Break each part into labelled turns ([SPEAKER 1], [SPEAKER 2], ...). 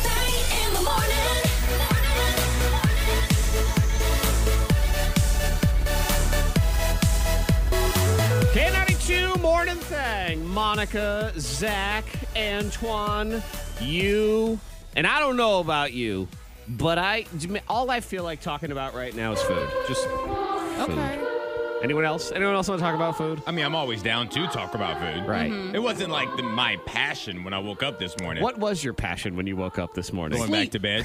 [SPEAKER 1] thing in the morning.
[SPEAKER 2] K92 Morning Thang. Monica, Zach, Antoine, you, and I don't know about you, but I all I feel like talking about right now is food. Just
[SPEAKER 3] Okay.
[SPEAKER 2] anyone else? Anyone else want to talk about food?
[SPEAKER 4] I mean, I'm always down to talk about food.
[SPEAKER 2] Right.
[SPEAKER 4] It wasn't like the, my passion when I woke up this morning.
[SPEAKER 2] What was your passion when you woke up this morning?
[SPEAKER 4] Going back to bed.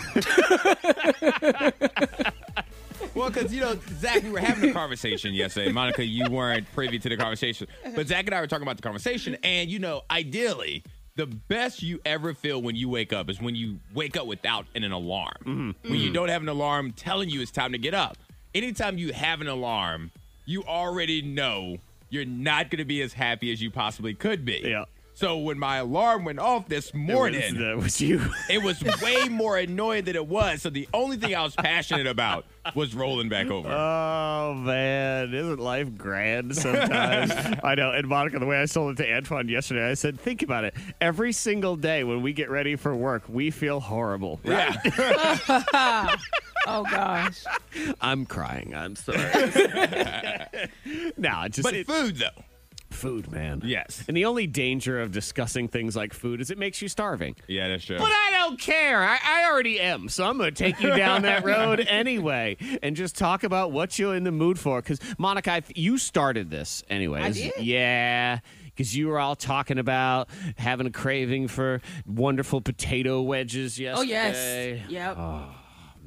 [SPEAKER 4] well, because, you know, Zach, we were having a conversation yesterday. Monica, you weren't privy to the conversation. But Zach and I were talking about the conversation. And, you know, ideally, the best you ever feel when you wake up is when you wake up without an, an alarm.
[SPEAKER 2] Mm-hmm.
[SPEAKER 4] When you don't have an alarm telling you it's time to get up. Anytime you have an alarm, you already know you're not going to be as happy as you possibly could be.
[SPEAKER 2] Yeah.
[SPEAKER 4] So when my alarm went off this morning,
[SPEAKER 2] It was, that was you.
[SPEAKER 4] it was way more annoying than it was. So the only thing I was passionate about was rolling back over.
[SPEAKER 2] Oh man, isn't life grand sometimes? I know. And Monica, the way I sold it to Antoine yesterday, I said, think about it. Every single day when we get ready for work, we feel horrible.
[SPEAKER 4] yeah.
[SPEAKER 3] Oh gosh.
[SPEAKER 2] I'm crying. I'm sorry. no, it's just
[SPEAKER 4] but
[SPEAKER 2] it-
[SPEAKER 4] food though.
[SPEAKER 2] food, man.
[SPEAKER 4] Yes.
[SPEAKER 2] And the only danger of discussing things like food is it makes you starving.
[SPEAKER 4] Yeah, that's true.
[SPEAKER 2] But I don't care. I, I already am. So I'm going to take you down that road anyway and just talk about what you're in the mood for. Because, Monica, I, you started this anyways.
[SPEAKER 3] did.
[SPEAKER 2] Yeah. Because you were all talking about having a craving for wonderful potato wedges yesterday.
[SPEAKER 3] Oh yes. Yep. Oh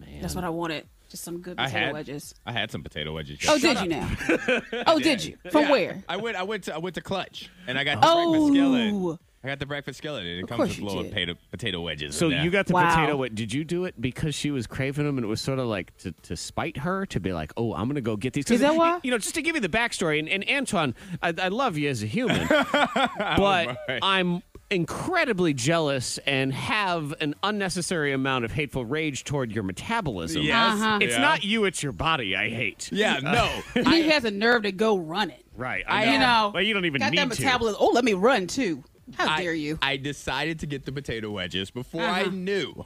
[SPEAKER 3] man. That's what I wanted. Just some good
[SPEAKER 4] I
[SPEAKER 3] potato
[SPEAKER 4] had
[SPEAKER 3] wedges.
[SPEAKER 4] I had some potato wedges.
[SPEAKER 3] Oh,
[SPEAKER 4] yesterday.
[SPEAKER 3] did you now? oh, did you? From
[SPEAKER 4] Yeah.
[SPEAKER 3] where?
[SPEAKER 4] I went. I went to. I went to Clutch, and I got the breakfast skillet.
[SPEAKER 3] Oh.
[SPEAKER 4] I got the breakfast skillet, and it
[SPEAKER 3] course
[SPEAKER 4] comes with
[SPEAKER 3] you
[SPEAKER 4] little
[SPEAKER 3] did.
[SPEAKER 4] potato, potato wedges.
[SPEAKER 2] So
[SPEAKER 4] in there.
[SPEAKER 2] you got the
[SPEAKER 3] Wow.
[SPEAKER 2] potato wedge. Did you do it because she was craving them and it was sort of like to, to spite her to be like, oh, I'm going to go get these? 'Cause
[SPEAKER 3] Is that why?
[SPEAKER 2] You know, just to give you the backstory, and, and Antoine, I, I love you as a human, but
[SPEAKER 4] Oh, my.
[SPEAKER 2] I'm incredibly jealous and have an unnecessary amount of hateful rage toward your metabolism.
[SPEAKER 4] Yes.
[SPEAKER 3] Uh-huh.
[SPEAKER 2] It's
[SPEAKER 4] Yeah.
[SPEAKER 2] not you, it's your body I hate.
[SPEAKER 4] Yeah. No.
[SPEAKER 3] he has a nerve to go running.
[SPEAKER 2] Right.
[SPEAKER 4] I-
[SPEAKER 3] You know.
[SPEAKER 2] Well, you don't even
[SPEAKER 3] got
[SPEAKER 2] need
[SPEAKER 3] that
[SPEAKER 2] to.
[SPEAKER 3] metabolism. Oh, let me run too. How
[SPEAKER 4] I-
[SPEAKER 3] dare you?
[SPEAKER 4] I decided to get the potato wedges before I
[SPEAKER 3] Uh-huh.
[SPEAKER 4] knew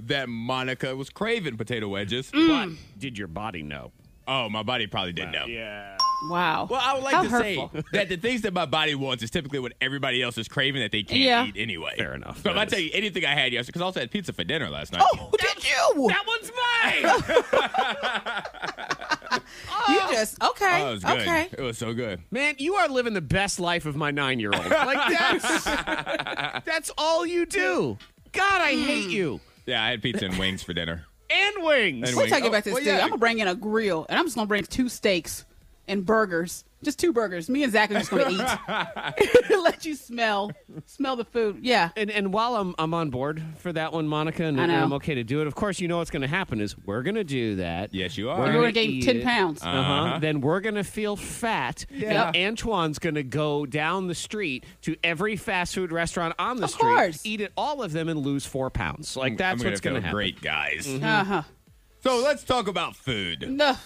[SPEAKER 4] that Monica was craving potato wedges.
[SPEAKER 3] Mm.
[SPEAKER 2] Did your body know?
[SPEAKER 4] But oh, my body probably didn't know.
[SPEAKER 2] Yeah.
[SPEAKER 3] wow.
[SPEAKER 4] Well, I would like
[SPEAKER 3] How
[SPEAKER 4] to
[SPEAKER 3] hurtful.
[SPEAKER 4] say that the things that my body wants is typically what everybody else is craving that they can't
[SPEAKER 3] Yeah.
[SPEAKER 4] eat anyway.
[SPEAKER 2] Fair enough.
[SPEAKER 4] So if
[SPEAKER 2] That
[SPEAKER 4] I
[SPEAKER 2] is-
[SPEAKER 4] tell you anything I had yesterday, because I also had pizza for dinner last night.
[SPEAKER 3] Oh, did you?
[SPEAKER 4] that one's mine.
[SPEAKER 3] you just okay.
[SPEAKER 4] oh, it was good.
[SPEAKER 3] okay.
[SPEAKER 4] It was so good.
[SPEAKER 2] Man, you are living the best life of my nine year old. Like that's that's all you do. God, I
[SPEAKER 3] Hmm.
[SPEAKER 2] hate you.
[SPEAKER 4] Yeah, I had pizza and wings for dinner.
[SPEAKER 2] And wings.
[SPEAKER 4] And
[SPEAKER 3] We're talking
[SPEAKER 4] Oh,
[SPEAKER 3] about this
[SPEAKER 4] well,
[SPEAKER 3] dude.
[SPEAKER 4] yeah.
[SPEAKER 3] I'm gonna bring in a grill, and I'm just gonna bring two steaks and burgers. Just two burgers. Me and Zach are just gonna eat. Let you smell, smell the food. Yeah.
[SPEAKER 2] And and while I'm I'm on board for that one, Monica, and,
[SPEAKER 3] I know.
[SPEAKER 2] and I'm okay to do it. Of course, you know what's going to happen is we're going to do that.
[SPEAKER 4] Yes, you
[SPEAKER 2] We're
[SPEAKER 3] We're
[SPEAKER 4] are.
[SPEAKER 2] gonna
[SPEAKER 3] gonna gain
[SPEAKER 2] eat
[SPEAKER 3] ten
[SPEAKER 2] it.
[SPEAKER 3] pounds.
[SPEAKER 2] Uh-huh. Then we're gonna feel fat,
[SPEAKER 4] Yeah.
[SPEAKER 2] and Antoine's gonna go down the street to every fast food restaurant on the
[SPEAKER 3] Of
[SPEAKER 2] street,
[SPEAKER 3] course.
[SPEAKER 2] eat at all of them, and lose four pounds. Like that's
[SPEAKER 4] I'm gonna
[SPEAKER 2] what's
[SPEAKER 4] feel
[SPEAKER 2] gonna happen.
[SPEAKER 4] Great guys.
[SPEAKER 3] Uh huh.
[SPEAKER 4] So let's talk about food.
[SPEAKER 3] No,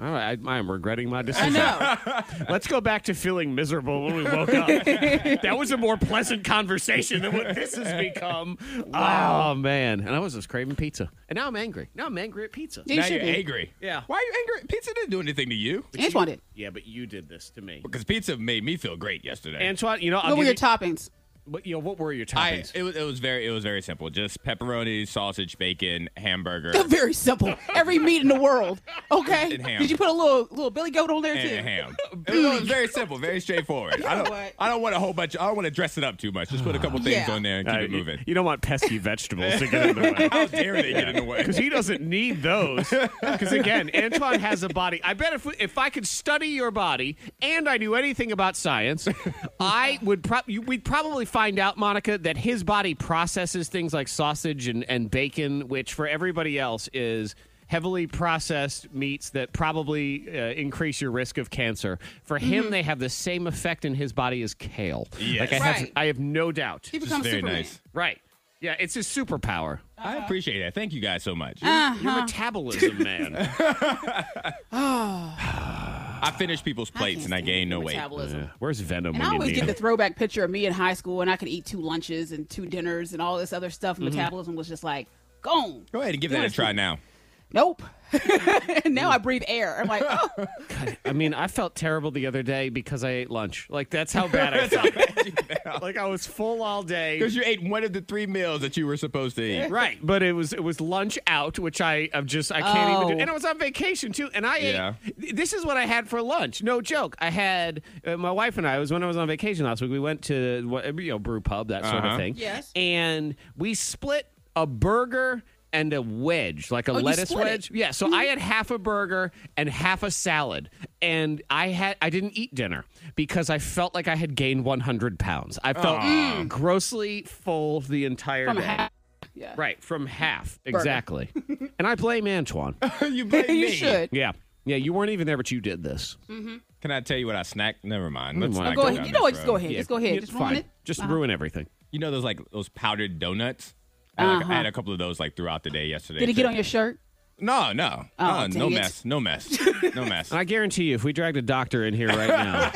[SPEAKER 2] All right, I, I'm regretting my
[SPEAKER 3] I
[SPEAKER 4] Uh-huh.
[SPEAKER 2] decision.
[SPEAKER 3] know.
[SPEAKER 2] Let's go back to feeling miserable when we woke up. that was a more pleasant conversation than what this has become. Oh man! And I was just craving pizza, and now I'm angry. Now I'm angry at pizza.
[SPEAKER 3] You
[SPEAKER 4] now
[SPEAKER 3] should
[SPEAKER 4] you're
[SPEAKER 3] be.
[SPEAKER 4] angry.
[SPEAKER 2] Yeah.
[SPEAKER 4] Why are you angry? Pizza didn't do anything to you.
[SPEAKER 3] Antoine did.
[SPEAKER 2] Yeah, but you did this to me,
[SPEAKER 4] Because pizza made me feel great yesterday.
[SPEAKER 2] Antoine. You know, I'll
[SPEAKER 3] What were
[SPEAKER 2] give
[SPEAKER 3] your
[SPEAKER 2] you-
[SPEAKER 3] toppings?
[SPEAKER 2] what, you know, what were your
[SPEAKER 4] I,
[SPEAKER 2] toppings?
[SPEAKER 4] it was it was very it was very simple. Just pepperoni, sausage, bacon, hamburger,
[SPEAKER 3] They're very simple. Every meat in the world. Okay.
[SPEAKER 4] And ham.
[SPEAKER 3] Did you put a little little billy goat on there
[SPEAKER 4] and
[SPEAKER 3] too?
[SPEAKER 4] a ham. It was, it was very simple, very straightforward. I don't
[SPEAKER 3] what?
[SPEAKER 4] I don't want a whole bunch. I don't want to dress it up too much. Just put a couple things
[SPEAKER 3] Yeah.
[SPEAKER 4] on there and keep
[SPEAKER 2] Uh,
[SPEAKER 4] it
[SPEAKER 2] you-
[SPEAKER 4] moving.
[SPEAKER 2] You don't want pesky vegetables to get in the way.
[SPEAKER 4] How dare they get in the way?
[SPEAKER 2] Because he doesn't need those. Because again, Antoine has a body. I bet if if I could study your body and I knew anything about science, I would prob- you- we'd probably find out, Monica, that his body processes things like sausage and, and bacon, which for everybody else is heavily processed meats that probably uh, increase your risk of cancer. For him,
[SPEAKER 3] Mm-hmm.
[SPEAKER 2] they have the same effect in his body as kale.
[SPEAKER 4] Yes.
[SPEAKER 2] Like I have,
[SPEAKER 3] Right.
[SPEAKER 2] I have no doubt.
[SPEAKER 3] He
[SPEAKER 4] Just
[SPEAKER 3] becomes
[SPEAKER 4] very
[SPEAKER 3] Superman. Uh-huh.
[SPEAKER 4] nice.
[SPEAKER 2] Right. Yeah, it's his superpower.
[SPEAKER 4] I appreciate that. Thank you guys so much.
[SPEAKER 2] Your metabolism, man.
[SPEAKER 4] I finished people's plates and I gained no weight. Uh,
[SPEAKER 3] Metabolism.
[SPEAKER 2] Where's Venom?
[SPEAKER 3] And
[SPEAKER 2] when
[SPEAKER 3] I
[SPEAKER 2] you
[SPEAKER 3] always
[SPEAKER 2] need
[SPEAKER 3] get
[SPEAKER 2] him?
[SPEAKER 3] the throwback picture of me in high school, and I could eat two lunches and two dinners and all this other stuff. Metabolism was just like gone.
[SPEAKER 4] Mm-hmm. Go ahead Mm. and give that a try now.
[SPEAKER 3] Nope. and now I breathe air. I'm like, oh,
[SPEAKER 2] I mean, I felt terrible the other day because I ate lunch. Like that's how bad I felt. like I was full all day.
[SPEAKER 4] Because you ate one of the three meals that you were supposed to eat.
[SPEAKER 2] Right, but it was it was lunch out, which I I'm just I can't even
[SPEAKER 3] Oh.
[SPEAKER 2] do. And I was on vacation too, and I
[SPEAKER 4] Yeah.
[SPEAKER 2] ate. This is what I had for lunch. No joke. I had uh, my wife and I it was when I was on vacation last week. We went to what- you know brew pub that sort
[SPEAKER 4] Uh-huh.
[SPEAKER 2] of thing.
[SPEAKER 3] Yes.
[SPEAKER 2] and we split a burger. And a wedge, like a
[SPEAKER 3] Oh, you
[SPEAKER 2] lettuce
[SPEAKER 3] split it.
[SPEAKER 2] wedge. Yeah, so I had half a burger and half a salad, and I had I didn't eat dinner because I felt like I had gained 100 pounds. I felt grossly full the entire
[SPEAKER 3] from a
[SPEAKER 2] day.
[SPEAKER 3] half. Yeah.
[SPEAKER 2] Right, from half. Exactly. and I blame Antoine.
[SPEAKER 4] you blame
[SPEAKER 3] You
[SPEAKER 4] me.
[SPEAKER 3] should.
[SPEAKER 2] yeah. Yeah, you weren't even there, but you did this.
[SPEAKER 3] Mm,
[SPEAKER 4] Can I tell you what I snacked? Never mind. Let's
[SPEAKER 2] mind.
[SPEAKER 4] not
[SPEAKER 3] Go
[SPEAKER 4] go
[SPEAKER 3] ahead.
[SPEAKER 4] down
[SPEAKER 3] You know what?
[SPEAKER 4] this
[SPEAKER 3] Just go
[SPEAKER 4] road.
[SPEAKER 3] ahead.
[SPEAKER 2] Yeah,
[SPEAKER 3] Just go ahead.
[SPEAKER 2] yeah,
[SPEAKER 3] Just
[SPEAKER 2] fine.
[SPEAKER 3] ruin it. Uh-huh.
[SPEAKER 2] Just ruin everything.
[SPEAKER 4] You know those like those powdered donuts. I had, like, I had a couple of those like throughout the day yesterday.
[SPEAKER 3] Uh-huh. Did it
[SPEAKER 4] too.
[SPEAKER 3] get on your shirt?
[SPEAKER 4] No, no, no, no
[SPEAKER 3] Oh, dang it.
[SPEAKER 4] mess, no mess, no mess.
[SPEAKER 2] And I guarantee you, if we dragged a doctor in here right now,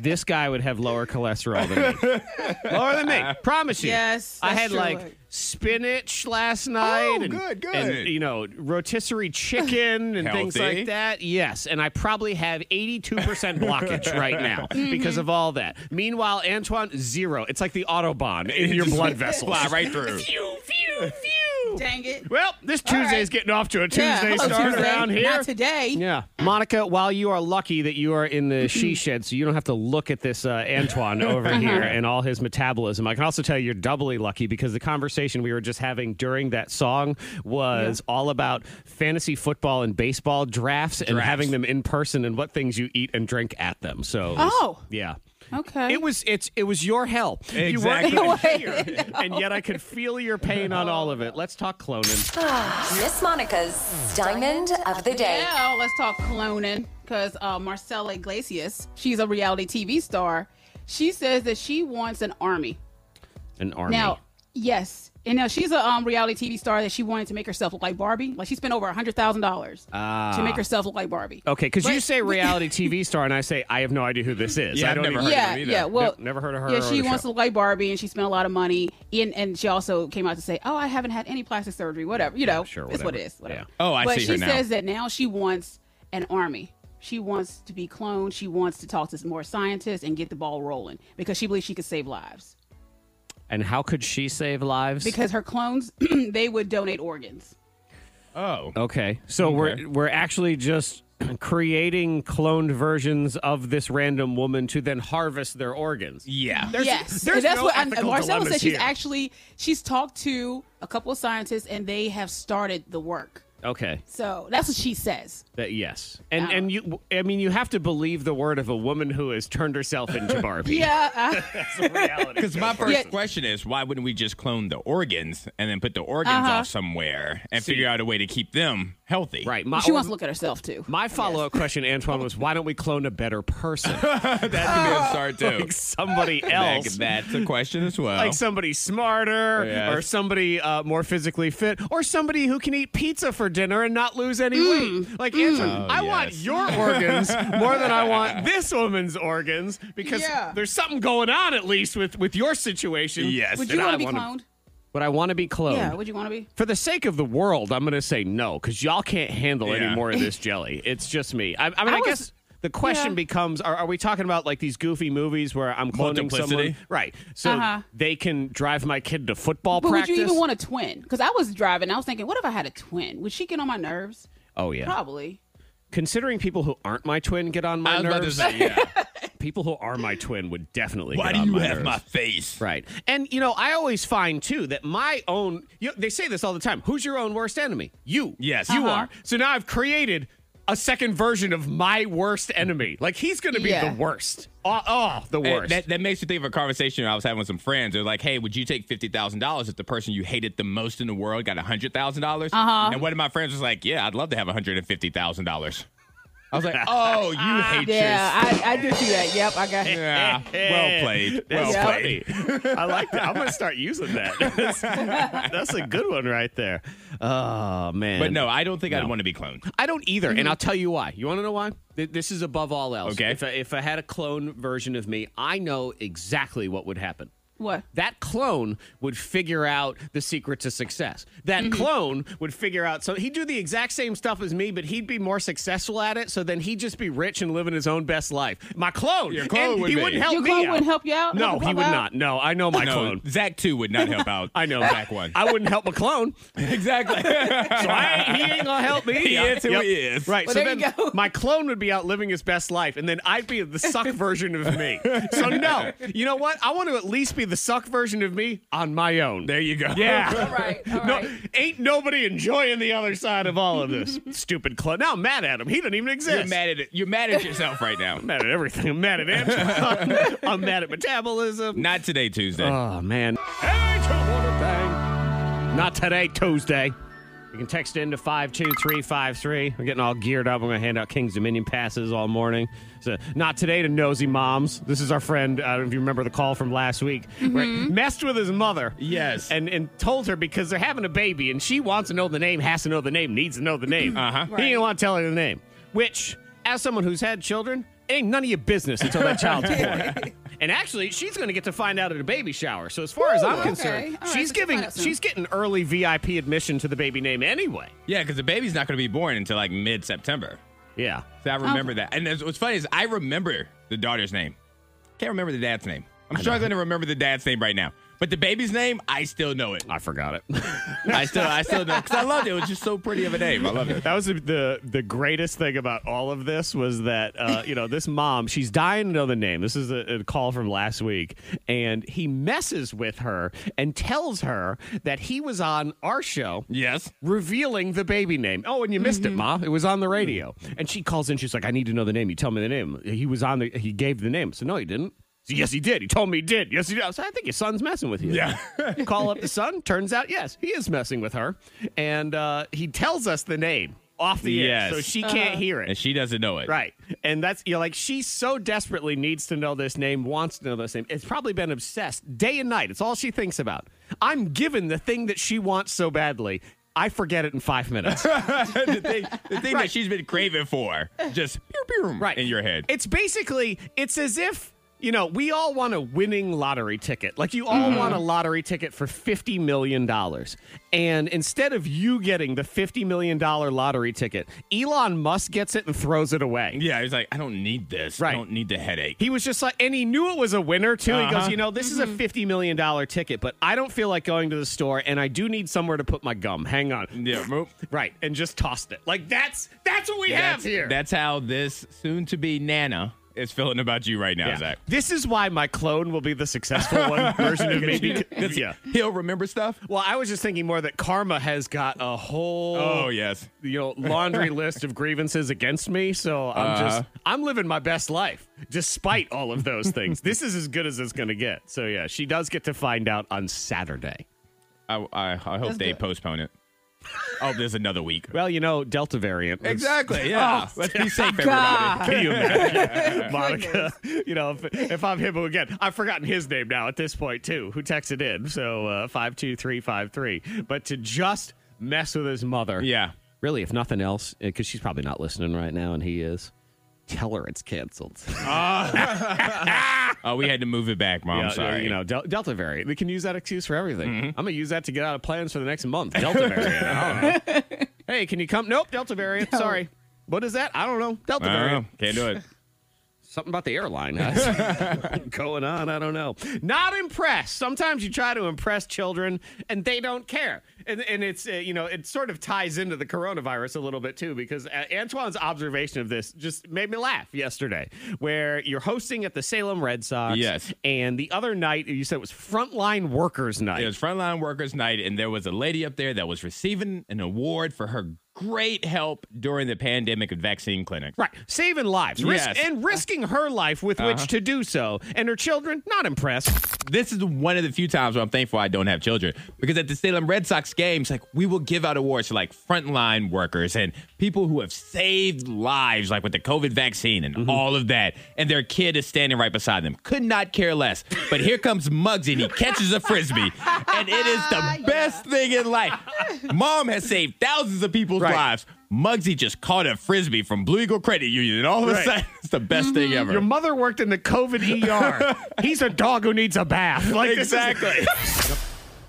[SPEAKER 2] this guy would have lower cholesterol than me. lower than me. Promise you.
[SPEAKER 3] Yes,
[SPEAKER 2] I
[SPEAKER 3] that's
[SPEAKER 2] had
[SPEAKER 3] true. Oh,
[SPEAKER 2] like spinach last night. and,
[SPEAKER 4] good, good.
[SPEAKER 2] and, you know, rotisserie chicken and things
[SPEAKER 4] Healthy.
[SPEAKER 2] like that. Yes. And I probably have 82% blockage right now because of all that. Meanwhile, Antoine, zero. It's like the Autobahn in your blood vessels.
[SPEAKER 4] Fly right through.
[SPEAKER 2] Phew, phew, phew.
[SPEAKER 3] Dang it.
[SPEAKER 2] Well, this Tuesday's
[SPEAKER 3] right.
[SPEAKER 2] getting off to a Tuesday
[SPEAKER 3] Yeah. Hello,
[SPEAKER 2] start
[SPEAKER 3] Tuesday.
[SPEAKER 2] around here.
[SPEAKER 3] Not today.
[SPEAKER 2] Yeah, Monica. While you are lucky that you are in
[SPEAKER 3] Mm-hmm.
[SPEAKER 2] the she shed, so you don't have to look at this uh, Antoine over
[SPEAKER 3] Uh-huh.
[SPEAKER 2] here and all his metabolism. I can also tell you you're doubly lucky because the conversation we were just having during that song was all about fantasy football and baseball drafts, and
[SPEAKER 4] Drafts.
[SPEAKER 2] having them in person and what things you eat and drink at them. So,
[SPEAKER 3] Oh.
[SPEAKER 2] yeah.
[SPEAKER 3] Okay.
[SPEAKER 2] It was it's it was your hell. You weren't
[SPEAKER 4] Exactly.
[SPEAKER 2] even here, and yet I could feel your pain on all of it. Let's talk cloning.
[SPEAKER 5] Miss Monica's Diamond of the Day.
[SPEAKER 3] Now let's talk cloning because uh, Marcella Iglesias, she's a reality TV star. She says that she wants an army.
[SPEAKER 2] An army.
[SPEAKER 3] Now, yes, and now she's a um, reality TV star that she wanted to make herself look like Barbie. Like she spent over a hundred thousand dollars to make herself look like Barbie.
[SPEAKER 2] Ah. Okay, because you
[SPEAKER 3] But-
[SPEAKER 2] say reality TV star, and I say I have no idea who this is.
[SPEAKER 4] Yeah,
[SPEAKER 2] I
[SPEAKER 4] I've
[SPEAKER 2] don't
[SPEAKER 4] never
[SPEAKER 2] even-
[SPEAKER 4] heard of
[SPEAKER 3] yeah,
[SPEAKER 4] her either.
[SPEAKER 3] yeah. Well,
[SPEAKER 2] Nope, never heard of her
[SPEAKER 3] Yeah,
[SPEAKER 2] or
[SPEAKER 3] she
[SPEAKER 2] the
[SPEAKER 3] wants
[SPEAKER 2] show.
[SPEAKER 3] to look like Barbie, and she spent a lot of money. And and she also came out to say, "Oh, I haven't had any plastic surgery. Whatever, you know,
[SPEAKER 2] sure,
[SPEAKER 3] it's what it
[SPEAKER 2] whatever.
[SPEAKER 3] is. Whatever."
[SPEAKER 2] Yeah.
[SPEAKER 4] Oh, I
[SPEAKER 3] but
[SPEAKER 4] see
[SPEAKER 3] she
[SPEAKER 4] her now.
[SPEAKER 3] says that now she wants an army. She wants to be cloned. She wants to talk to more scientists and get the ball rolling because she believes she could save lives.
[SPEAKER 2] And how could she save lives?
[SPEAKER 3] Because her clones, they would donate organs.
[SPEAKER 4] Oh,
[SPEAKER 2] okay, so
[SPEAKER 4] Okay.
[SPEAKER 2] we're we're actually just creating cloned versions of this random woman to then harvest their organs.
[SPEAKER 4] yeah.
[SPEAKER 3] yes,
[SPEAKER 2] there's
[SPEAKER 3] that's
[SPEAKER 2] no
[SPEAKER 3] what I'm,
[SPEAKER 2] ethical
[SPEAKER 3] Marcella
[SPEAKER 2] dilemmas
[SPEAKER 3] said. She's
[SPEAKER 2] here.
[SPEAKER 3] actually she's talked to a couple of scientists and they have started the work.
[SPEAKER 2] Okay,
[SPEAKER 3] So that's what she says.
[SPEAKER 2] that yes, and and you, I mean, you have to believe the word of a woman who has turned herself into Barbie.
[SPEAKER 3] Yeah, I-
[SPEAKER 4] Because my first
[SPEAKER 3] Yeah.
[SPEAKER 4] question is, why wouldn't we just clone the organs and then put the organs
[SPEAKER 3] Uh-huh.
[SPEAKER 4] off somewhere and figure out a way to keep them healthy?
[SPEAKER 2] right. My,
[SPEAKER 3] she wants to look at herself too.
[SPEAKER 2] my follow-up question, Antoine, was why don't we clone a better person,
[SPEAKER 4] That could be
[SPEAKER 3] Uh,
[SPEAKER 4] a start too.
[SPEAKER 2] like somebody
[SPEAKER 4] That-
[SPEAKER 2] else?
[SPEAKER 4] that's a question as well.
[SPEAKER 2] like somebody smarter
[SPEAKER 4] Yes.
[SPEAKER 2] or somebody uh, more physically fit or somebody who can eat pizza for dinner and not lose any
[SPEAKER 3] Mm.
[SPEAKER 2] weight. Like, Antoine, I want
[SPEAKER 4] Oh, yes.
[SPEAKER 2] your organs more than I want this woman's organs because
[SPEAKER 3] Yeah.
[SPEAKER 2] there's something going on at least with, with your situation.
[SPEAKER 4] Yes.
[SPEAKER 3] Would
[SPEAKER 4] Then
[SPEAKER 3] you want
[SPEAKER 2] I
[SPEAKER 3] to be
[SPEAKER 2] wanna-
[SPEAKER 3] cloned?
[SPEAKER 2] But I want to be cloned.
[SPEAKER 3] Yeah. Would you want to be?
[SPEAKER 2] for the sake of the world, I'm going to say no because y'all can't handle any
[SPEAKER 4] Yeah.
[SPEAKER 2] more of this jelly. It's just me. I, I mean, I,
[SPEAKER 3] I was-
[SPEAKER 2] guess the question
[SPEAKER 3] yeah.
[SPEAKER 2] becomes: are, are we talking about like these goofy movies where I'm cloning someone,
[SPEAKER 4] Multiplicity?
[SPEAKER 2] right? So
[SPEAKER 3] Uh-huh.
[SPEAKER 2] they can drive my kid to football
[SPEAKER 3] But
[SPEAKER 2] practice.
[SPEAKER 3] would you even want a twin? Because I was driving, I was thinking, what if I had a twin? Would she get on my nerves?
[SPEAKER 2] oh yeah.
[SPEAKER 3] Probably.
[SPEAKER 2] Considering people who aren't my twin get on my
[SPEAKER 4] I was about to
[SPEAKER 2] nerves,
[SPEAKER 4] say, yeah.
[SPEAKER 2] people who are my twin would definitely.
[SPEAKER 4] Why
[SPEAKER 2] get
[SPEAKER 4] do
[SPEAKER 2] on
[SPEAKER 4] you
[SPEAKER 2] my
[SPEAKER 4] have
[SPEAKER 2] nerves.
[SPEAKER 4] my face?
[SPEAKER 2] Right. And, you know, I always find, too, that my own, you know, they say this all the time who's your own worst enemy? You.
[SPEAKER 4] Yes.
[SPEAKER 2] You
[SPEAKER 4] Uh-huh.
[SPEAKER 2] are. So now I've created a second version of my worst enemy. Like he's going to be
[SPEAKER 3] Yeah.
[SPEAKER 2] the worst. Oh, oh, the
[SPEAKER 4] Hey,
[SPEAKER 2] worst.
[SPEAKER 4] Eh, That, that makes you think of a conversation I was having with some friends. They're like, "Hey, would you take fifty thousand dollars if the person you hated the most in the world got hundred thousand dollars?" Uh-huh. And one of my friends was like, "Yeah, I'd love to have hundred and fifty thousand dollars." I was like, "Oh, you hate yourself."
[SPEAKER 3] Ah, Yeah, I, I did see that. Yep, I got it.
[SPEAKER 4] Yeah, well played. Well
[SPEAKER 2] Eh. That's
[SPEAKER 3] Yeah.
[SPEAKER 4] played.
[SPEAKER 2] funny. I like that. I'm going to start using that. That's, that's a good one right there. Oh man.
[SPEAKER 4] But no, I don't think I'd
[SPEAKER 2] No.
[SPEAKER 4] want to be cloned.
[SPEAKER 2] I don't either, and I'll tell you why. You want to know why? Th- This is above all else.
[SPEAKER 4] Mm-hmm. Okay.
[SPEAKER 2] If I, if I had a clone version of me, I know exactly what would happen.
[SPEAKER 3] What?
[SPEAKER 2] That clone would figure out the secret to success. That
[SPEAKER 3] Mm-hmm.
[SPEAKER 2] clone would figure out. So he'd do the exact same stuff as me, but he'd be more successful at it. So then he'd just be rich and living his own best life. My clone.
[SPEAKER 4] Your clone
[SPEAKER 2] and
[SPEAKER 4] would
[SPEAKER 2] he
[SPEAKER 4] be.
[SPEAKER 2] wouldn't help
[SPEAKER 3] Your
[SPEAKER 2] me
[SPEAKER 3] clone
[SPEAKER 2] out.
[SPEAKER 3] wouldn't help you out? Help
[SPEAKER 2] No,
[SPEAKER 3] you
[SPEAKER 2] he
[SPEAKER 3] pop
[SPEAKER 2] would
[SPEAKER 3] out?
[SPEAKER 2] not. No, I know my
[SPEAKER 4] no,
[SPEAKER 2] clone.
[SPEAKER 4] Zach too would not help out.
[SPEAKER 2] I know
[SPEAKER 4] Zach one.
[SPEAKER 2] I wouldn't help a clone.
[SPEAKER 4] exactly.
[SPEAKER 2] So I ain't, he ain't gonna help me.
[SPEAKER 4] He is who he is.
[SPEAKER 2] Right.
[SPEAKER 3] Well,
[SPEAKER 2] so
[SPEAKER 3] there
[SPEAKER 2] then
[SPEAKER 3] you go.
[SPEAKER 2] my clone would be out living his best life, and then I'd be the suck version of me. So no, you know what? I want to at least be the suck version of me on my own.
[SPEAKER 4] there you go.
[SPEAKER 2] yeah.
[SPEAKER 3] All right, all
[SPEAKER 2] No,
[SPEAKER 3] right.
[SPEAKER 2] ain't nobody enjoying the other side of all of this. Stupid clone. Now I'm mad at him. He doesn't even exist.
[SPEAKER 4] You're mad at it. You're mad at yourself right now.
[SPEAKER 2] I'm mad at everything. I'm mad at Antoine. I'm mad at metabolism.
[SPEAKER 4] Not today, Tuesday.
[SPEAKER 2] Oh man. Hey, don't want a thing. Not today, Tuesday. You can text in to 52353. We're getting all geared up. I'm going to hand out King's Dominion passes all morning. So, not today to nosy moms. This is our friend. I don't know if you remember the call from last week. Where he messed with his mother.
[SPEAKER 4] Yes.
[SPEAKER 2] And, and told her because they're having a baby and she wants to know the name, has to know the name, needs to know the name.
[SPEAKER 4] Uh-huh.
[SPEAKER 2] He didn't want to tell her the name. Which, as someone who's had children, ain't none of your business until that child's born. And actually, she's going to get to find out at a baby shower. So as far as I'm
[SPEAKER 3] okay.
[SPEAKER 2] concerned,
[SPEAKER 3] All right,
[SPEAKER 2] she's
[SPEAKER 3] so she'll
[SPEAKER 2] giving
[SPEAKER 3] find out soon.
[SPEAKER 2] she's getting early VIP admission to the baby name anyway.
[SPEAKER 4] Yeah, because the baby's not going to be born until like mid September.
[SPEAKER 2] Yeah.
[SPEAKER 4] So I remember that. And that's- what's funny is I remember the daughter's name. Can't remember the dad's name. I'm struggling to remember the dad's name right now. But the baby's name, I still know it.
[SPEAKER 2] I forgot it.
[SPEAKER 4] I still, I still know because I loved it. It was just so pretty of a name. I loved it.
[SPEAKER 2] That was the, the the greatest thing about all of this was that uh, you know this mom she's dying to know the name. This is a, a call from last week, and he messes with her and tells her that he was on our show
[SPEAKER 4] Yes.
[SPEAKER 2] revealing the baby name. Oh, and you missed
[SPEAKER 4] Mm-hmm.
[SPEAKER 2] it, Ma. It was on the radio. And she calls in. She's like, "I need to know the name. You tell me the name." He was on the. He gave the name. So no, he didn't. So, yes, he did. He told me he did. Yes, he did. I said, I think your son's messing with you.
[SPEAKER 4] Yeah.
[SPEAKER 2] Call up the son. Turns out, yes, he is messing with her, and uh, he tells us the name off the
[SPEAKER 4] Yes. Uh-huh.
[SPEAKER 2] air, so she can't hear it.
[SPEAKER 4] And she doesn't know it.
[SPEAKER 2] Right. And that's, you know, like she so desperately needs to know this name, wants to know this name. It's probably been obsessed day and night. It's all she thinks about. I'm given the thing that she wants so badly. I forget it in five minutes.
[SPEAKER 4] the thing, the thing that she's been craving for, just pew, pew,
[SPEAKER 2] right.
[SPEAKER 4] in your head.
[SPEAKER 2] It's basically, it's as if. You know, we all want a winning lottery ticket. Like, you all
[SPEAKER 4] Mm-hmm.
[SPEAKER 2] want a lottery ticket for $50 million. And instead of you getting the $50 million lottery ticket, Elon Musk gets it and throws it away.
[SPEAKER 4] yeah, he's like, I don't need this. I
[SPEAKER 2] Right.
[SPEAKER 4] don't need the headache.
[SPEAKER 2] He was just like, and he knew it was a winner too. He
[SPEAKER 4] Uh-huh.
[SPEAKER 2] goes, you know, this is a fifty million dollar ticket, but I don't feel like going to the store, and I do need somewhere to put my gum. Hang on,
[SPEAKER 4] Yeah, mo-
[SPEAKER 2] right, and just tossed it. Like that's that's what we have
[SPEAKER 4] that's,
[SPEAKER 2] here.
[SPEAKER 4] that's how this soon-to-be Nana is feeling about you right now,
[SPEAKER 2] Yeah.
[SPEAKER 4] Zach.
[SPEAKER 2] This is why my clone will be the successful one version of me.
[SPEAKER 4] That's-
[SPEAKER 2] because- yeah.
[SPEAKER 4] He'll remember stuff.
[SPEAKER 2] Well, I was just thinking more that karma has got a whole
[SPEAKER 4] Oh yes.
[SPEAKER 2] you know laundry list of grievances against me, so I'm just I'm living my best life despite all of those things. this is as good as it's going to get. So yeah, she does get to find out on Saturday.
[SPEAKER 4] I, I, I hope
[SPEAKER 3] That's
[SPEAKER 4] they
[SPEAKER 3] good.
[SPEAKER 4] postpone it. Oh, there's another week.
[SPEAKER 2] Well, you know, Delta variant. It's-
[SPEAKER 4] Exactly. Yeah. Let's be safe, everybody.
[SPEAKER 3] God.
[SPEAKER 2] Can you imagine, Monica? You know, if, if I'm him again, I've forgotten his name now at this point too. Who texted in? So uh, five two three five three. But to just mess with his mother,
[SPEAKER 4] Yeah.
[SPEAKER 2] Really, if nothing else, because she's probably not listening right now, and he is. Tell her it's canceled.
[SPEAKER 4] Oh, we had to move it back, mom.
[SPEAKER 2] Yeah,
[SPEAKER 4] sorry. Mm-hmm.
[SPEAKER 2] You know, Del- Delta variant. We can use that excuse for everything. I'm gonna use that to get out of plans for the next month. Delta variant. I don't know. Hey, can you come? Nope. Delta variant. Sorry. What is that? I don't know. Delta
[SPEAKER 4] I don't
[SPEAKER 2] variant.
[SPEAKER 4] know. Can't do it.
[SPEAKER 2] Something about the airline guys. going on. I don't know. Not impressed. Sometimes you try to impress children and they don't care. and, and it's uh, you know it sort of ties into the coronavirus a little bit too because uh, Antoine's observation of this just made me laugh yesterday, where you're hosting at the Salem Red Sox,
[SPEAKER 4] Yes.
[SPEAKER 2] and the other night you said it was Frontline Workers Night.
[SPEAKER 4] It was Frontline Workers Night, and there was a lady up there that was receiving an award for her great help during the pandemic and vaccine clinics.
[SPEAKER 2] Right, saving lives risk,
[SPEAKER 4] Yes. Uh-huh.
[SPEAKER 2] and risking her life with which to do so, and her children not impressed.
[SPEAKER 4] This is one of the few times where I'm thankful I don't have children because at the Salem Red Sox games, like we will give out awards to like frontline workers and people who have saved lives, like with the COVID vaccine and
[SPEAKER 2] Mm-hmm.
[SPEAKER 4] all of that, and their kid is standing right beside them. Could not care less. But here comes Muggsy and he catches a frisbee, and it is the best thing in life. Mom has saved thousands of people's
[SPEAKER 2] Right.
[SPEAKER 4] lives. Muggsy just caught a frisbee from Blue Eagle Credit Union, and all of a
[SPEAKER 2] Right. Mm-hmm.
[SPEAKER 4] sudden, it's the best thing ever.
[SPEAKER 2] Your mother worked in the COVID ER. He's a dog who needs a bath. Like this is-
[SPEAKER 4] exactly.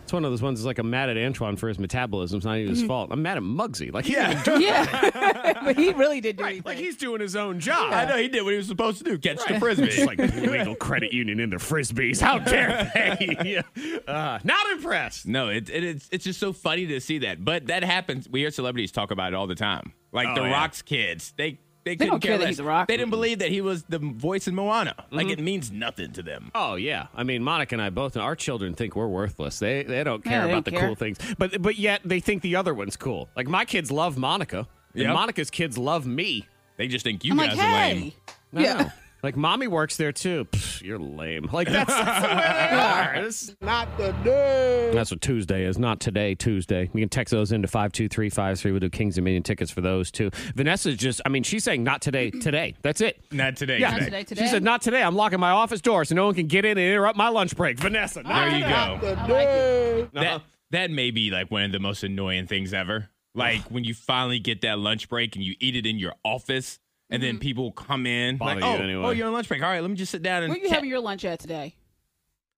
[SPEAKER 2] It's one of those ones that's like I'm mad at Antoine for his metabolism. It's not even his fault. I'm mad at Muggsy. Like he didn't do
[SPEAKER 3] Yeah, but he really did do
[SPEAKER 2] right.
[SPEAKER 3] anything.
[SPEAKER 2] Like he's doing his own job.
[SPEAKER 4] I know he did what he was supposed to do: catch the
[SPEAKER 2] It's
[SPEAKER 4] frisbee.
[SPEAKER 2] like Blue Eagle Credit Union in the frisbees. How dare they? Uh, not impressed.
[SPEAKER 4] no, it, it, it's it's just so funny to see that. But that happens. We hear celebrities talk about it all the time. Like
[SPEAKER 2] Oh,
[SPEAKER 4] the
[SPEAKER 2] yeah.
[SPEAKER 4] Rock's kids, they they, couldn't
[SPEAKER 3] don't care that
[SPEAKER 4] less.
[SPEAKER 3] he's The Rock. Mm-hmm.
[SPEAKER 4] They didn't believe that he was the voice in Moana. Like it means nothing to them.
[SPEAKER 2] Oh yeah, I mean Monica and I both. Our children think we're worthless. They they don't care
[SPEAKER 3] Yeah, they
[SPEAKER 2] about
[SPEAKER 3] don't
[SPEAKER 2] the
[SPEAKER 3] care.
[SPEAKER 2] cool things, but but yet they think the other one's cool. Like my kids love Monica, and
[SPEAKER 4] Yep.
[SPEAKER 2] Monica's kids love me.
[SPEAKER 4] They just think you
[SPEAKER 3] I'm like,
[SPEAKER 4] guys are lame.
[SPEAKER 3] hey,
[SPEAKER 2] I
[SPEAKER 3] Yeah.
[SPEAKER 2] know. Like mommy works there too. Pfft, you're lame. Like that's, that's the way they are. This-
[SPEAKER 4] Not the day.
[SPEAKER 2] That's what Tuesday is, not today, Tuesday. You can text those into 52353. We'll do Kings and Minion tickets for those too. Vanessa's just, I mean, she's saying not today, today. That's it.
[SPEAKER 4] Not today.
[SPEAKER 2] Yeah.
[SPEAKER 3] Not
[SPEAKER 4] today.
[SPEAKER 3] today, today.
[SPEAKER 2] She said, not today. I'm locking my office door so no one can get in and interrupt my lunch break. Vanessa, not
[SPEAKER 4] There you go.
[SPEAKER 3] I like it.
[SPEAKER 2] Uh-huh.
[SPEAKER 4] That that may be like one of the most annoying things ever. Like when you finally get that lunch break and you eat it in your office, and
[SPEAKER 3] Mm-hmm.
[SPEAKER 4] then people come in.
[SPEAKER 2] Bother
[SPEAKER 4] Like,
[SPEAKER 2] you
[SPEAKER 4] oh,
[SPEAKER 2] anyway."
[SPEAKER 4] oh, you're on lunch break. All right, let me just sit down and
[SPEAKER 3] Where you
[SPEAKER 4] chat."
[SPEAKER 3] having your lunch at today?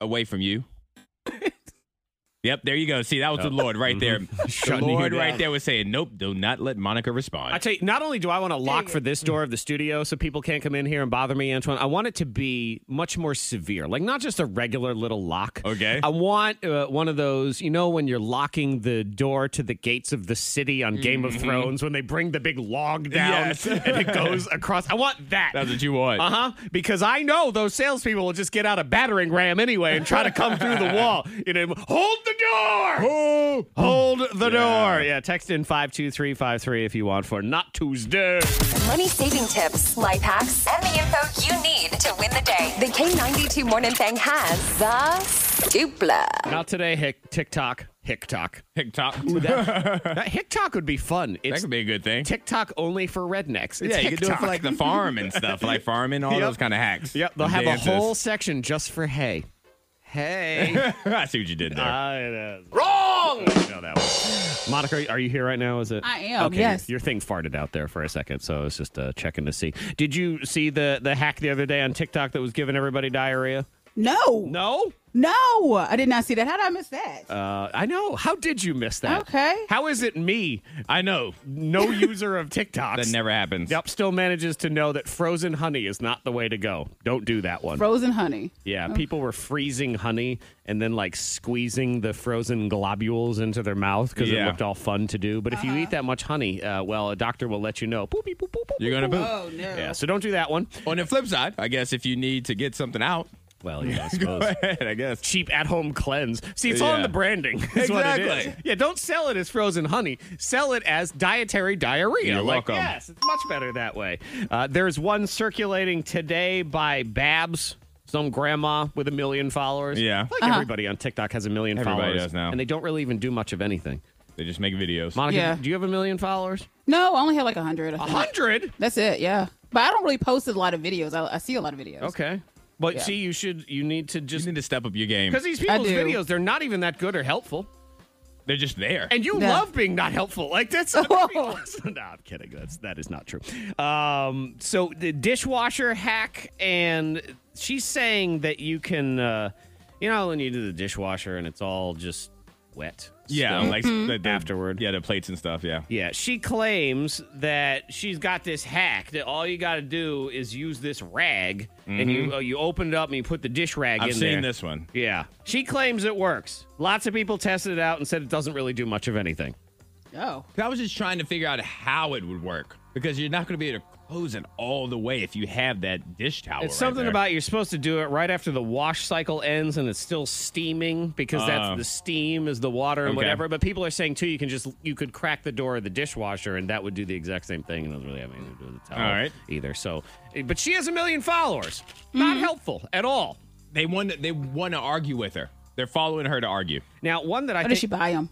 [SPEAKER 4] away from you. yep, there you go. See, that was the Lord right there. the
[SPEAKER 2] Oh. Mm-hmm. Shutting you
[SPEAKER 4] Lord right
[SPEAKER 2] down.
[SPEAKER 4] there was saying, "Nope, do not let Monica respond."
[SPEAKER 2] I tell you, not only do I want to lock for this door of the studio so people can't come in here and bother me, Antoine, I want it to be much more severe. Like, not just a regular little lock.
[SPEAKER 4] Okay.
[SPEAKER 2] I want uh, one of those, you know, when you're locking the door to the gates of the city on Game of Thrones, when they bring the big log down
[SPEAKER 4] Mm-hmm. Yes.
[SPEAKER 2] and it goes across. I want that.
[SPEAKER 4] That's what you want.
[SPEAKER 2] Uh huh. Because I know those salespeople will just get out a battering ram anyway and try to come through the wall. You know, hold the door. Oh. Hold the
[SPEAKER 4] Yeah.
[SPEAKER 2] door. Yeah. Text in five two three five three if you want for not Tuesday.
[SPEAKER 5] Money saving tips, life hacks, and the info you need to win the day. The K92 Morning Thing has the dupla.
[SPEAKER 2] Not today. Hick TikTok. Hicktock.
[SPEAKER 4] TikTok.
[SPEAKER 2] That Hicktock would be fun.
[SPEAKER 4] that
[SPEAKER 2] It's
[SPEAKER 4] could be a good thing.
[SPEAKER 2] TikTok only for rednecks. It's
[SPEAKER 4] yeah, you could do it
[SPEAKER 2] Hicktock.
[SPEAKER 4] for like the farm and stuff, like farming, all
[SPEAKER 2] Yep.
[SPEAKER 4] those kind of hacks.
[SPEAKER 2] Yep. They'll have
[SPEAKER 4] Dances.
[SPEAKER 2] a whole section just for hay. Hey.
[SPEAKER 4] I see what you did there.
[SPEAKER 2] Uh, Wrong. know that one. Monica, are you- are you here right now? Is it?
[SPEAKER 3] I am,
[SPEAKER 2] Okay,
[SPEAKER 3] yes.
[SPEAKER 2] Your, your thing farted out there for a second, so I was just uh, checking to see. Did you see the the hack the other day on TikTok that was giving everybody diarrhea?
[SPEAKER 3] No, no,
[SPEAKER 2] No.
[SPEAKER 3] I did not see that. How did I miss that?
[SPEAKER 2] Uh, I know. How did you miss that?
[SPEAKER 3] Okay.
[SPEAKER 2] How is it me,
[SPEAKER 4] I know
[SPEAKER 2] no user of TikTok,
[SPEAKER 4] that never happens.
[SPEAKER 2] Yep, still manages to know that frozen honey is not the way to go. Don't do that one.
[SPEAKER 3] Frozen honey.
[SPEAKER 2] Yeah, people were freezing honey and then like squeezing the frozen globules into their mouth because it
[SPEAKER 4] Yeah.
[SPEAKER 2] looked all fun to do. But if you eat
[SPEAKER 3] Uh-huh.
[SPEAKER 2] that much honey, uh, well, a doctor will let you know. Boopy, boop, boop, boop,
[SPEAKER 4] You're gonna
[SPEAKER 2] boop,
[SPEAKER 4] poop.
[SPEAKER 3] Oh no.
[SPEAKER 2] boop. Yeah, so don't do that one.
[SPEAKER 4] On the flip side, I guess if you need to get something out,
[SPEAKER 2] Well, yeah, I
[SPEAKER 4] go
[SPEAKER 2] suppose.
[SPEAKER 4] ahead. I guess.
[SPEAKER 2] Cheap at home cleanse. See, it's all in
[SPEAKER 4] Yeah.
[SPEAKER 2] the branding. is what it is.
[SPEAKER 4] Exactly.
[SPEAKER 2] Yeah, don't sell it as frozen honey. Sell it as dietary diarrhea.
[SPEAKER 4] You're
[SPEAKER 2] like,
[SPEAKER 4] welcome.
[SPEAKER 2] Yes, it's much better that way. Uh, there's one circulating today by Babs, some grandma with a million followers.
[SPEAKER 4] Yeah.
[SPEAKER 2] I feel like
[SPEAKER 3] Uh-huh.
[SPEAKER 2] everybody on TikTok has a million
[SPEAKER 4] Everybody
[SPEAKER 2] followers.
[SPEAKER 4] does now.
[SPEAKER 2] And they don't really even do much of anything.
[SPEAKER 4] They just make videos.
[SPEAKER 2] Monica,
[SPEAKER 3] Yeah.
[SPEAKER 2] do you have a million followers?
[SPEAKER 3] No, I only have like a hundred.
[SPEAKER 2] A hundred?
[SPEAKER 3] That's it. Yeah, but I don't really post a lot of videos. I, I see a lot of videos.
[SPEAKER 2] Okay. But
[SPEAKER 3] Yeah.
[SPEAKER 2] see, you should, you need to
[SPEAKER 4] you
[SPEAKER 2] just.
[SPEAKER 4] need to step up your game.
[SPEAKER 2] Because these
[SPEAKER 3] I
[SPEAKER 2] people's
[SPEAKER 3] do.
[SPEAKER 2] videos, they're not even that good or helpful.
[SPEAKER 4] They're just there.
[SPEAKER 2] And you
[SPEAKER 3] No.
[SPEAKER 2] love being not helpful. Like that's no, I'm kidding. That's that is not true. Um, so the dishwasher hack, and she's saying that you can, uh, you know, when you do the dishwasher and it's all just wet.
[SPEAKER 4] Yeah,
[SPEAKER 2] still.
[SPEAKER 4] like the, the-
[SPEAKER 2] Mm-hmm. Afterward.
[SPEAKER 4] Yeah, the plates and stuff. Yeah.
[SPEAKER 2] Yeah, she claims that she's got this hack that all you got to do is use this rag, and you uh, you open it up and you put the dish rag
[SPEAKER 4] Mm-hmm. I've
[SPEAKER 2] in
[SPEAKER 4] seen
[SPEAKER 2] there.
[SPEAKER 4] this one.
[SPEAKER 2] Yeah, she claims it works. Lots of people tested it out and said it doesn't really do much of anything.
[SPEAKER 3] Oh.
[SPEAKER 4] I was just trying to figure out how it would work because you're not going to be able to close it all the way if you have that dish towel.
[SPEAKER 2] It's
[SPEAKER 4] right
[SPEAKER 2] something
[SPEAKER 4] there.
[SPEAKER 2] about you're supposed to do it right after the wash cycle ends and it's still steaming because
[SPEAKER 4] Oh.
[SPEAKER 2] that's the steam is the water and
[SPEAKER 4] Okay.
[SPEAKER 2] whatever. But people are saying too, you can just you could crack the door of the dishwasher and that would do the exact same thing and it doesn't really have anything to do with the towel
[SPEAKER 4] All right.
[SPEAKER 2] either. So, but she has a million followers. Not helpful at all.
[SPEAKER 4] they want to, they want to argue with her. They're following her to argue.
[SPEAKER 2] Now, one that I
[SPEAKER 3] Why
[SPEAKER 2] think
[SPEAKER 3] did she buy them?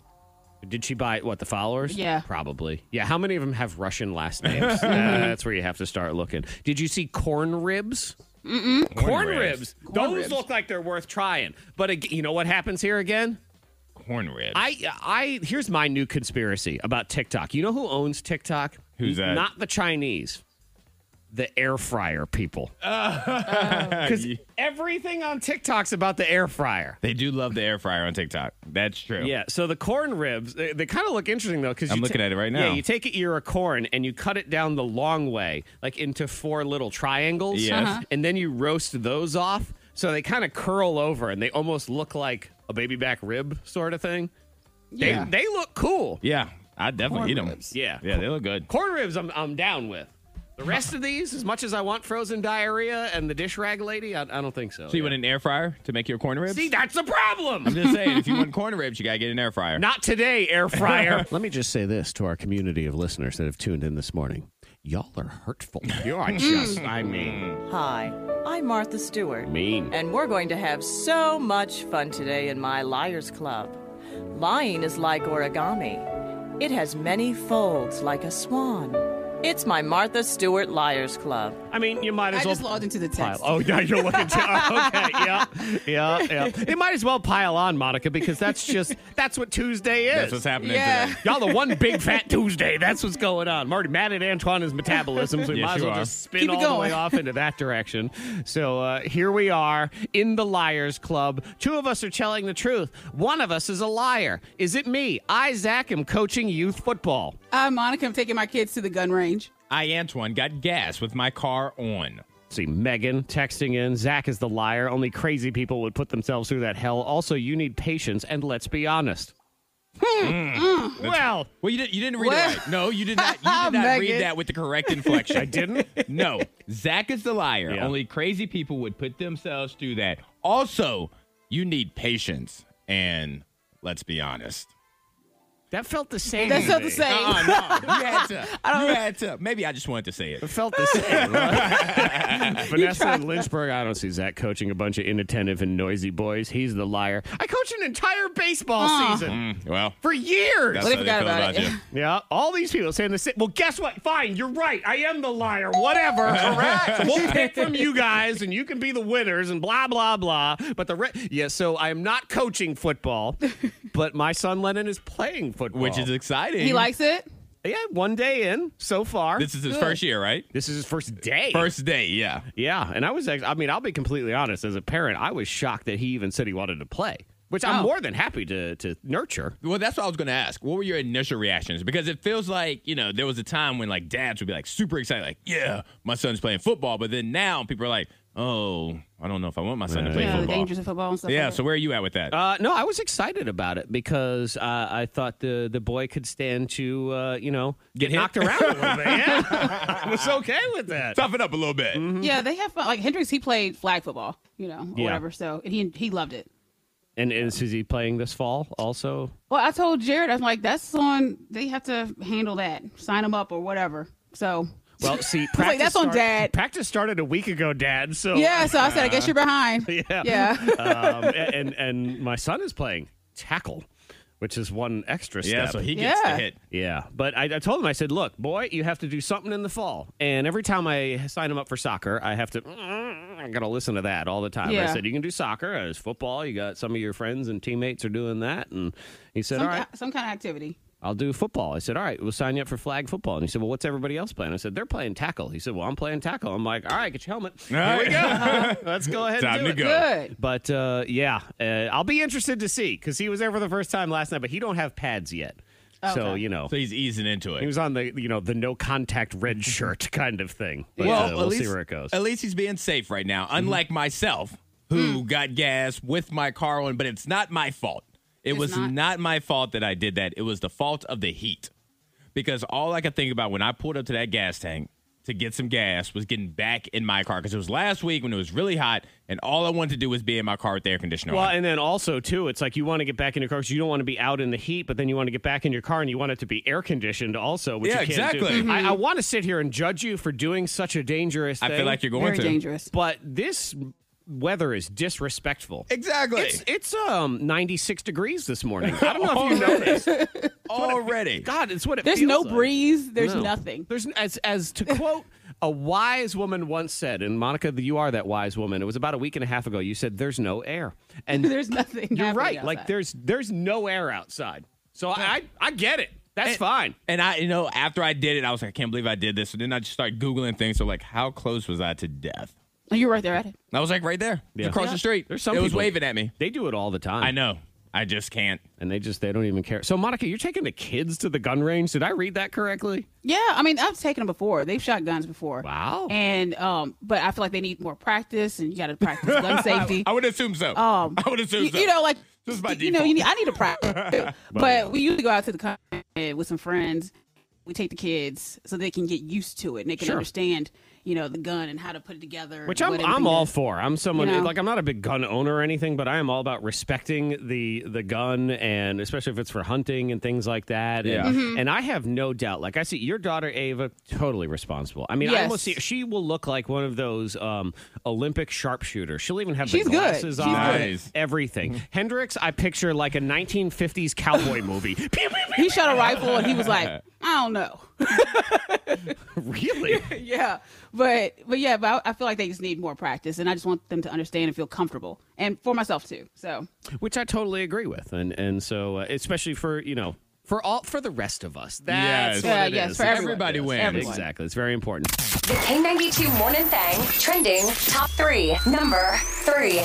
[SPEAKER 2] Did she buy what the followers?
[SPEAKER 3] Yeah.
[SPEAKER 2] probably. Yeah, how many of them have Russian last names? Uh, that's where you have to start looking. Did you see corn ribs? Mm-mm. Corn, ribs. Those look like they're worth trying. But ag- you know what happens here again?
[SPEAKER 4] Corn ribs.
[SPEAKER 2] I, I here's my new conspiracy about TikTok. You know who owns TikTok?
[SPEAKER 4] Who's that?
[SPEAKER 2] Not the Chinese. The air fryer people. Because everything on TikTok's about the air fryer.
[SPEAKER 4] they do love the air fryer on TikTok. That's true.
[SPEAKER 2] Yeah, so the corn ribs, they, they kind of look interesting though because
[SPEAKER 4] I'm looking at it right
[SPEAKER 2] Yeah,
[SPEAKER 4] now.
[SPEAKER 2] you take an ear of corn and you cut it down the long way, like into four little triangles.
[SPEAKER 4] Yes. Uh-huh.
[SPEAKER 2] And then you roast those off. So they kind of curl over and they almost look like a baby back rib sort of thing. They,
[SPEAKER 3] Yeah.
[SPEAKER 2] they look cool.
[SPEAKER 4] Yeah, I definitely eat them.
[SPEAKER 2] Yeah.
[SPEAKER 4] Yeah, they look good.
[SPEAKER 2] Corn ribs, I'm, I'm down with. The rest of these, as much as I want frozen diarrhea and the dish rag lady, I, I don't think so.
[SPEAKER 4] So you want an air fryer to make your corn ribs?
[SPEAKER 2] See, that's the problem.
[SPEAKER 4] I'm just saying, if you want corn ribs, you gotta get an air fryer.
[SPEAKER 2] Not today, air fryer. Let me just say this to our community of listeners that have tuned in this morning. Y'all are hurtful. You are just, I mean,
[SPEAKER 6] Hi, I'm Martha Stewart,
[SPEAKER 2] mean.
[SPEAKER 6] and we're going to have so much fun today in my Liars Club. Lying is like origami, it has many folds like a swan. It's my Martha Stewart Liars Club.
[SPEAKER 2] I mean, you might as
[SPEAKER 3] I
[SPEAKER 2] well.
[SPEAKER 3] just logged into the text.
[SPEAKER 2] Oh, yeah, you're looking to. oh, Okay, yeah, yeah, yeah. It might as well pile on, Monica, because that's just, that's what Tuesday is.
[SPEAKER 4] That's what's happening
[SPEAKER 3] Yeah.
[SPEAKER 4] today.
[SPEAKER 2] Y'all the one big fat Tuesday. That's what's going on. I'm already mad at Antoine's metabolism, so we
[SPEAKER 4] Yes,
[SPEAKER 2] might as
[SPEAKER 4] you
[SPEAKER 2] well
[SPEAKER 4] are.
[SPEAKER 2] just spin
[SPEAKER 3] Keep it
[SPEAKER 2] all the way
[SPEAKER 3] going.
[SPEAKER 2] off into that direction. So uh, here we are in the Liars Club. Two of us are telling the truth. One of us is a liar. Is it me? I, Zach, am coaching youth football.
[SPEAKER 3] Uh, Monica, I'm taking my kids to the gun range.
[SPEAKER 4] I, Antoine, got gas with my car on.
[SPEAKER 2] See, Megan texting in. Zach is the liar. Only crazy people would put themselves through that hell. Also, you need patience, and let's be honest.
[SPEAKER 4] Hmm.
[SPEAKER 2] Hmm.
[SPEAKER 4] Mm.
[SPEAKER 2] well,
[SPEAKER 4] Well, you, did, you didn't read
[SPEAKER 3] Well-
[SPEAKER 4] it right. No, you did not. You did not
[SPEAKER 3] Megan.
[SPEAKER 4] read that with the correct inflection.
[SPEAKER 2] I didn't.
[SPEAKER 4] No, Zach is the liar.
[SPEAKER 2] Yeah.
[SPEAKER 4] Only crazy people would put themselves through that. Also, you need patience, and let's be honest.
[SPEAKER 2] That felt the same.
[SPEAKER 3] That's
[SPEAKER 2] to
[SPEAKER 3] not the
[SPEAKER 2] me.
[SPEAKER 3] same.
[SPEAKER 4] Uh-uh, no, you had to. you had to. Maybe I just wanted to say
[SPEAKER 2] It
[SPEAKER 4] it.
[SPEAKER 2] felt the same. right? Vanessa in Lynchburg. I don't see Zach coaching a bunch of inattentive and noisy boys. He's the liar. I coached an entire baseball season
[SPEAKER 4] Well,
[SPEAKER 2] for years.
[SPEAKER 4] that's
[SPEAKER 3] What if
[SPEAKER 4] how
[SPEAKER 3] you
[SPEAKER 4] they
[SPEAKER 3] got
[SPEAKER 4] feel
[SPEAKER 3] about it?
[SPEAKER 4] you.
[SPEAKER 2] yeah, all these people saying the same. Well, guess what? Fine, you're right. I am the liar. Whatever. Correct. we'll pick from you guys, and you can be the winners, and blah blah blah. But the re- yeah. So I am not coaching football, but my son Lennon is playing football,
[SPEAKER 4] Which is exciting.
[SPEAKER 3] He likes it?
[SPEAKER 2] yeah, one day in so far.
[SPEAKER 4] This is his first year, right?
[SPEAKER 2] this is his first day.
[SPEAKER 4] First day, yeah.
[SPEAKER 2] Yeah, and I was actually, I mean, I'll be completely honest. As a parent, I was shocked that he even said he wanted to play, which I'm
[SPEAKER 3] Oh.
[SPEAKER 2] more than happy to to nurture.
[SPEAKER 4] Well, that's what I was going to ask. What were your initial reactions? Because it feels like, you know, there was a time when like dads would be like super excited, like, yeah, my son's playing football. But then now people are like, oh, I don't know if I want my son to play
[SPEAKER 3] Yeah, the
[SPEAKER 4] football.
[SPEAKER 3] dangers of football and stuff.
[SPEAKER 4] Yeah,
[SPEAKER 3] like
[SPEAKER 4] so where are you at with that?
[SPEAKER 2] Uh, no, I was excited about it because uh, I thought the the boy could stand to uh, you know get,
[SPEAKER 4] Get hit?
[SPEAKER 2] knocked around a little bit. Yeah. I was okay with that.
[SPEAKER 4] Toughen up a little bit.
[SPEAKER 3] that. yeah, they have fun. Like Hendrix, he played flag football, you know, or
[SPEAKER 2] mm-hmm. Yeah.
[SPEAKER 3] whatever. So and he he loved it.
[SPEAKER 2] And is, is he playing this fall also?
[SPEAKER 3] Well, I told Jared, I'm like, that's on. They have to handle that, sign him up or whatever. So
[SPEAKER 2] Well, see,
[SPEAKER 3] I was like, that's on
[SPEAKER 2] start-
[SPEAKER 3] Dad.
[SPEAKER 2] Practice started a week ago, Dad. So
[SPEAKER 3] yeah, so I said, I guess you're behind. Yeah, yeah.
[SPEAKER 2] um, and and my son is playing tackle, which is one extra step.
[SPEAKER 4] Yeah, so he gets
[SPEAKER 3] Yeah.
[SPEAKER 4] the hit.
[SPEAKER 2] Yeah, but I, I told him, I said, look, boy, you have to do something in the fall. And every time I sign him up for soccer, I have to, "Mm, I got to listen to that all the time. I
[SPEAKER 3] Yeah.
[SPEAKER 2] said, you can do soccer, uh, as football, you got some of your friends and teammates are doing that. And he said,
[SPEAKER 3] Some,
[SPEAKER 2] all right.
[SPEAKER 3] ki- some kind of activity.
[SPEAKER 2] I'll do football. I said, all right, we'll sign you up for flag football. And he said, well, what's everybody else playing? I said, they're playing tackle. He said, well, I'm playing tackle. I'm like, all right, get your helmet. Here we go. Let's go ahead
[SPEAKER 4] Time
[SPEAKER 2] and do
[SPEAKER 4] to
[SPEAKER 2] it.
[SPEAKER 4] go.
[SPEAKER 3] Good.
[SPEAKER 2] But uh, yeah, uh, I'll be interested to see because he was there for the first time last night, but he don't have pads yet. So
[SPEAKER 3] Oh, Okay.
[SPEAKER 2] you know,
[SPEAKER 4] So he's easing into
[SPEAKER 2] he
[SPEAKER 4] it.
[SPEAKER 2] was on the you know the no contact red shirt kind of thing. But, uh, we'll see where it goes.
[SPEAKER 4] At least he's being safe right now, unlike myself,
[SPEAKER 3] Hmm.
[SPEAKER 4] who got gas with my car on, but it's not my fault. It
[SPEAKER 3] It's
[SPEAKER 4] was
[SPEAKER 3] not.
[SPEAKER 4] not. my fault that I did that. It was the fault of the heat. Because all I could think about when I pulled up to that gas tank to get some gas was getting back in my car. Because it was last week when it was really hot, and all I wanted to do was be in my car with the air conditioner
[SPEAKER 2] Well,
[SPEAKER 4] on.
[SPEAKER 2] and then also too, it's like you want to get back in your car because you don't want to be out in the heat, but then you want to get back in your car and you want it to be air conditioned also. Which
[SPEAKER 4] Yeah,
[SPEAKER 2] you can't do.
[SPEAKER 4] exactly. Mm-hmm.
[SPEAKER 2] I, I want to sit here and judge you for doing such a dangerous.
[SPEAKER 4] I feel
[SPEAKER 2] thing,
[SPEAKER 4] like you're going
[SPEAKER 3] Very
[SPEAKER 4] to.
[SPEAKER 3] dangerous.
[SPEAKER 2] But this weather is disrespectful.
[SPEAKER 4] Exactly.
[SPEAKER 2] It's it's um 96 degrees this morning. I don't know if
[SPEAKER 4] Oh,
[SPEAKER 2] you noticed.
[SPEAKER 4] already.
[SPEAKER 2] God, it's what it
[SPEAKER 3] There's
[SPEAKER 2] feels
[SPEAKER 3] no
[SPEAKER 2] like.
[SPEAKER 3] breeze. There's
[SPEAKER 2] No.
[SPEAKER 3] nothing.
[SPEAKER 2] There's as as to quote a wise woman once said, and Monica, you are that wise woman. It was about a week and a half ago. You said there's no air, and
[SPEAKER 3] There's nothing.
[SPEAKER 2] You're
[SPEAKER 3] happening
[SPEAKER 2] right. Like
[SPEAKER 3] outside.
[SPEAKER 2] there's there's no air outside, so I I, I get it. That's fine.
[SPEAKER 4] And I, you know, after I did it, I was like, I can't believe I did this. And then I just started Googling things. So, like, how close was I to death?
[SPEAKER 3] Oh, You're right there at it.
[SPEAKER 4] And I was like, right there. It's
[SPEAKER 2] Yeah.
[SPEAKER 4] across
[SPEAKER 2] Yeah.
[SPEAKER 4] the street.
[SPEAKER 2] There's some
[SPEAKER 4] it was
[SPEAKER 2] people-
[SPEAKER 4] waving at me.
[SPEAKER 2] They do it all the time.
[SPEAKER 4] I know. I just can't.
[SPEAKER 2] and they just they don't even care. So Monica, you're taking the kids to the gun range. Did I read that correctly?
[SPEAKER 3] Yeah, I mean, I've taken them before. They've shot guns before.
[SPEAKER 2] Wow.
[SPEAKER 3] And um, but I feel like they need more practice, and you got to practice gun safety.
[SPEAKER 4] I would assume so.
[SPEAKER 3] Um,
[SPEAKER 4] I would assume
[SPEAKER 3] you,
[SPEAKER 4] so.
[SPEAKER 3] you know, like
[SPEAKER 4] Just by
[SPEAKER 3] you know,
[SPEAKER 4] default.
[SPEAKER 3] you need, I need to practice. too. but we usually go out to the country with some friends. We take the kids so they can get used to it and they can
[SPEAKER 2] Sure.
[SPEAKER 3] understand, you know, the gun and how to put it together.
[SPEAKER 2] Which
[SPEAKER 3] and
[SPEAKER 2] I'm
[SPEAKER 3] what
[SPEAKER 2] I'm
[SPEAKER 3] everything
[SPEAKER 2] all
[SPEAKER 3] is.
[SPEAKER 2] for. I'm someone
[SPEAKER 3] You know.
[SPEAKER 2] like I'm not a big gun owner or anything, but I am all about respecting the the gun and especially if it's for hunting and things like that. And-
[SPEAKER 4] Yeah.
[SPEAKER 2] And,
[SPEAKER 3] Mm-hmm.
[SPEAKER 2] I have no doubt. Like I see your daughter Ava, totally responsible. I mean, I
[SPEAKER 3] Yes.
[SPEAKER 2] almost see she will look like one of those um, Olympic sharpshooters. She'll even have
[SPEAKER 3] She's
[SPEAKER 2] the
[SPEAKER 3] good. Mm-hmm.
[SPEAKER 2] glasses
[SPEAKER 3] She's
[SPEAKER 2] on,
[SPEAKER 4] good. Nice.
[SPEAKER 2] everything. Hendrix, I picture like a 1950s cowboy movie. Pew, pew, pew.
[SPEAKER 3] He shot a rifle and he was like, I don't know.
[SPEAKER 2] really?
[SPEAKER 3] yeah, but but yeah, but I, I feel like they just need more practice, and I just want them to understand and feel comfortable, and for myself too. So
[SPEAKER 2] which I totally agree with, and and so uh, especially for you know for all for the rest of us. That's
[SPEAKER 4] Yes.
[SPEAKER 2] what
[SPEAKER 3] Yeah,
[SPEAKER 2] it
[SPEAKER 3] yes,
[SPEAKER 2] is.
[SPEAKER 3] for everyone.
[SPEAKER 4] Everybody
[SPEAKER 2] Yes,
[SPEAKER 4] wins.
[SPEAKER 3] Everyone.
[SPEAKER 2] Exactly, it's very important.
[SPEAKER 5] The K92 Morning Thang trending top three. Number three.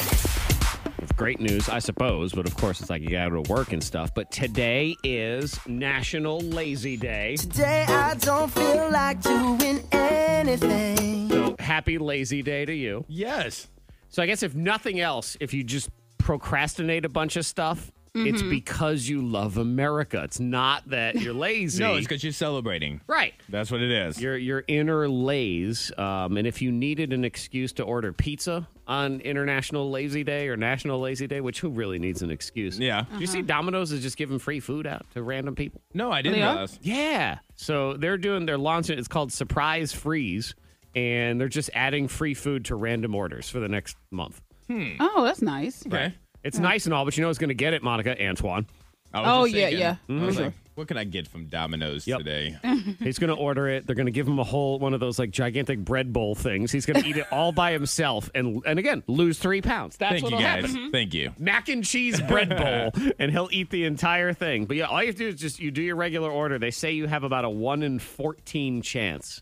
[SPEAKER 2] Great news, I suppose, but of course it's like you got to work and stuff. But today is National Lazy Day,
[SPEAKER 7] Today I don't feel like doing anything.
[SPEAKER 2] so happy Lazy Day to you.
[SPEAKER 4] Yes.
[SPEAKER 2] So I guess if nothing else, if you just procrastinate a bunch of stuff. It's
[SPEAKER 3] Mm-hmm.
[SPEAKER 2] because you love America. It's not that you're lazy.
[SPEAKER 4] No, it's because you're celebrating.
[SPEAKER 2] right.
[SPEAKER 4] That's what it is.
[SPEAKER 2] your your inner lays. Um, and if you needed an excuse to order pizza on International Lazy Day or National Lazy Day, which who really needs an excuse?
[SPEAKER 4] Yeah.
[SPEAKER 2] Do you see Domino's is just giving free food out to random people?
[SPEAKER 4] no, I didn't
[SPEAKER 3] They are?
[SPEAKER 4] realize.
[SPEAKER 2] Yeah. So they're doing they're launching it's called Surprise Freeze, and they're just adding free food to random orders for the next month.
[SPEAKER 3] oh, that's nice.
[SPEAKER 4] Okay.
[SPEAKER 2] It's nice and all, but you know who's going to get it, Monica Antoine.
[SPEAKER 4] I
[SPEAKER 3] Oh,
[SPEAKER 4] was just
[SPEAKER 3] yeah,
[SPEAKER 4] thinking.
[SPEAKER 3] yeah. Mm-hmm.
[SPEAKER 4] I was like, what can I get from Domino's
[SPEAKER 2] Yep.
[SPEAKER 4] today?
[SPEAKER 2] He's going to order it. They're going to give him a whole one of those like gigantic bread bowl things. He's going to eat it all by himself and and again lose three pounds. That's
[SPEAKER 4] Thank you
[SPEAKER 2] what'll
[SPEAKER 4] guys.
[SPEAKER 2] happen.
[SPEAKER 4] Thank you.
[SPEAKER 2] mac and cheese bread bowl and he'll eat the entire thing. But yeah, all you have to do is just you do your regular order. They say you have about a 1 in 14 chance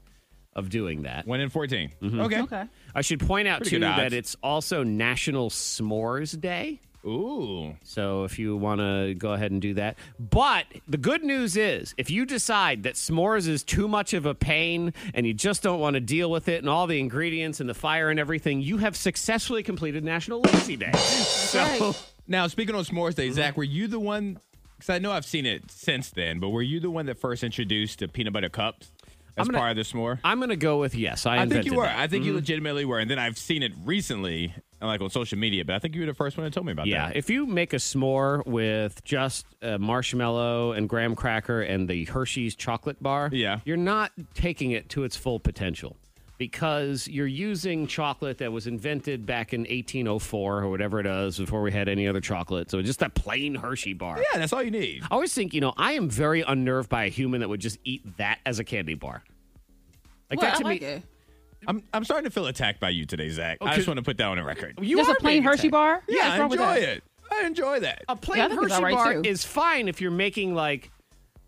[SPEAKER 2] of doing that.
[SPEAKER 4] One in 14. Okay.
[SPEAKER 3] Okay.
[SPEAKER 2] I should point out
[SPEAKER 4] Pretty
[SPEAKER 2] too
[SPEAKER 4] good odds.
[SPEAKER 2] that it's also National S'mores Day.
[SPEAKER 4] Ooh.
[SPEAKER 2] So if you want to go ahead and do that. But the good news is if you decide that s'mores is too much of a pain and you just don't want to deal with it and all the ingredients and the fire and everything, you have successfully completed National Lazy Day. So
[SPEAKER 4] Now, speaking on S'mores
[SPEAKER 2] Mm-hmm.
[SPEAKER 4] Day, Zach, were you the one? Because I know I've seen it since then, but were you the one that first introduced the peanut butter cups as
[SPEAKER 2] gonna-
[SPEAKER 4] part of the s'more?
[SPEAKER 2] I'm going to go with yes. I,
[SPEAKER 4] I think
[SPEAKER 2] invented
[SPEAKER 4] you were.
[SPEAKER 2] that. Mm-hmm.
[SPEAKER 4] I think you legitimately were. And then I've seen it recently, like on social media, but I think you were the first one that told me about
[SPEAKER 2] Yeah,
[SPEAKER 4] that.
[SPEAKER 2] if you make a s'more with just uh, marshmallow and graham cracker and the Hershey's chocolate bar,
[SPEAKER 4] Yeah.
[SPEAKER 2] you're not taking it to its full potential because you're using chocolate that was invented back in 1804 or whatever it is before we had any other chocolate. So just that plain Hershey bar.
[SPEAKER 4] Yeah, that's all you need.
[SPEAKER 2] I always think, you know, I am very unnerved by a human that would just eat that as a candy bar. Like
[SPEAKER 3] Well,
[SPEAKER 2] that to
[SPEAKER 3] I like
[SPEAKER 2] me.
[SPEAKER 3] it.
[SPEAKER 4] I'm, I'm starting to feel attacked by you today, Zach.
[SPEAKER 2] Oh,
[SPEAKER 4] I just want to put that on the record.
[SPEAKER 2] You
[SPEAKER 3] Just a
[SPEAKER 2] are
[SPEAKER 3] plain
[SPEAKER 2] being
[SPEAKER 3] Hershey
[SPEAKER 2] attacked.
[SPEAKER 3] bar.
[SPEAKER 4] Yeah,
[SPEAKER 3] What's
[SPEAKER 4] I
[SPEAKER 3] wrong with
[SPEAKER 4] enjoy
[SPEAKER 3] that? Oh,
[SPEAKER 4] it. I enjoy that.
[SPEAKER 2] A plain
[SPEAKER 3] Yeah, I think it's
[SPEAKER 2] Hershey
[SPEAKER 3] all right,
[SPEAKER 2] bar
[SPEAKER 3] too.
[SPEAKER 2] is fine if you're making like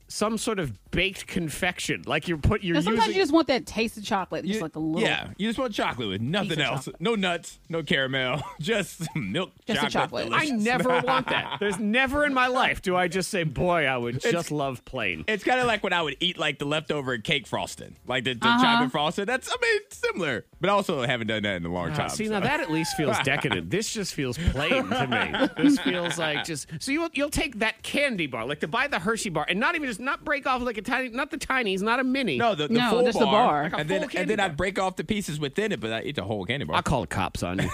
[SPEAKER 2] some sort of baked confection. Like you're put you're
[SPEAKER 3] And sometimes
[SPEAKER 2] using
[SPEAKER 3] you just want that taste of chocolate, just
[SPEAKER 4] You-
[SPEAKER 3] like a little.
[SPEAKER 4] Yeah, you just want chocolate with
[SPEAKER 3] Piece
[SPEAKER 4] nothing
[SPEAKER 3] of
[SPEAKER 4] else.
[SPEAKER 3] chocolate.
[SPEAKER 4] No nuts, no caramel, just milk
[SPEAKER 3] Just the chocolate.
[SPEAKER 2] I never want that. There's never in my life do I just say, boy, I would just love plain.
[SPEAKER 4] it's kind of like when I would eat like the leftover cake frosting, like the, the
[SPEAKER 3] Uh-huh.
[SPEAKER 4] chocolate frosting. That's I mean similar, but I also haven't done that in a long
[SPEAKER 2] Uh,
[SPEAKER 4] time.
[SPEAKER 2] See,
[SPEAKER 4] so.
[SPEAKER 2] now that at least feels decadent. This just feels plain to me. This feels like just so you'll you'll take that candy bar, like to buy the Hershey bar, and not even just not break off like a tiny, not the tinies, not a mini.
[SPEAKER 4] no, the, the
[SPEAKER 3] No,
[SPEAKER 4] full
[SPEAKER 3] just the
[SPEAKER 4] bar,
[SPEAKER 3] bar.
[SPEAKER 2] Like a
[SPEAKER 4] and then
[SPEAKER 2] full
[SPEAKER 4] and
[SPEAKER 2] candy
[SPEAKER 4] then I
[SPEAKER 2] bar.
[SPEAKER 4] break off the pieces within it, but I eat the whole candy bar.
[SPEAKER 2] I call the cops on you.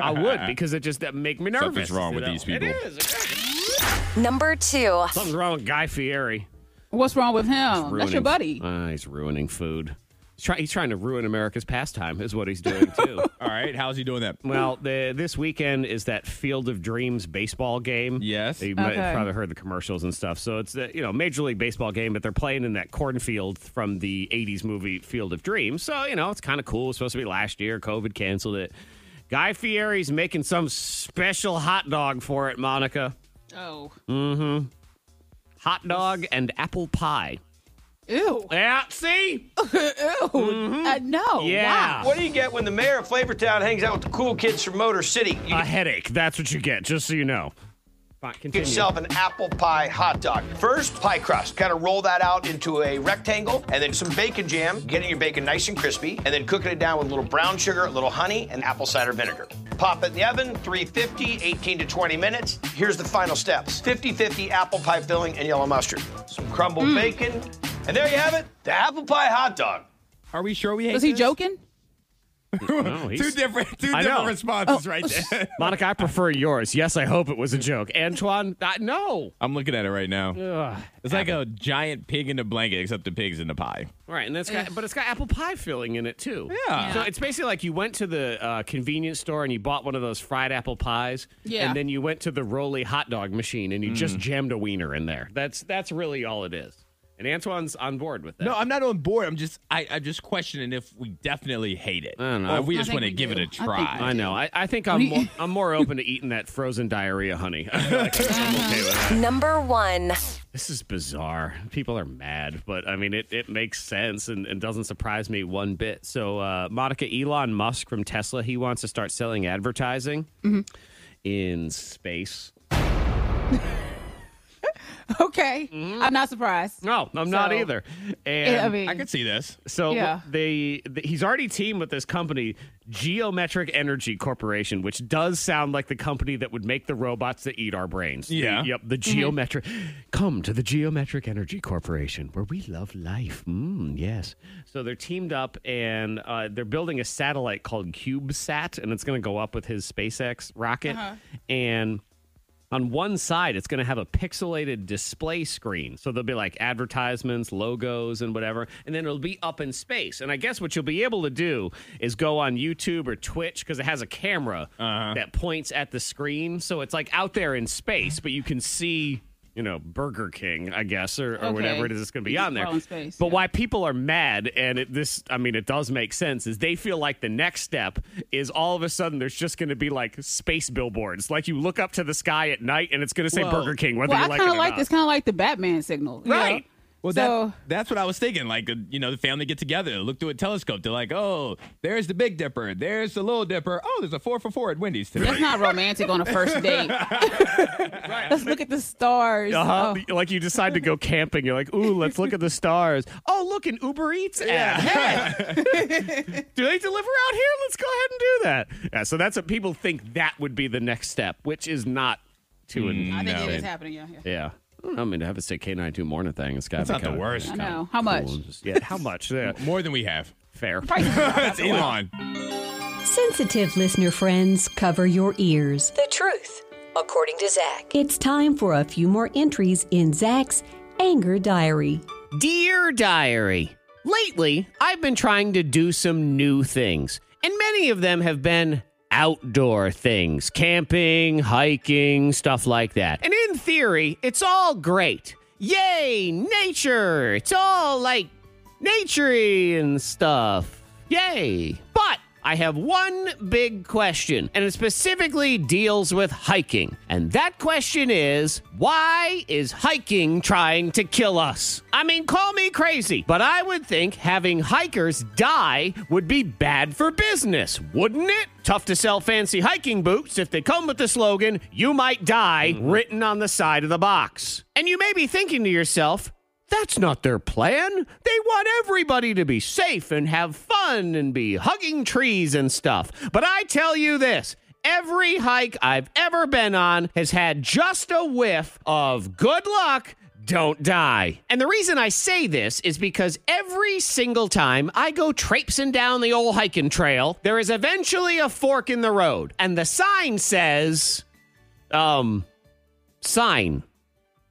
[SPEAKER 2] I would because it just that make me nervous.
[SPEAKER 4] Something's wrong with
[SPEAKER 2] you know?
[SPEAKER 4] these people.
[SPEAKER 2] It is. exactly.
[SPEAKER 5] Number two.
[SPEAKER 2] Something's wrong with Guy Fieri.
[SPEAKER 3] What's wrong with him? That's your
[SPEAKER 2] ruining-
[SPEAKER 3] buddy.
[SPEAKER 2] Ah, he's ruining food. He's, try, he's trying to ruin America's pastime, is what he's doing too.
[SPEAKER 4] All right, how's he doing that?
[SPEAKER 2] well, the, this weekend is that Field of Dreams baseball game.
[SPEAKER 4] Yes.
[SPEAKER 2] you might
[SPEAKER 3] Okay.
[SPEAKER 2] have probably heard the commercials and stuff. So it's the you know Major League Baseball game, but they're playing in that cornfield from the '80s movie Field of Dreams. So you know it's kind of cool. It was supposed to be last year. COVID canceled it. Guy Fieri's making some special hot dog for it, Monica.
[SPEAKER 3] Oh.
[SPEAKER 2] Hot dog and apple pie.
[SPEAKER 3] Ew.
[SPEAKER 2] Yeah, see.
[SPEAKER 3] Oh, Uh, no.
[SPEAKER 2] Yeah.
[SPEAKER 3] Wow.
[SPEAKER 8] What do you get when the mayor of Flavortown hangs out with the cool kids from Motor City? You
[SPEAKER 2] a headache. That's what you get, just so you know. Fine,
[SPEAKER 8] get
[SPEAKER 2] continue.
[SPEAKER 8] yourself an apple pie hot dog. First, pie crust. Kind of roll that out into a rectangle, and then some bacon jam, getting your bacon nice and crispy, and then cooking it down with a little brown sugar, a little honey, and apple cider vinegar. Pop it in the oven, 350, 18 to 20 minutes. Here's the final steps 50 50 apple pie filling and yellow mustard, some crumbled
[SPEAKER 9] Hmm.
[SPEAKER 8] bacon, and there you have it the apple pie hot dog.
[SPEAKER 4] Are we sure we hate
[SPEAKER 3] Was he
[SPEAKER 4] this?
[SPEAKER 3] joking?
[SPEAKER 2] No, he's-
[SPEAKER 4] Two different, two
[SPEAKER 2] I
[SPEAKER 4] different
[SPEAKER 2] know.
[SPEAKER 4] responses
[SPEAKER 3] Oh.
[SPEAKER 4] right there.
[SPEAKER 2] Monica, I prefer yours. Yes, I hope it was a joke. Antoine, uh, no.
[SPEAKER 4] I'm looking at it right now.
[SPEAKER 2] Ugh.
[SPEAKER 4] It's like a giant pig in a blanket, except the pig's in the pie.
[SPEAKER 2] Right, and that's got, but it's got apple pie filling in it too.
[SPEAKER 4] Yeah.
[SPEAKER 2] So it's basically like you went to the uh, convenience store and you bought one of those fried apple pies.
[SPEAKER 3] Yeah.
[SPEAKER 2] And then you went to the Roly hot dog machine and you just jammed a wiener in there. That's that's really all it is. And Antoine's on board with that.
[SPEAKER 4] No, I'm not on board. I'm just I, I'm just questioning if we definitely hate it.
[SPEAKER 2] don't know.
[SPEAKER 4] Or if we
[SPEAKER 3] I
[SPEAKER 4] just
[SPEAKER 3] think
[SPEAKER 4] want to
[SPEAKER 3] we
[SPEAKER 4] give
[SPEAKER 3] do.
[SPEAKER 4] it
[SPEAKER 3] I
[SPEAKER 4] a
[SPEAKER 3] think
[SPEAKER 4] try.
[SPEAKER 3] we
[SPEAKER 2] I know. I, I think I'm more, I'm more open to eating that frozen diarrhea honey. I feel like I'm okay with that.
[SPEAKER 5] Number one.
[SPEAKER 2] This is bizarre. People are mad, but I mean, it, it makes sense and, and doesn't surprise me one bit. So, uh, Monica, Elon Musk from Tesla, he wants to start selling advertising
[SPEAKER 3] Mm-hmm.
[SPEAKER 2] in space.
[SPEAKER 3] Okay. I'm not surprised.
[SPEAKER 2] No, I'm not
[SPEAKER 3] So-
[SPEAKER 2] either. And
[SPEAKER 3] Yeah, I mean,
[SPEAKER 4] I could see this.
[SPEAKER 2] so
[SPEAKER 3] yeah.
[SPEAKER 2] they, th- he's already teamed with this company, Geometric Energy Corporation, which does sound like the company that would make the robots that eat our brains. The-
[SPEAKER 4] Yeah.
[SPEAKER 2] yep. The geometric. Come to the Geometric Energy Corporation, where we love life. Mm, yes. So they're teamed up and uh, they're building a satellite called CubeSat, and it's going to go up with his SpaceX rocket. And on one side, it's going to have a pixelated display screen. So there'll be like advertisements, logos, and whatever. And then it'll be up in space. And I guess what you'll be able to do is go on YouTube or Twitch because it has a camera that points at the screen. So it's like out there in space, but you can see. You know, Burger King, I guess, or, or
[SPEAKER 3] Okay.
[SPEAKER 2] whatever it is that's going to be
[SPEAKER 3] You
[SPEAKER 2] on
[SPEAKER 3] can
[SPEAKER 2] there.
[SPEAKER 3] crawl in space,
[SPEAKER 2] but
[SPEAKER 3] yeah.
[SPEAKER 2] why people are mad, and it, this, I mean, it does make sense, is they feel like the next step is all of a sudden there's just going to be like space billboards. Like you look up to the sky at night and it's going to say
[SPEAKER 4] Well-
[SPEAKER 2] Burger King, whether
[SPEAKER 3] well,
[SPEAKER 2] you
[SPEAKER 3] I
[SPEAKER 2] like
[SPEAKER 3] kind
[SPEAKER 2] it
[SPEAKER 3] of
[SPEAKER 2] or
[SPEAKER 3] like
[SPEAKER 2] not.
[SPEAKER 3] this, kind of like the Batman signal, you
[SPEAKER 2] Right.
[SPEAKER 3] know?
[SPEAKER 4] Well,
[SPEAKER 3] So-
[SPEAKER 4] that, that's what I was thinking. Like, uh, you know, the family get together, look through a telescope. They're like, oh, there's the Big Dipper. There's the Little Dipper. Oh, there's a four for four at Wendy's today.
[SPEAKER 3] That's not romantic on a first date. Let's look at the stars.
[SPEAKER 2] Uh-huh.
[SPEAKER 3] Oh,
[SPEAKER 2] Like you decide to go camping. You're like, ooh, let's look at the stars. Oh, look, an Uber Eats ad. Hey. do they deliver out here? Let's go ahead and do that. Yeah, so that's what people think that would be the next step, which is not to an.
[SPEAKER 3] I think it is happening. Yeah, yeah.
[SPEAKER 2] Yeah. I don't know, I mean, to have it say K92 morning thing, it's got
[SPEAKER 4] That's not the worst.
[SPEAKER 3] I know. How much?
[SPEAKER 2] Yeah, how much? Yeah,
[SPEAKER 4] More than we have.
[SPEAKER 2] fair.
[SPEAKER 4] That's Elon.
[SPEAKER 10] Sensitive listener friends, cover your ears.
[SPEAKER 11] The truth, according to Zach.
[SPEAKER 10] It's time for a few more entries in Zach's anger diary.
[SPEAKER 2] Dear Diary, lately I've been trying to do some new things, and many of them have been outdoor things camping, hiking, stuff like that. And in theory, it's all great. Yay, nature! It's all like naturey and stuff. Yay! But I have one big question, and it specifically deals with hiking. And that question is why is hiking trying to kill us? I mean, call me crazy, but I would think having hikers die would be bad for business, wouldn't it? Tough to sell fancy hiking boots if they come with the slogan, you might die, written on the side of the box. And you may be thinking to yourself, that's not their plan. They want everybody to be safe and have fun and be hugging trees and stuff. But I tell you this every hike I've ever been on has had just a whiff of good luck. Don't die. And the reason I say this is because every single time I go traipsing down the old hiking trail, there is eventually a fork in the road. And the sign says, um, sign.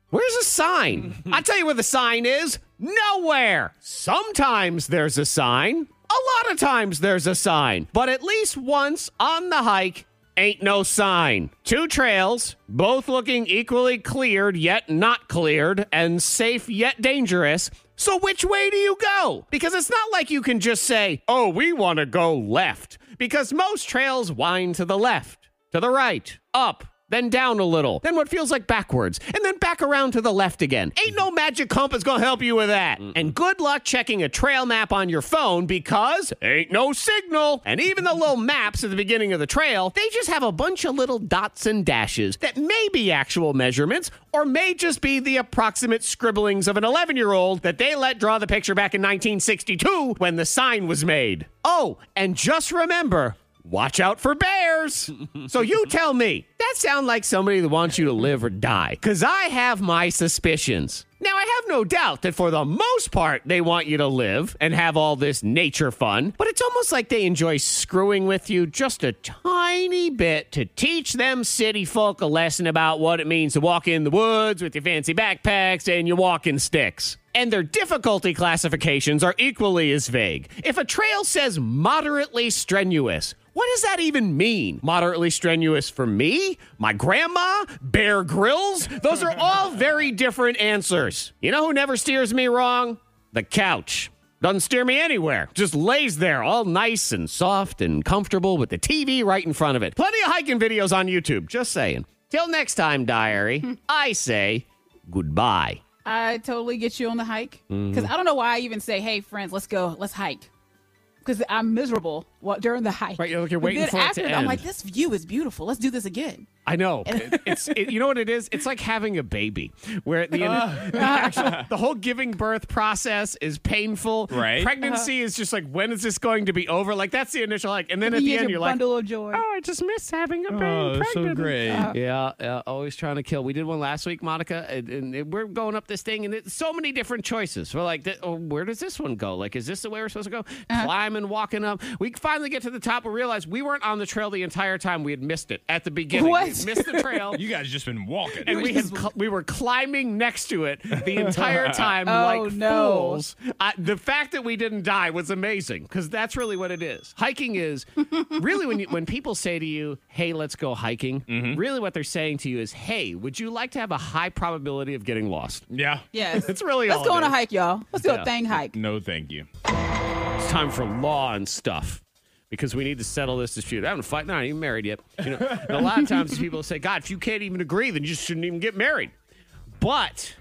[SPEAKER 2] Where's a sign? I tell you where the sign is. Nowhere. Sometimes there's a sign. A lot of times there's a sign. But at least once on the hike, ain't no sign. Two trails, both looking equally cleared yet not cleared, and safe yet dangerous. So which way do you go? Because it's not like you can just say, oh, we want to go left. Because most trails wind to the left, to the right, up, then down a little, then what feels like backwards, and then back around to the left again. Ain't no magic compass gonna help you with that. And good luck checking a trail map on your phone because ain't no signal. And even the little maps at the beginning of the trail, they just have a bunch of little dots and dashes that may be actual measurements or may just be the approximate scribblings of an 11 year old that they let draw the picture back in 1962 when the sign was made. Oh, and just remember, watch out for bears. so you tell me, that sound like somebody that wants you to live or die? Because I have my suspicions. Now, I have no doubt that for the most part, they want you to live and have all this nature fun, but it's almost like they enjoy screwing with you just a tiny bit to teach them city folk a lesson about what it means to walk in the woods with your fancy backpacks and your walking sticks. And their difficulty classifications are equally as vague. If a trail says moderately strenuous, what does that even mean? Moderately strenuous for me? My grandma? Bear grills? Those are all very different answers. You know who never steers me wrong? The couch. Doesn't steer me anywhere. Just lays there all nice and soft and comfortable with the TV right in front of it. Plenty of hiking videos on YouTube, just saying. Till next time, diary, I say goodbye.
[SPEAKER 3] I totally get you on the hike
[SPEAKER 2] Mhm.
[SPEAKER 3] because I don't know why I even say, "Hey, friends, let's go, let's hike," because I'm miserable wa- during the hike. Right,
[SPEAKER 2] you're, like, you're waiting for it to
[SPEAKER 3] after, I'm
[SPEAKER 2] end.
[SPEAKER 3] like, "This view is beautiful. Let's do this again."
[SPEAKER 2] I know. It- it's it, you know what it is. It's like having a baby, where the,
[SPEAKER 3] Uh.
[SPEAKER 2] the actual the whole giving birth process is painful.
[SPEAKER 4] Right. Uh-huh.
[SPEAKER 2] Pregnancy is just like when is this going to be over? Like that's the initial like, and then at
[SPEAKER 3] You
[SPEAKER 2] the
[SPEAKER 3] get
[SPEAKER 2] end
[SPEAKER 3] your
[SPEAKER 2] you're like.
[SPEAKER 3] bundle of joy.
[SPEAKER 2] Oh, I just miss having a
[SPEAKER 4] Oh, it's so pregnant. great.
[SPEAKER 2] yeah, yeah, always trying to kill. We did one last week, Monica, and, and it- we're going up this thing, and it's so many different choices. We're like, th- oh, where does this one go? Like, is this the way we're supposed to go? Climbing, walking up. We finally get to the top. We realize we weren't on the trail the entire time. We had missed it at the beginning.
[SPEAKER 4] What?
[SPEAKER 2] We had missed the trail.
[SPEAKER 4] You guys just been walking.
[SPEAKER 2] And we had cl- we were climbing next to it the entire time,
[SPEAKER 3] Oh,
[SPEAKER 2] like
[SPEAKER 3] no.
[SPEAKER 2] fools. I, the fact that we didn't die was amazing because that's really what it is. Hiking is really when you, when people say to you, "Hey, let's go hiking,"
[SPEAKER 3] Mm-hmm.
[SPEAKER 2] really what they're saying to you is, "Hey, would you like to have a high probability of getting lost?"
[SPEAKER 4] Yeah.
[SPEAKER 3] Yes,
[SPEAKER 2] It's really
[SPEAKER 3] Let's
[SPEAKER 2] all
[SPEAKER 3] go
[SPEAKER 2] it
[SPEAKER 3] on a
[SPEAKER 2] is.
[SPEAKER 3] hike, y'all. Let's do
[SPEAKER 2] Yeah.
[SPEAKER 3] a thing hike.
[SPEAKER 4] No, thank you.
[SPEAKER 2] It's time for law and stuff because we need to settle this dispute. I haven't fight. No, I'm not even married yet. You know, and a lot of times people say, "God, if you can't even agree, then you just shouldn't even get married." But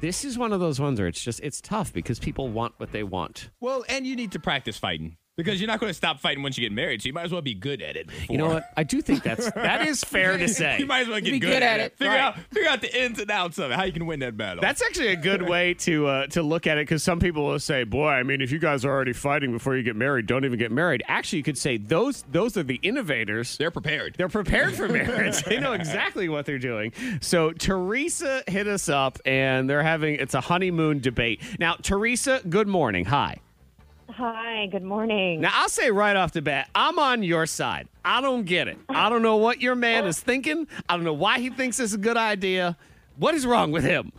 [SPEAKER 2] this is one of those ones where it's just it's tough because people want what they want.
[SPEAKER 4] Well, and you need to practice fighting because you're not going to stop fighting once you get married. So you might as well be good at it.
[SPEAKER 2] You know what? I do think that's that is fair to say.
[SPEAKER 4] you might as well get
[SPEAKER 3] Be
[SPEAKER 4] good,
[SPEAKER 3] good
[SPEAKER 4] at,
[SPEAKER 3] at
[SPEAKER 4] it.
[SPEAKER 3] it.
[SPEAKER 4] Figure
[SPEAKER 2] Right.
[SPEAKER 4] out figure out the ins and outs of it. How you can win that battle.
[SPEAKER 2] That's actually a good way to uh, to look at it because some people will say, "Boy, I mean, if you guys are already fighting before you get married, don't even get married." Actually, you could say those those are the innovators.
[SPEAKER 4] They're prepared.
[SPEAKER 2] They're prepared for marriage. they know exactly what they're doing. So Teresa hit us up, and they're having it's a honeymoon debate now. Teresa, good morning. Hi.
[SPEAKER 12] Hi, good morning.
[SPEAKER 2] Now, I'll say right off the bat, I'm on your side. I don't get it. I don't know what your man is thinking. I don't know why he thinks it's a good idea. What is wrong with him?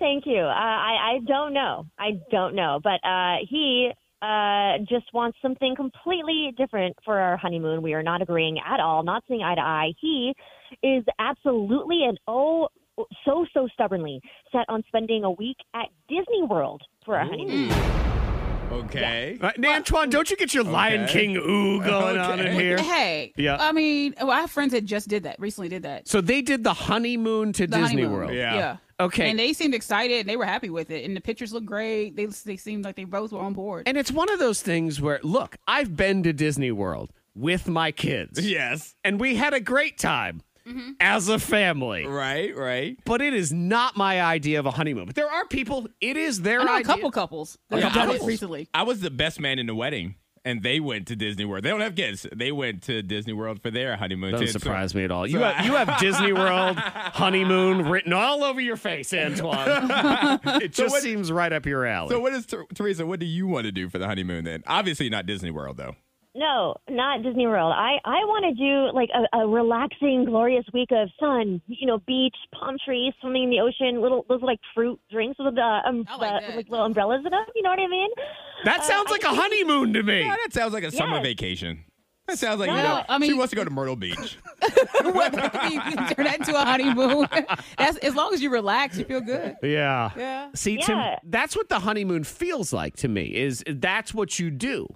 [SPEAKER 12] Thank you. Uh, I, I don't know. I don't know. But uh, he uh, just wants something completely different for our honeymoon. We are not agreeing at all, not seeing eye to eye. He is absolutely and oh, so, so stubbornly set on spending a week at Disney World for our honeymoon.
[SPEAKER 4] Okay.
[SPEAKER 2] Right, Antoine, don't you get your Lion
[SPEAKER 4] Okay.
[SPEAKER 2] King ooh going on in here?
[SPEAKER 3] Hey.
[SPEAKER 2] Yeah.
[SPEAKER 3] I mean, well, I have friends that just did that, recently did that.
[SPEAKER 2] So they did the honeymoon to
[SPEAKER 3] The
[SPEAKER 2] Disney
[SPEAKER 3] honeymoon.
[SPEAKER 2] World.
[SPEAKER 3] Yeah.
[SPEAKER 2] Okay.
[SPEAKER 3] And they seemed excited and they were happy with it. And the pictures looked great. They, they seemed like they both were on board.
[SPEAKER 2] And it's one of those things where, look, I've been to Disney World with my kids.
[SPEAKER 4] Yes.
[SPEAKER 2] And we had a great time
[SPEAKER 3] Mm-hmm.
[SPEAKER 2] as a family.
[SPEAKER 4] Right, right.
[SPEAKER 2] But it is not my idea of a honeymoon. But there are people, it is their
[SPEAKER 3] I know a
[SPEAKER 2] idea. Oh,
[SPEAKER 3] couple couples that
[SPEAKER 4] Yeah,
[SPEAKER 3] have done
[SPEAKER 4] I
[SPEAKER 3] it
[SPEAKER 4] was-
[SPEAKER 3] recently.
[SPEAKER 4] I was the best man in the wedding, and they went to Disney World. They don't have kids. They went to Disney World for their honeymoon.
[SPEAKER 2] Doesn't
[SPEAKER 4] too. So-
[SPEAKER 2] surprise me at all. You,
[SPEAKER 4] so
[SPEAKER 2] have,
[SPEAKER 4] I-
[SPEAKER 2] you have Disney World honeymoon written all over your face, Antoine. it
[SPEAKER 4] So
[SPEAKER 2] just
[SPEAKER 4] what-
[SPEAKER 2] seems right up your alley.
[SPEAKER 4] So what is Ter- Teresa? What do you want to do for the honeymoon then? Obviously not Disney World though.
[SPEAKER 12] No, not Disney World. I, I want to do like a, a relaxing, glorious week of sun, you know, beach, palm trees, swimming in the ocean, little those like fruit drinks with the, um, the with, like little umbrellas in them. You know what I mean?
[SPEAKER 2] that sounds like a honeymoon to me.
[SPEAKER 4] Yeah, that sounds like a summer vacation. That sounds like you
[SPEAKER 3] No,
[SPEAKER 4] know,
[SPEAKER 3] I mean-
[SPEAKER 4] she wants to go to Myrtle Beach.
[SPEAKER 3] you can turn that into a honeymoon. That's as long as you relax, you feel good.
[SPEAKER 2] Yeah.
[SPEAKER 3] Yeah.
[SPEAKER 2] See,
[SPEAKER 3] Yeah.
[SPEAKER 2] Tim, that's what the honeymoon feels like to me. Is that's what you do,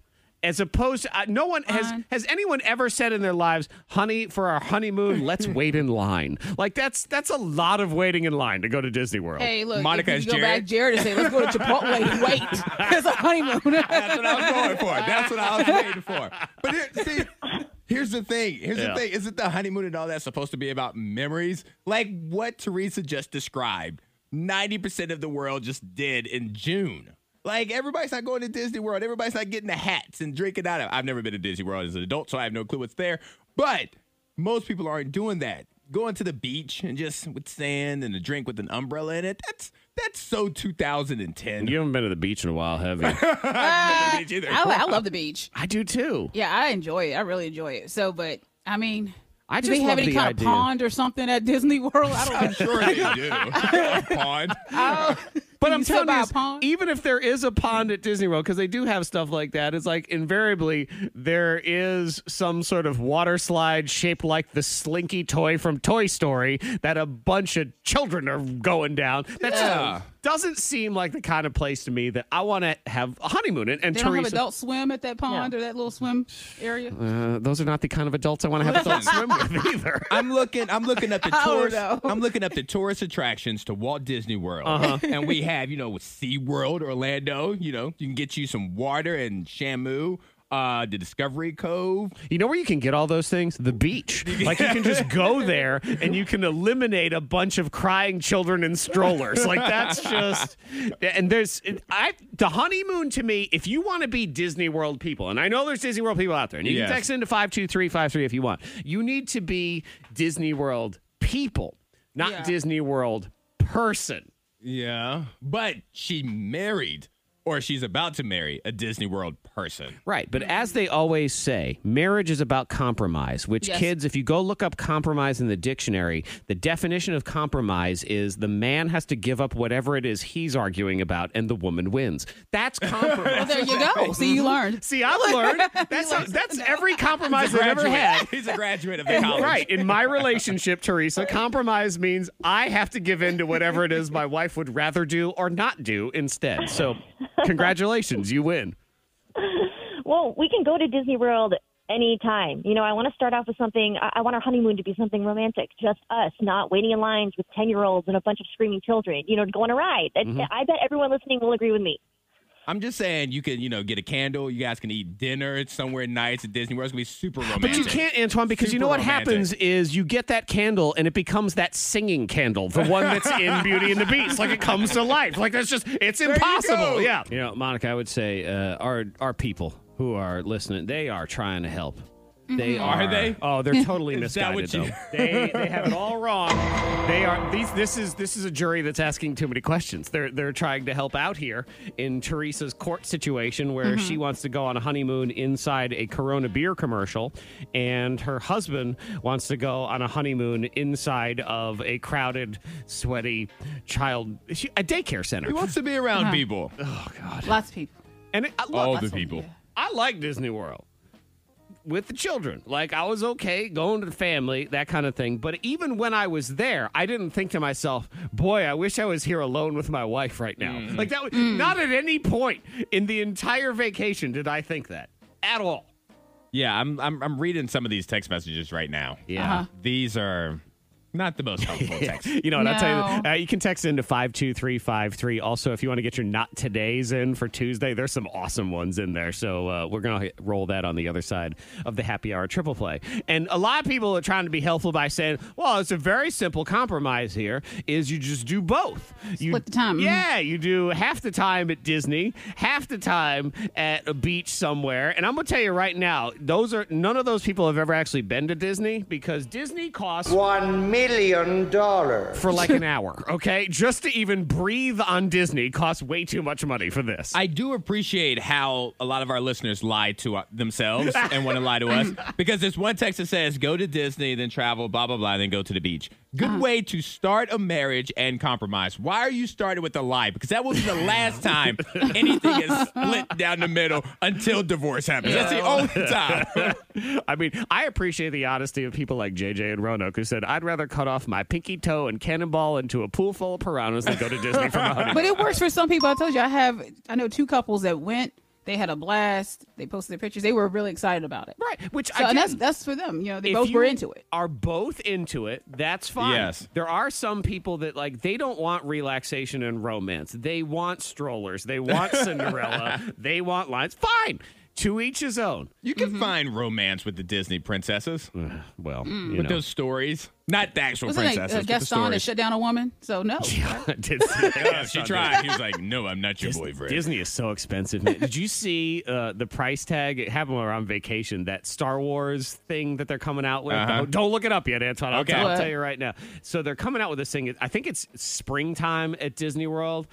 [SPEAKER 2] as opposed to uh, no one has has anyone ever said in their lives, "Honey, for our honeymoon, let's wait in line." Like that's that's a lot of waiting in line to go to Disney World.
[SPEAKER 3] Hey, look,
[SPEAKER 4] Monica
[SPEAKER 3] if
[SPEAKER 4] is
[SPEAKER 3] you go back,
[SPEAKER 4] Jared.
[SPEAKER 3] Jared, and say, "Let's go to Chipotle and wait." It's a honeymoon.
[SPEAKER 4] That's what I was going for. That's what I was waiting for. But here, see, here's the thing. Here's
[SPEAKER 2] Yeah.
[SPEAKER 4] the thing. Isn't the honeymoon and all that supposed to be about memories? Like what Teresa just described, 90% of the world just did in June. Like everybody's not going to Disney World. Everybody's not getting the hats and drinking out of. I've never been to Disney World as an adult, so I have no clue what's there. But most people aren't doing that. Going to the beach and just with sand and a drink with an umbrella in it. That's that's so 2010.
[SPEAKER 2] You haven't been to the beach in a while, have you?
[SPEAKER 4] I haven't been to the beach either.
[SPEAKER 3] I, I love the beach.
[SPEAKER 2] I do too.
[SPEAKER 3] Yeah, I enjoy it. I really enjoy it. So, but I mean,
[SPEAKER 2] I
[SPEAKER 3] do
[SPEAKER 2] just
[SPEAKER 3] they
[SPEAKER 2] love
[SPEAKER 3] have any
[SPEAKER 2] the
[SPEAKER 3] kind
[SPEAKER 2] idea.
[SPEAKER 3] of pond or something at Disney World? I don't.
[SPEAKER 4] I'm sure they do. A pond.
[SPEAKER 2] But
[SPEAKER 3] You
[SPEAKER 2] I'm
[SPEAKER 3] still
[SPEAKER 2] telling
[SPEAKER 3] buy
[SPEAKER 2] you,
[SPEAKER 3] a
[SPEAKER 2] is
[SPEAKER 3] pond?
[SPEAKER 2] even if there is a pond at Disney World, because they do have stuff like that, it's like invariably there is some sort of water slide shaped like the Slinky toy from Toy Story that a bunch of children are going down. That just
[SPEAKER 4] Yeah.
[SPEAKER 2] doesn't seem like the kind of place to me that I want to have a honeymoon in. And
[SPEAKER 3] They don't have
[SPEAKER 2] Teresa,
[SPEAKER 3] adult swim at that pond or that little swim area.
[SPEAKER 2] uh, those are not the kind of adults I want to have adult swim with either.
[SPEAKER 4] I'm looking. I'm looking up the
[SPEAKER 3] I don't
[SPEAKER 4] tourist.
[SPEAKER 3] know.
[SPEAKER 4] I'm looking up the tourist attractions to Walt Disney World, and we have you know with SeaWorld Orlando. You know you can get you some water and Shamu, uh, the Discovery Cove.
[SPEAKER 2] You know where you can get all those things? The beach. Like you can just go there and you can eliminate a bunch of crying children in strollers. Like that's just and there's I the honeymoon to me, if you want to be Disney World people, and I know there's Disney World people out there, and you
[SPEAKER 4] Yes.
[SPEAKER 2] can text into 52353 if you want. You need to be Disney World people, not
[SPEAKER 3] Yeah.
[SPEAKER 2] Disney World person.
[SPEAKER 4] Yeah, but she married, or she's about to marry a Disney World person.
[SPEAKER 2] Right. But as they always say, marriage is about compromise, which
[SPEAKER 3] Mm-hmm. Yes.
[SPEAKER 2] kids, if you go look up compromise in the dictionary, the definition of compromise is the man has to give up whatever it is he's arguing about and the woman wins. That's
[SPEAKER 3] Well,
[SPEAKER 2] compromise.
[SPEAKER 3] there you go. See, you learned.
[SPEAKER 2] See, I've learned that's, that's every compromise I've ever had.
[SPEAKER 4] He's a graduate of the college.
[SPEAKER 2] Right. In my relationship, Teresa, compromise means I have to give in to whatever it is my wife would rather do or not do instead. So, congratulations, you win.
[SPEAKER 12] Well, we can go to Disney World anytime. You know, I want to start off with something. I, I want our honeymoon to be something romantic, just us, not waiting in lines with ten year olds and a bunch of screaming children. You know, to go on a ride. I, I bet everyone listening will agree with me.
[SPEAKER 4] I'm just saying you can, you know, get a candle. You guys can eat dinner It's somewhere nice at Disney World. It's gonna be super romantic.
[SPEAKER 2] But you can't, Antoine, because you
[SPEAKER 4] Super
[SPEAKER 2] know what
[SPEAKER 4] romantic.
[SPEAKER 2] happens is you get that candle and it becomes that singing candle, the one that's in Beauty and the Beast. Like it comes to life. Like that's just, it's impossible.
[SPEAKER 4] go.
[SPEAKER 2] yeah. You know, Monica, I would say uh, our our people who are listening, they are trying to help. They are,
[SPEAKER 4] Are they?
[SPEAKER 2] Oh, they're totally
[SPEAKER 4] Is that
[SPEAKER 2] misguided
[SPEAKER 4] what you-
[SPEAKER 2] though. They they have it all wrong. They are these. This is this is a jury that's asking too many questions. They're they're trying to help out here in Teresa's court situation where she wants to go on a honeymoon inside a Corona beer commercial, and her husband wants to go on a honeymoon inside of a crowded, sweaty child a daycare center.
[SPEAKER 4] He wants to be around people.
[SPEAKER 2] Oh God!
[SPEAKER 3] Lots of people.
[SPEAKER 2] And it, uh, I love
[SPEAKER 4] All
[SPEAKER 2] I-
[SPEAKER 4] the people.
[SPEAKER 2] I like Disney World. with the children. Like I was okay going to the family, that kind of thing. But even when I was there, I didn't think to myself, "Boy, I wish I was here alone with my wife right now." Like that was not at any point in the entire vacation did I think that at all.
[SPEAKER 4] Yeah, I'm I'm, I'm reading some of these text messages right now.
[SPEAKER 2] Yeah. Uh-huh.
[SPEAKER 4] these are not the most helpful texts.
[SPEAKER 2] You know, and I'll tell you, uh, you can text into 52353. Also, if you want to get your not today's in for Tuesday, there's some awesome ones in there. So uh, we're going to roll that on the other side of the happy hour triple play. And a lot of people are trying to be helpful by saying, well, it's a very simple compromise here is you just do both. You, Split
[SPEAKER 3] the time. mm-hmm.
[SPEAKER 2] Yeah, you do half the time at Disney, half the time at a beach somewhere. And I'm going to tell you right now, those are none of those people have ever actually been to Disney because Disney costs
[SPEAKER 13] One million dollars
[SPEAKER 2] for like an hour, okay? Just to even breathe on Disney costs way too much money for this.
[SPEAKER 4] I do appreciate how a lot of our listeners lie to uh, themselves and want to lie to us because there's one text that says go to Disney, then travel, blah, blah, blah, and then go to the beach. Good way to start a marriage and compromise. Why are you starting with a lie? Because that will be the last time anything is split down the middle until divorce happens. That's the only time.
[SPEAKER 2] I mean, I appreciate the honesty of people like JJ and Roanoke who said, I'd rather cut off my pinky toe and cannonball into a pool full of piranhas than go to Disney for my honeymoon.
[SPEAKER 3] But it works for some people. I told you, I have, I know two couples that went. They had a blast. They posted their pictures. They were really excited about it.
[SPEAKER 2] Right, which
[SPEAKER 3] so, and
[SPEAKER 2] again-
[SPEAKER 3] that's that's for them. You know, they
[SPEAKER 2] If
[SPEAKER 3] both
[SPEAKER 2] you
[SPEAKER 3] were into it.
[SPEAKER 2] Are both into it? That's fine.
[SPEAKER 4] Yes.
[SPEAKER 2] There are some people that like they don't want relaxation and romance. They want strollers. They want Cinderella. they want lines. Fine. To each his own.
[SPEAKER 4] You can find romance with the Disney princesses.
[SPEAKER 2] Well,
[SPEAKER 3] Mm.
[SPEAKER 4] with those stories, not the actual
[SPEAKER 3] Wasn't it
[SPEAKER 4] princesses.
[SPEAKER 3] uh,
[SPEAKER 4] but the
[SPEAKER 3] Gaston that
[SPEAKER 4] stories.
[SPEAKER 3] shut down a woman? So no.
[SPEAKER 2] I did see that.
[SPEAKER 4] Yeah, she tried. He was like, "No, I'm not your boyfriend."
[SPEAKER 2] Disney is so expensive. Man. Did you see uh, the price tag? It happened when we were on vacation. That Star Wars thing that they're coming out with.
[SPEAKER 4] Uh-huh.
[SPEAKER 2] Don't, don't look it up yet, Antoine. I'll,
[SPEAKER 4] Okay.
[SPEAKER 2] tell, I'll
[SPEAKER 4] What?
[SPEAKER 2] tell you right now. So they're coming out with this thing. I think it's springtime at Disney World,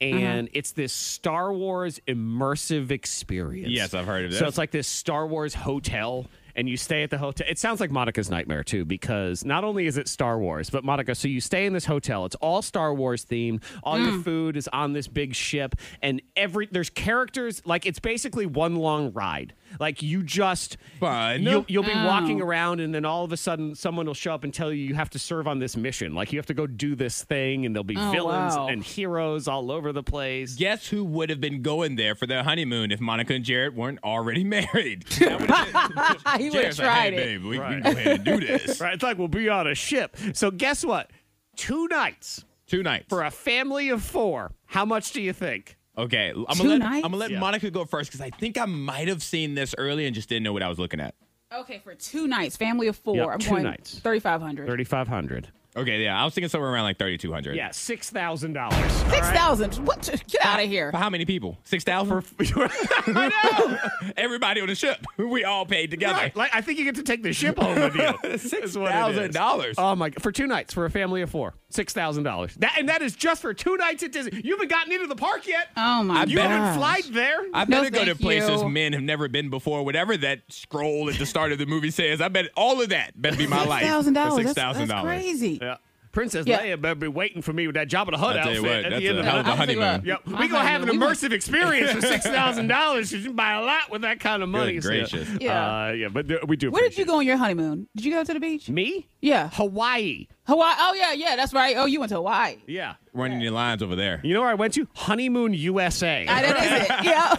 [SPEAKER 2] and it's this Star Wars immersive experience.
[SPEAKER 4] Yes, I've heard of
[SPEAKER 2] So
[SPEAKER 4] this.
[SPEAKER 2] it's like this Star Wars hotel. And you stay at the hotel. It sounds like Monica's nightmare too, because not only is it Star Wars, but Monica. So you stay in this hotel. It's all Star Wars themed. All
[SPEAKER 4] Mm.
[SPEAKER 2] your food is on this big ship, and every there's characters. Like it's basically one long ride. Like you just
[SPEAKER 4] Fun.
[SPEAKER 2] You'll, you'll be
[SPEAKER 4] Oh.
[SPEAKER 2] walking around, and then all of a sudden, someone will show up and tell you you have to serve on this mission. Like you have to go do this thing, and there'll be
[SPEAKER 4] Oh,
[SPEAKER 2] villains
[SPEAKER 4] wow.
[SPEAKER 2] and heroes all over the place.
[SPEAKER 4] Guess who would have been going there for their honeymoon if Monica and Jared weren't already married?
[SPEAKER 3] he would have
[SPEAKER 4] Jared's like,
[SPEAKER 3] tried
[SPEAKER 4] "Hey, babe,
[SPEAKER 3] it.
[SPEAKER 4] we, we can go ahead and do this.
[SPEAKER 2] right. It's like we'll be on a ship. So guess what? Two nights.
[SPEAKER 4] Two nights.
[SPEAKER 2] For a family of four. How much do you think?
[SPEAKER 4] Okay, I'm
[SPEAKER 2] Two
[SPEAKER 4] gonna let,
[SPEAKER 2] nights?
[SPEAKER 4] I'm gonna let
[SPEAKER 2] Yeah.
[SPEAKER 4] Monica go first because I think I might have seen this early and just didn't know what I was looking at.
[SPEAKER 3] Okay, for two nights, family of four.
[SPEAKER 4] Yep,
[SPEAKER 3] I'm
[SPEAKER 4] two
[SPEAKER 3] going
[SPEAKER 4] nights.
[SPEAKER 3] thirty five hundred.
[SPEAKER 2] Thirty five hundred.
[SPEAKER 4] Okay, yeah, I was thinking somewhere around like thirty two hundred.
[SPEAKER 2] Yeah, six thousand dollars.
[SPEAKER 3] Six thousand. What? Get out of here.
[SPEAKER 4] For how many people? Six thousand. Everybody on the ship. We all paid together.
[SPEAKER 2] Right. Like I think you get to take the ship home with you. Six
[SPEAKER 4] $6,000.
[SPEAKER 2] Oh my! For two nights for a family of four, six thousand dollars. That and that is just for two nights at Disney. You haven't gotten into the park yet.
[SPEAKER 3] Oh
[SPEAKER 4] my
[SPEAKER 2] You haven't
[SPEAKER 4] gosh.
[SPEAKER 2] flied there.
[SPEAKER 4] I
[SPEAKER 2] No,
[SPEAKER 4] better go to
[SPEAKER 2] thank
[SPEAKER 4] places
[SPEAKER 2] you.
[SPEAKER 4] men have never been before. Whatever that scroll at the start of the movie says, I bet all of that better be my life. for
[SPEAKER 2] $6,000. That's-
[SPEAKER 4] Six thousand
[SPEAKER 2] that's
[SPEAKER 4] dollars.
[SPEAKER 3] Crazy.
[SPEAKER 2] Yeah. Princess
[SPEAKER 4] Yeah.
[SPEAKER 2] Leia better be waiting for me with that Jabba the Hutt
[SPEAKER 4] I tell you
[SPEAKER 2] outfit
[SPEAKER 4] what,
[SPEAKER 2] at
[SPEAKER 4] that's
[SPEAKER 2] the end
[SPEAKER 4] a
[SPEAKER 2] of the
[SPEAKER 4] hell of a
[SPEAKER 2] night.
[SPEAKER 4] honeymoon.
[SPEAKER 2] Yep.
[SPEAKER 4] My
[SPEAKER 2] We gonna have an
[SPEAKER 4] honeymoon, we went-
[SPEAKER 2] immersive experience for six thousand dollars. You can buy a lot with that kind of money. so yeah.
[SPEAKER 4] gracious.
[SPEAKER 3] Yeah.
[SPEAKER 2] Uh, yeah, but there- we do.
[SPEAKER 3] Where did you go on your honeymoon? Did you go to the beach?
[SPEAKER 2] Me?
[SPEAKER 3] Yeah.
[SPEAKER 2] Hawaii.
[SPEAKER 3] Hawaii. Oh yeah, yeah. That's right. Oh, you went to Hawaii.
[SPEAKER 2] Yeah.
[SPEAKER 4] Running your lines over there.
[SPEAKER 2] You know where I went to? Honeymoon USA.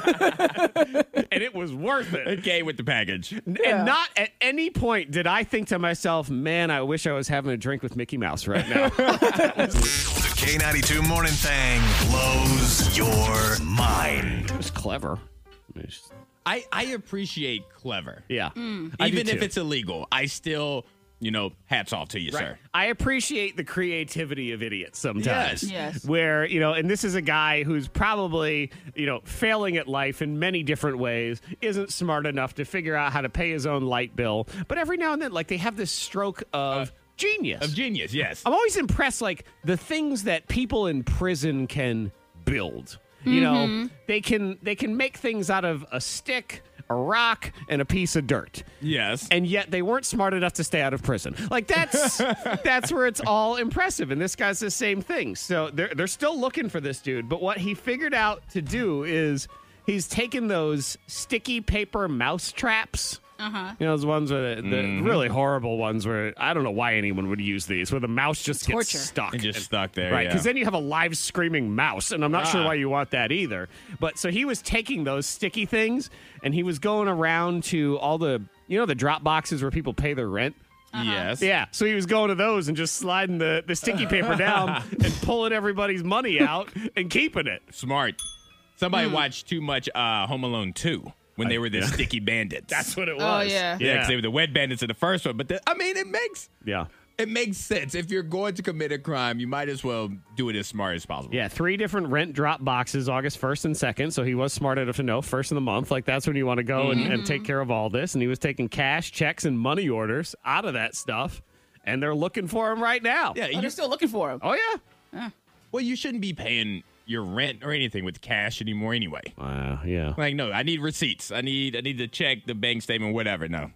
[SPEAKER 2] and it was worth it.
[SPEAKER 4] It came with the package.
[SPEAKER 2] And not at any point did I think to myself, man, I wish I was having a drink with Mickey Mouse right now.
[SPEAKER 14] The K92 Morning Thang blows your mind.
[SPEAKER 2] It was clever.
[SPEAKER 4] I, I appreciate clever.
[SPEAKER 2] Yeah.
[SPEAKER 3] Mm.
[SPEAKER 4] Even
[SPEAKER 2] I do
[SPEAKER 4] if
[SPEAKER 2] too.
[SPEAKER 4] it's illegal, I still, you know, hats off to you, sir.
[SPEAKER 2] I appreciate the creativity of idiots sometimes.
[SPEAKER 4] Yes. Yes.
[SPEAKER 2] Where, you know, and this is a guy who's probably, you know, failing at life in many different ways, isn't smart enough to figure out how to pay his own light bill. But every now and then, like, they have this stroke of genius.
[SPEAKER 4] Of genius, yes.
[SPEAKER 2] I'm always impressed, like, the things that people in prison can build. You know,
[SPEAKER 4] Mhm.
[SPEAKER 2] they can they can make things out of a stick, a rock, and a piece of dirt.
[SPEAKER 4] Yes.
[SPEAKER 2] And yet they weren't smart enough to stay out of prison. Like that's that's where it's all impressive. And this guy's the same thing. So they're they're still looking for this dude. But what he figured out to do is he's taken those sticky paper mouse traps.
[SPEAKER 3] Uh
[SPEAKER 4] Uh-huh.
[SPEAKER 3] huh.
[SPEAKER 2] You know, those ones where the, the
[SPEAKER 4] Mm-hmm.
[SPEAKER 2] really horrible ones where I don't know why anyone would use these, where the mouse just
[SPEAKER 4] Torture.
[SPEAKER 2] gets stuck.
[SPEAKER 4] It just stuck there,
[SPEAKER 2] Right.
[SPEAKER 4] yeah.
[SPEAKER 2] Because then you have a live screaming mouse, and I'm not sure
[SPEAKER 4] Ah.
[SPEAKER 2] why you want that either. But so he was taking those sticky things and he was going around to all the, you know, the drop boxes where people pay their rent.
[SPEAKER 4] Yes.
[SPEAKER 2] Yeah. So he was going to those and just sliding the, the sticky paper down and pulling everybody's money out and keeping it.
[SPEAKER 4] Smart. Somebody watched too much uh, Home Alone 2 when they were the sticky bandits. That's
[SPEAKER 2] what it
[SPEAKER 3] Oh, was. yeah.
[SPEAKER 4] Yeah, 'cause
[SPEAKER 2] Yeah.
[SPEAKER 4] they were the wet bandits in the first one. But the, I mean, it makes
[SPEAKER 2] Yeah.
[SPEAKER 4] it makes sense. If you're going to commit a crime, you might as well do it as smart as possible.
[SPEAKER 2] Yeah, three different rent drop boxes August 1st and 2nd. So he was smart enough to know first of the month. Like, that's when you want to go and, and
[SPEAKER 4] Mm-hmm.
[SPEAKER 2] take care of all this. And he was taking cash, checks, and money orders out of that stuff. And they're looking for him right now.
[SPEAKER 4] Yeah,
[SPEAKER 3] Oh,
[SPEAKER 4] you-
[SPEAKER 3] they're still looking for him.
[SPEAKER 2] Oh yeah.
[SPEAKER 4] Well, you shouldn't be paying your rent or anything with cash anymore anyway.
[SPEAKER 2] Wow, yeah.
[SPEAKER 4] Like, no, I need receipts. I need I need the check, the bank statement, whatever. No.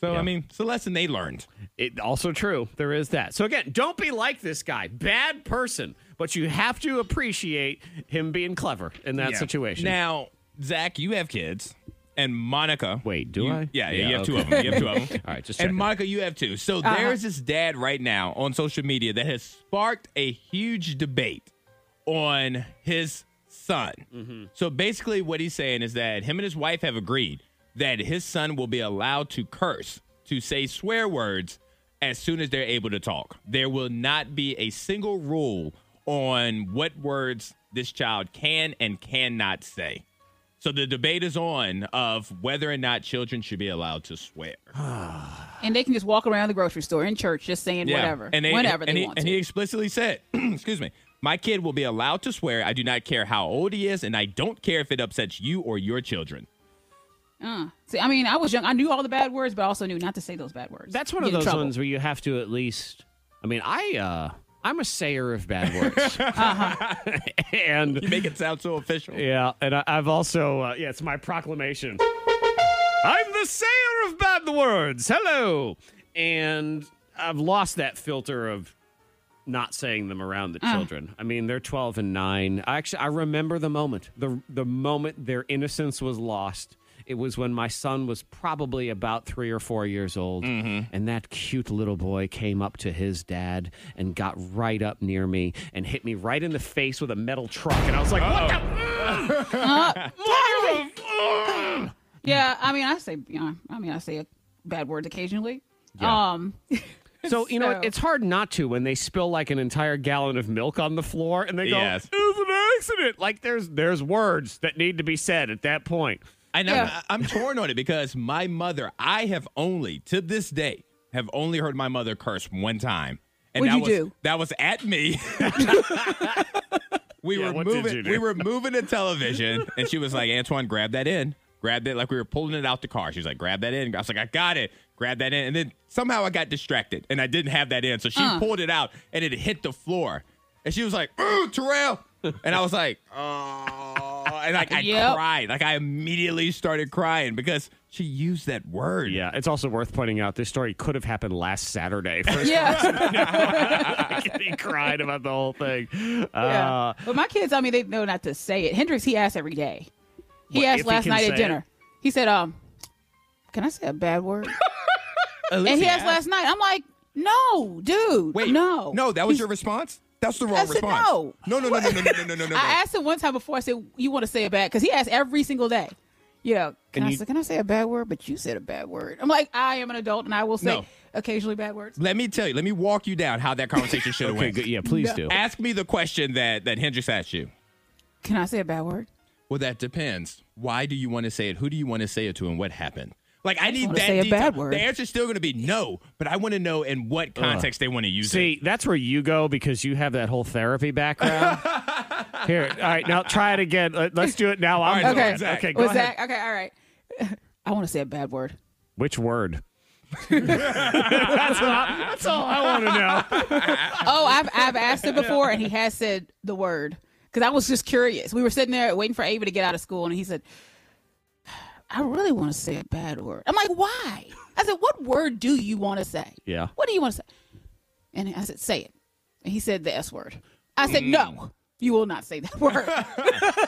[SPEAKER 4] So I mean, it's a lesson they learned.
[SPEAKER 2] It, also true. There is that. So again, don't be like this guy. Bad person. But you have to appreciate him being clever in that
[SPEAKER 4] Yeah.
[SPEAKER 2] situation.
[SPEAKER 4] Now, Zach, you have kids, and Monica. Wait,
[SPEAKER 2] do I?
[SPEAKER 4] Yeah, yeah,
[SPEAKER 2] Yeah,
[SPEAKER 4] you have two
[SPEAKER 2] okay.
[SPEAKER 4] of them. You have two of them.
[SPEAKER 2] All right, just
[SPEAKER 4] and
[SPEAKER 2] checking.
[SPEAKER 4] Monica, you have two. So
[SPEAKER 2] Uh-huh.
[SPEAKER 4] there's this dad right now on social media that has sparked a huge debate on his son.
[SPEAKER 2] Mm-hmm.
[SPEAKER 4] So basically, what he's saying is that him and his wife have agreed that his son will be allowed to curse, to say swear words as soon as they're able to talk. There will not be a single rule on what words this child can and cannot say. So the debate is on of whether or not children should be allowed to swear.
[SPEAKER 3] And they can just walk around the grocery store in church, just saying whatever,
[SPEAKER 4] And they,
[SPEAKER 3] whenever
[SPEAKER 4] and
[SPEAKER 3] they
[SPEAKER 4] he,
[SPEAKER 3] want
[SPEAKER 4] And
[SPEAKER 3] to.
[SPEAKER 4] he explicitly said, excuse me, my kid will be allowed to swear. I do not care how old he is, and I don't care if it upsets you or your children.
[SPEAKER 3] Uh, see, I mean, I was young. I knew all the bad words, but I also knew not to say those bad words.
[SPEAKER 2] That's one of
[SPEAKER 3] Get in
[SPEAKER 2] those
[SPEAKER 3] trouble.
[SPEAKER 2] ones where you have to at least. I mean, I uh, I'm a sayer of bad words, and you
[SPEAKER 4] make it sound so official.
[SPEAKER 2] Yeah, and I, I've also uh, yeah, it's my proclamation. I'm the sayer of bad words. Hello, and I've lost that filter of not saying them around the
[SPEAKER 4] Ah.
[SPEAKER 2] children. I mean, they're 12 and 9. I actually I remember the moment. The the moment their innocence was lost. It was when my son was probably about 3 or 4 years old and that cute little boy came up to his dad and got right up near me and hit me right in the face with a metal truck and I was like, "What the Mm.
[SPEAKER 3] Yeah, I mean, I say, you know, I mean, I say a bad words occasionally.
[SPEAKER 2] Yeah.
[SPEAKER 3] Um,
[SPEAKER 2] So you know it's hard not to when they spill like an entire gallon of milk on the floor and they go,
[SPEAKER 4] Yes.
[SPEAKER 2] "It was an accident." Like there's there's words that need to be said at that point.
[SPEAKER 4] And I'm, I'm torn on it because my mother, I have only, to this day, have only heard my mother curse one time.
[SPEAKER 3] What'd
[SPEAKER 4] that
[SPEAKER 3] you
[SPEAKER 4] was
[SPEAKER 3] do?
[SPEAKER 4] that was at me. we
[SPEAKER 2] Yeah,
[SPEAKER 4] were
[SPEAKER 2] what did
[SPEAKER 4] moving
[SPEAKER 2] you do?
[SPEAKER 4] we were moving the television and she was like, Antoine, grab that in. Grab that like we were pulling it out the car. She was like, grab that in. I was like, I got it. Grab that in. And then somehow I got distracted and I didn't have that in. So she
[SPEAKER 15] Uh.
[SPEAKER 4] pulled it out and it hit the floor. And she was like, Ooh, Terrell. And I was like, Oh, and like I
[SPEAKER 15] Yep.
[SPEAKER 4] cried. Like I immediately started crying because she used that word.
[SPEAKER 2] Yeah, it's also worth pointing out this story could have happened last Saturday. he cried about the whole thing.
[SPEAKER 3] yeah.
[SPEAKER 2] Uh,
[SPEAKER 3] but my kids, I mean, they know not to say it. Hendrix, he asks every day. He
[SPEAKER 2] What, if
[SPEAKER 3] asked
[SPEAKER 2] he
[SPEAKER 3] last
[SPEAKER 2] can
[SPEAKER 3] night
[SPEAKER 2] say
[SPEAKER 3] at dinner. He said, um, can I say a bad word? and he, asked last night. I'm like, no, dude. Wait, no.
[SPEAKER 4] No, that was your response? That's the wrong
[SPEAKER 3] I said
[SPEAKER 4] response.
[SPEAKER 3] no.
[SPEAKER 4] No, no, no, no, no, no, no, no, no, no.
[SPEAKER 3] I asked him one time before. I said, you want to say a bad? Because he asked every single day. You know, can,
[SPEAKER 4] And
[SPEAKER 3] I,
[SPEAKER 4] you-
[SPEAKER 3] say, can I say a bad word? But you said a bad word. I'm like, I am an adult and I will say
[SPEAKER 4] No.
[SPEAKER 3] occasionally bad words.
[SPEAKER 4] Let me tell you. Let me walk you down how that conversation should have went.
[SPEAKER 2] Yeah, please
[SPEAKER 3] No. do.
[SPEAKER 4] Ask me the question that that Hendrix asked you.
[SPEAKER 3] Can I say a bad word?
[SPEAKER 4] Well, that depends. Why do you want to say it? Who do you want to say it to, and what happened? Like, I need
[SPEAKER 3] wanna
[SPEAKER 4] that.
[SPEAKER 3] say a
[SPEAKER 4] detail.
[SPEAKER 3] bad word.
[SPEAKER 4] The answer's still going to be no, but I want to know in what context they want to use it.
[SPEAKER 2] Uh, See, that's where you go because you have that whole therapy background. Here, all right, now try it again. Let- Let's do it now. I'm doing
[SPEAKER 3] okay.
[SPEAKER 2] it. Okay, go
[SPEAKER 3] Was
[SPEAKER 2] ahead.
[SPEAKER 3] that okay? All right. I want to say a bad word.
[SPEAKER 2] Which word? that's, all, that's all I want to know.
[SPEAKER 3] oh, I've I've asked him before, and he has said the word because I was just curious. We were sitting there waiting for Ava to get out of school, and he said, "I really want to say a bad word." I'm like, "Why?" I said, "What word do you want to say?
[SPEAKER 2] Yeah. Mm.
[SPEAKER 3] What do you want to say?" And I said, "Say it." And he said the S word. I said, "No." You will not say that word.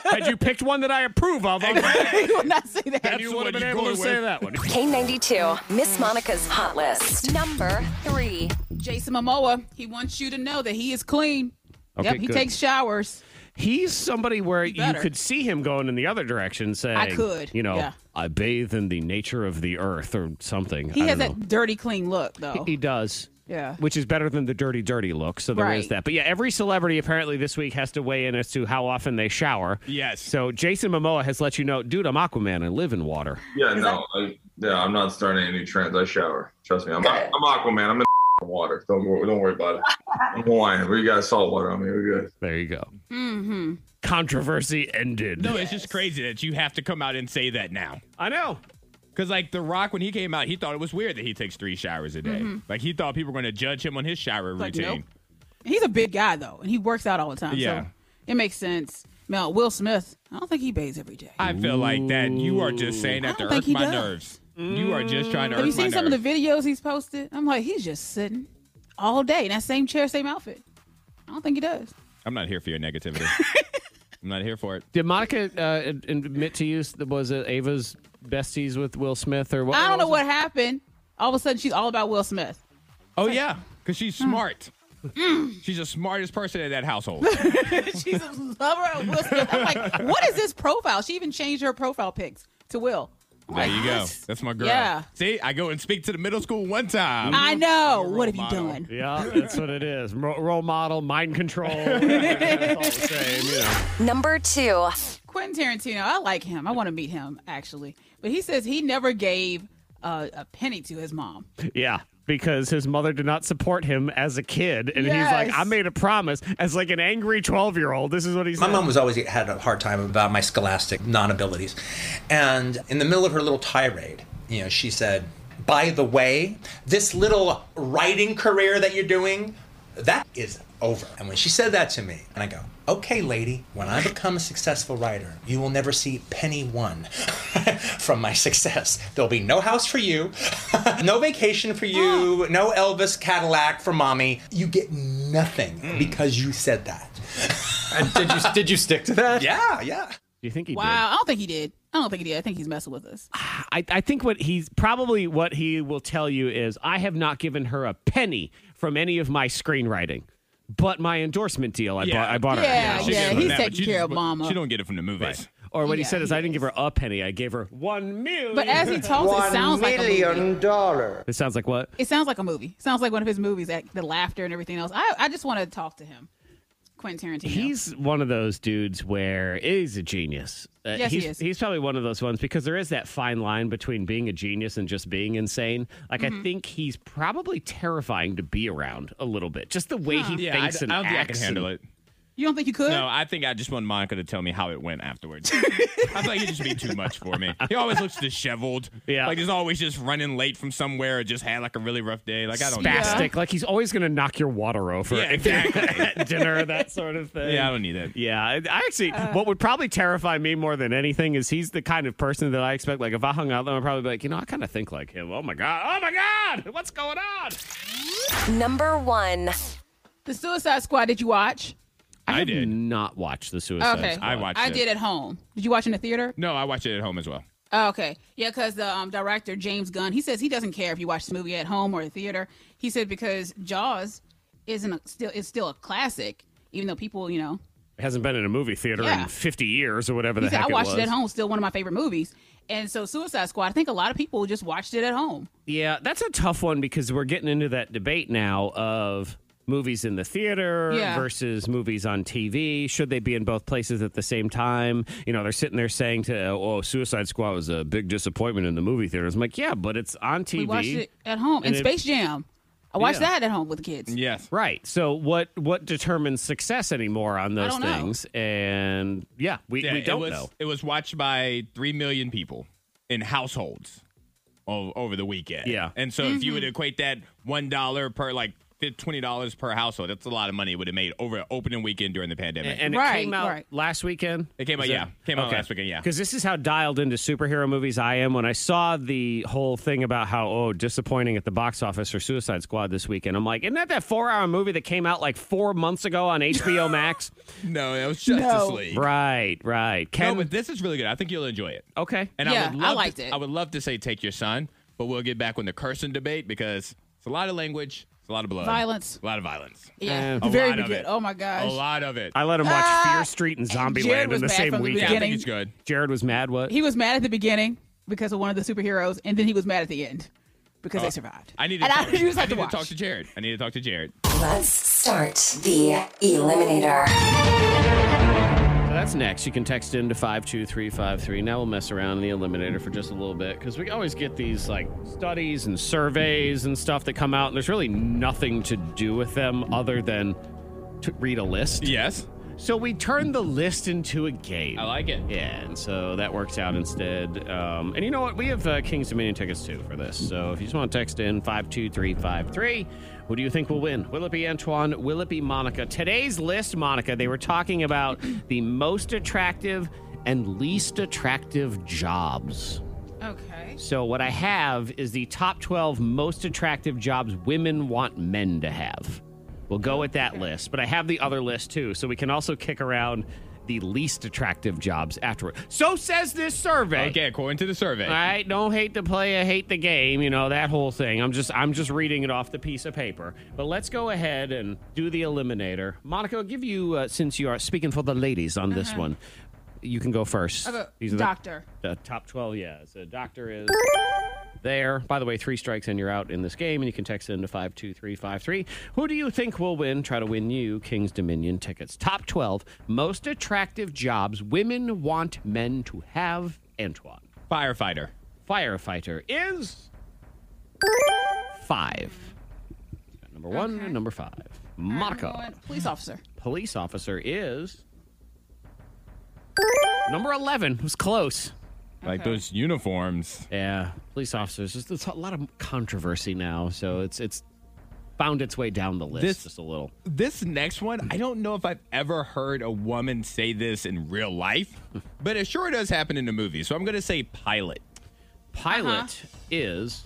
[SPEAKER 2] Had you picked one that I approve of,
[SPEAKER 3] you will not say that.
[SPEAKER 2] you would have been able to say that one.
[SPEAKER 5] K92, Miss Monica's hot list. Number three.
[SPEAKER 3] Jason Momoa, he wants you to know that he is clean.
[SPEAKER 2] Okay,
[SPEAKER 3] yep, he
[SPEAKER 2] good.
[SPEAKER 3] takes showers.
[SPEAKER 2] He's somebody where you
[SPEAKER 3] better.
[SPEAKER 2] could see him going in the other direction, saying,
[SPEAKER 3] could,
[SPEAKER 2] you know,
[SPEAKER 3] yeah.
[SPEAKER 2] I bathe in the nature of the earth or something."
[SPEAKER 3] He
[SPEAKER 2] I
[SPEAKER 3] has
[SPEAKER 2] don't know.
[SPEAKER 3] that dirty clean look though.
[SPEAKER 2] He does.
[SPEAKER 3] Yeah.
[SPEAKER 2] Which is better than the dirty, dirty look. So there is
[SPEAKER 3] Right.
[SPEAKER 2] that. But yeah, every celebrity apparently this week has to weigh in as to how often they shower.
[SPEAKER 4] Yes.
[SPEAKER 2] So Jason Momoa has let you know, dude, I'm Aquaman. I live in water.
[SPEAKER 15] Yeah, no, I, yeah, I'm not starting any trends. I shower. Trust me, I'm, I'm Aquaman. I'm in water. Don't wor- don't worry about it. I'm Hawaiian. We got salt water on me. We're good.
[SPEAKER 2] There you go.
[SPEAKER 3] Mm-hmm.
[SPEAKER 2] Controversy ended.
[SPEAKER 4] No, it's just crazy that you have to come out and say that now.
[SPEAKER 2] I know.
[SPEAKER 4] Because, like, The Rock, when he came out, he thought it was weird that he takes three showers a day.
[SPEAKER 3] Mhm.
[SPEAKER 4] Like, he thought people were going to judge him on his shower
[SPEAKER 3] Like,
[SPEAKER 4] routine.
[SPEAKER 3] nope. He's a big guy though, and he works out all the time.
[SPEAKER 4] Yeah.
[SPEAKER 3] So it makes sense. Now Will Smith, I don't think he bathes every day.
[SPEAKER 4] I feel like that you are just saying that to
[SPEAKER 3] don't think
[SPEAKER 4] irk
[SPEAKER 3] he
[SPEAKER 4] my
[SPEAKER 3] does.
[SPEAKER 4] nerves. You are just trying to
[SPEAKER 3] Have you
[SPEAKER 4] irk my
[SPEAKER 3] seen
[SPEAKER 4] nerves.
[SPEAKER 3] some of the videos he's posted? I'm like, he's just sitting all day in that same chair, same outfit. I don't think he does.
[SPEAKER 4] I'm not here for your negativity. I'm not here for it.
[SPEAKER 2] Did Monica uh, ad- admit to you that was it Ava's besties with Will Smith or what?
[SPEAKER 3] I don't know what happened. All of a sudden, she's all about Will Smith.
[SPEAKER 4] Oh, yeah. Because
[SPEAKER 3] Hmm.
[SPEAKER 4] she's smart.
[SPEAKER 3] Mm.
[SPEAKER 4] She's the smartest person in that household.
[SPEAKER 3] she's a lover of Will Smith. I'm like, what is this profile? She even changed her profile pics to Will.
[SPEAKER 4] There you go. That's my girl.
[SPEAKER 3] Yeah.
[SPEAKER 4] See, I go and speak to the middle school one time.
[SPEAKER 3] I know. What have you done?
[SPEAKER 2] Yeah, that's what it is. Ro- role model, mind control. It's all the same, you know.
[SPEAKER 5] Number two.
[SPEAKER 3] Quentin Tarantino, I like him. I want to meet him actually, but he says he never gave uh, a penny to his mom.
[SPEAKER 2] Yeah, because his mother did not support him as a kid, and he's like,
[SPEAKER 3] Yes.
[SPEAKER 2] "I made a promise." As like an angry twelve-year-old, this is what he's.
[SPEAKER 9] My mom was always had a hard time about my scholastic non-abilities, and in the middle of her little tirade, you know, she said, "By the way, this little writing career that you're doing, that is over." And when she said that to me, and I go, "Okay, lady, when I become a successful writer, you will never see penny one from my success. There'll be no house for you, no vacation for you, no Elvis Cadillac for mommy. You get nothing because you said that." Hmm. And did you did you stick to that? Yeah, yeah.
[SPEAKER 2] Do you think he
[SPEAKER 3] wow, I don't think he did. I don't think he did. I think he's messing with us.
[SPEAKER 2] I, I think what he's probably what he will tell you is I have not given her a penny from any of my screenwriting, but my endorsement deal I
[SPEAKER 4] Yeah.
[SPEAKER 2] bought I bought
[SPEAKER 3] Yeah,
[SPEAKER 2] her.
[SPEAKER 3] She yeah, gets it from he's that, but taking you care just- of mama.
[SPEAKER 4] She don't get it from the movies.
[SPEAKER 2] Or what he
[SPEAKER 3] Yeah,
[SPEAKER 2] said is I didn't give her a penny, I gave her one million.
[SPEAKER 3] But as he talks, it sounds like a movie.
[SPEAKER 2] dollar. It sounds like what?
[SPEAKER 3] It sounds like a movie. It sounds like one of his movies. That the laughter and everything else. I I just want to talk to him, Quentin Tarantino.
[SPEAKER 2] He's one of those dudes where he's a genius. Uh,
[SPEAKER 3] Yes, he
[SPEAKER 2] he's,
[SPEAKER 3] is.
[SPEAKER 2] He's probably one of those ones because there is that fine line between being a genius and just being insane. Like I
[SPEAKER 3] Mm-hmm.
[SPEAKER 4] Mhm.
[SPEAKER 2] think he's probably terrifying to be around a little bit. Just the way he
[SPEAKER 4] Yeah, I
[SPEAKER 2] thinks
[SPEAKER 4] d-
[SPEAKER 2] and
[SPEAKER 4] I don't think I
[SPEAKER 2] acts
[SPEAKER 4] can handle
[SPEAKER 2] and-
[SPEAKER 4] it.
[SPEAKER 3] you don't think you could?
[SPEAKER 4] No, I think I just want Monica to tell me how it went afterwards. I feel like he'd just be too much for me. He always looks disheveled. Yeah. Like he's always just running late from somewhere or just had like a really rough day. Like I don't
[SPEAKER 2] spastic.
[SPEAKER 4] know.
[SPEAKER 2] Like he's always going to knock your water over.
[SPEAKER 4] Yeah,
[SPEAKER 2] if you're
[SPEAKER 4] exactly.
[SPEAKER 2] at dinner, that sort of thing.
[SPEAKER 4] Yeah, I don't need that.
[SPEAKER 2] Yeah, I, I actually,
[SPEAKER 3] Uh.
[SPEAKER 2] what would probably terrify me more than anything is he's the kind of person that I expect. Like if I hung out with him, I'd probably be like, you know, I kind of think like him. Oh my god. Oh my god. What's going on?
[SPEAKER 5] Number one.
[SPEAKER 3] The Suicide Squad. Did you watch?
[SPEAKER 2] I, did not watch the Suicide
[SPEAKER 3] okay,
[SPEAKER 2] Squad.
[SPEAKER 3] I did at home. Did you watch in the theater?
[SPEAKER 4] No, I watch it at home as well.
[SPEAKER 3] Oh, okay. Yeah, because the um, director, James Gunn, he says he doesn't care if you watch the movie at home or the theater. He said because Jaws isn't a, still is still a classic, even though people, you know,
[SPEAKER 2] It hasn't been in a movie theater
[SPEAKER 3] Yeah.
[SPEAKER 2] in 50 years or whatever
[SPEAKER 3] he
[SPEAKER 2] the
[SPEAKER 3] said
[SPEAKER 2] heck
[SPEAKER 3] I watched
[SPEAKER 2] it
[SPEAKER 3] it,
[SPEAKER 2] was.
[SPEAKER 3] at home, still one of my favorite movies. And so Suicide Squad, I think a lot of people just watched it at home.
[SPEAKER 2] Yeah, that's a tough one because we're getting into that debate now of movies in the theater
[SPEAKER 3] Yeah.
[SPEAKER 2] versus movies on TV. Should they be in both places at the same time? You know, they're sitting there saying to, "Oh, Suicide Squad was a big disappointment in the movie theaters." I'm like, "Yeah, but it's on TV."
[SPEAKER 3] We watched it at home. And,
[SPEAKER 2] And it-
[SPEAKER 3] Space Jam, I watched
[SPEAKER 2] Yeah.
[SPEAKER 3] that at home with the kids.
[SPEAKER 4] Yes.
[SPEAKER 2] Right. So what what determines success anymore on those
[SPEAKER 3] don't know.
[SPEAKER 2] things? And yeah, we,
[SPEAKER 4] Yeah,
[SPEAKER 2] we don't
[SPEAKER 4] it was,
[SPEAKER 2] know.
[SPEAKER 4] It was watched by three million people in households o- over the weekend. Yeah, and so if you would equate that one dollar per like twenty dollars per household. That's a lot of money it would have made over an opening weekend during the pandemic.
[SPEAKER 2] And, and it came out last weekend.
[SPEAKER 4] It came out,
[SPEAKER 2] Is it-
[SPEAKER 4] yeah, came out last weekend, yeah.
[SPEAKER 2] Because this is how dialed into superhero movies I am. When I saw the whole thing about how oh disappointing at the box office for Suicide Squad this weekend, I'm like, isn't that that four hour movie that came out like four months ago on HBO Max?
[SPEAKER 4] no, it was Justice League.
[SPEAKER 2] Right, right.
[SPEAKER 4] no, but this is really good. I think you'll enjoy it.
[SPEAKER 2] Okay.
[SPEAKER 4] And
[SPEAKER 3] Yeah,
[SPEAKER 4] I would
[SPEAKER 3] I
[SPEAKER 4] love
[SPEAKER 3] liked
[SPEAKER 4] to,
[SPEAKER 3] it.
[SPEAKER 4] I would love to say take your son, but we'll get back on the cursing debate because it's a lot of language, it's a lot of blood,
[SPEAKER 3] Violence.
[SPEAKER 4] a lot of violence.
[SPEAKER 3] Yeah.
[SPEAKER 4] a
[SPEAKER 3] Very
[SPEAKER 4] lot of
[SPEAKER 3] good.
[SPEAKER 4] it.
[SPEAKER 3] Oh my gosh.
[SPEAKER 4] A lot of it.
[SPEAKER 2] I let him watch Fear Street and
[SPEAKER 3] Ah, Jared
[SPEAKER 2] Zombieland in
[SPEAKER 3] was
[SPEAKER 2] the
[SPEAKER 3] mad
[SPEAKER 2] same
[SPEAKER 3] from the
[SPEAKER 2] weekend.
[SPEAKER 3] beginning. Yeah, I think it's
[SPEAKER 4] good.
[SPEAKER 2] Jared was mad. What?
[SPEAKER 3] He was mad at the beginning because of one of the superheroes, and then he was mad at the end because
[SPEAKER 4] Oh,
[SPEAKER 3] they survived.
[SPEAKER 4] I need to,
[SPEAKER 3] And I
[SPEAKER 4] talk,
[SPEAKER 3] you just
[SPEAKER 4] I
[SPEAKER 3] have to
[SPEAKER 4] need to
[SPEAKER 3] watch.
[SPEAKER 4] talk to Jared. I need to talk to Jared.
[SPEAKER 11] Let's start the Eliminator.
[SPEAKER 2] So that's next. You can text in to 52353. Now we'll mess around in the Eliminator for just a little bit because we always get these like studies and surveys and stuff that come out, and there's really nothing to do with them other than to read a list.
[SPEAKER 4] Yes.
[SPEAKER 2] So we turn the list into a game. I
[SPEAKER 4] like it.
[SPEAKER 2] Yeah, and so that works out instead. Um, and you know what? We have uh, Kings Dominion tickets too for this. So if you just want to text in 52353, who do you think will win? Will it be Antoine? Will it be Monica? Today's list, Monica, they were talking about the most attractive and least attractive jobs.
[SPEAKER 3] Okay.
[SPEAKER 2] So what I have is the top 12 most attractive jobs women want men to have. We'll go with that list, but I have the other list too, so we can also kick around the least attractive jobs afterward. So says this survey.
[SPEAKER 4] Okay, according to the survey.
[SPEAKER 2] All right, don't hate the player, hate the game, you know, that whole thing. I'm just I'm just reading it off the piece of paper. But let's go ahead and do the eliminator. Monica, I'll give you uh, since you are speaking for the ladies on this
[SPEAKER 3] Uh-huh.
[SPEAKER 2] one. You can go first.
[SPEAKER 3] Okay,
[SPEAKER 2] the-
[SPEAKER 3] doctor.
[SPEAKER 2] the top 12, yeah. So doctor is there. By the way, three strikes and you're out in this game, and you can text in to 52353. Who do you think will win? Try to win you King's Dominion tickets. Top 12 most attractive jobs women want men to have, Antoine.
[SPEAKER 4] Firefighter.
[SPEAKER 2] Firefighter is five. Got Number one and number five. Monica.
[SPEAKER 3] Going, Police officer.
[SPEAKER 2] Police officer is number 11. It was close.
[SPEAKER 4] Like those uniforms.
[SPEAKER 2] Yeah, police officers. There's, there's a lot of controversy now, so it's it's found its way down the list
[SPEAKER 4] This-
[SPEAKER 2] just a little.
[SPEAKER 4] This next one, I don't know if I've ever heard a woman say this in real life, but it sure does happen in the movie. So I'm going to say pilot.
[SPEAKER 2] Pilot is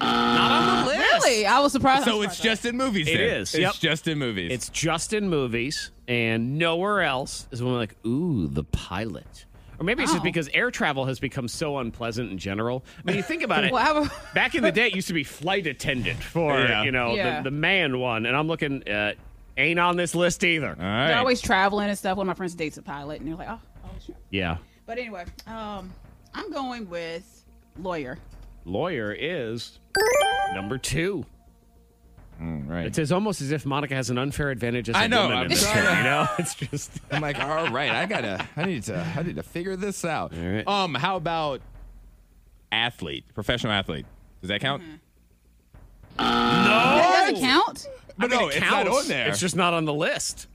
[SPEAKER 2] not on the list.
[SPEAKER 3] Really? I was surprised. I
[SPEAKER 4] So
[SPEAKER 3] was
[SPEAKER 4] it's just in movies.
[SPEAKER 2] It
[SPEAKER 4] then.
[SPEAKER 2] is.
[SPEAKER 4] It's
[SPEAKER 2] yep.
[SPEAKER 4] just in movies.
[SPEAKER 2] It's just in movies, and nowhere else is when we're like, ooh, the pilot. Or maybe it's just
[SPEAKER 3] Oh.
[SPEAKER 2] because air travel has become so unpleasant in general. I mean, you think about it.
[SPEAKER 3] Wow.
[SPEAKER 2] Back in the day, it used to be flight attendant for
[SPEAKER 4] Yeah.
[SPEAKER 2] you know
[SPEAKER 3] Yeah.
[SPEAKER 2] the, the man one, and I'm looking uh, ain't on this list either. All
[SPEAKER 4] Uh.
[SPEAKER 3] They're
[SPEAKER 2] right.
[SPEAKER 3] always traveling and stuff. One of my friends dates a pilot, and they're like, oh. always travel.
[SPEAKER 2] yeah.
[SPEAKER 3] But anyway, um, I'm going with lawyer.
[SPEAKER 2] lawyer is number two.
[SPEAKER 4] right.
[SPEAKER 2] It's as almost as if Monica has an unfair advantage as a
[SPEAKER 4] I know,
[SPEAKER 2] woman
[SPEAKER 4] I'm
[SPEAKER 2] in this
[SPEAKER 4] trying
[SPEAKER 2] show,
[SPEAKER 4] to-
[SPEAKER 2] you know, it's just.
[SPEAKER 4] I'm like, all right, I gotta, I need to, I need to figure this out. Um, how about athlete, professional athlete? Does that count?
[SPEAKER 2] Mm-hmm.
[SPEAKER 3] That doesn't count.
[SPEAKER 4] But no, it's not on there.
[SPEAKER 2] It's just not on the list.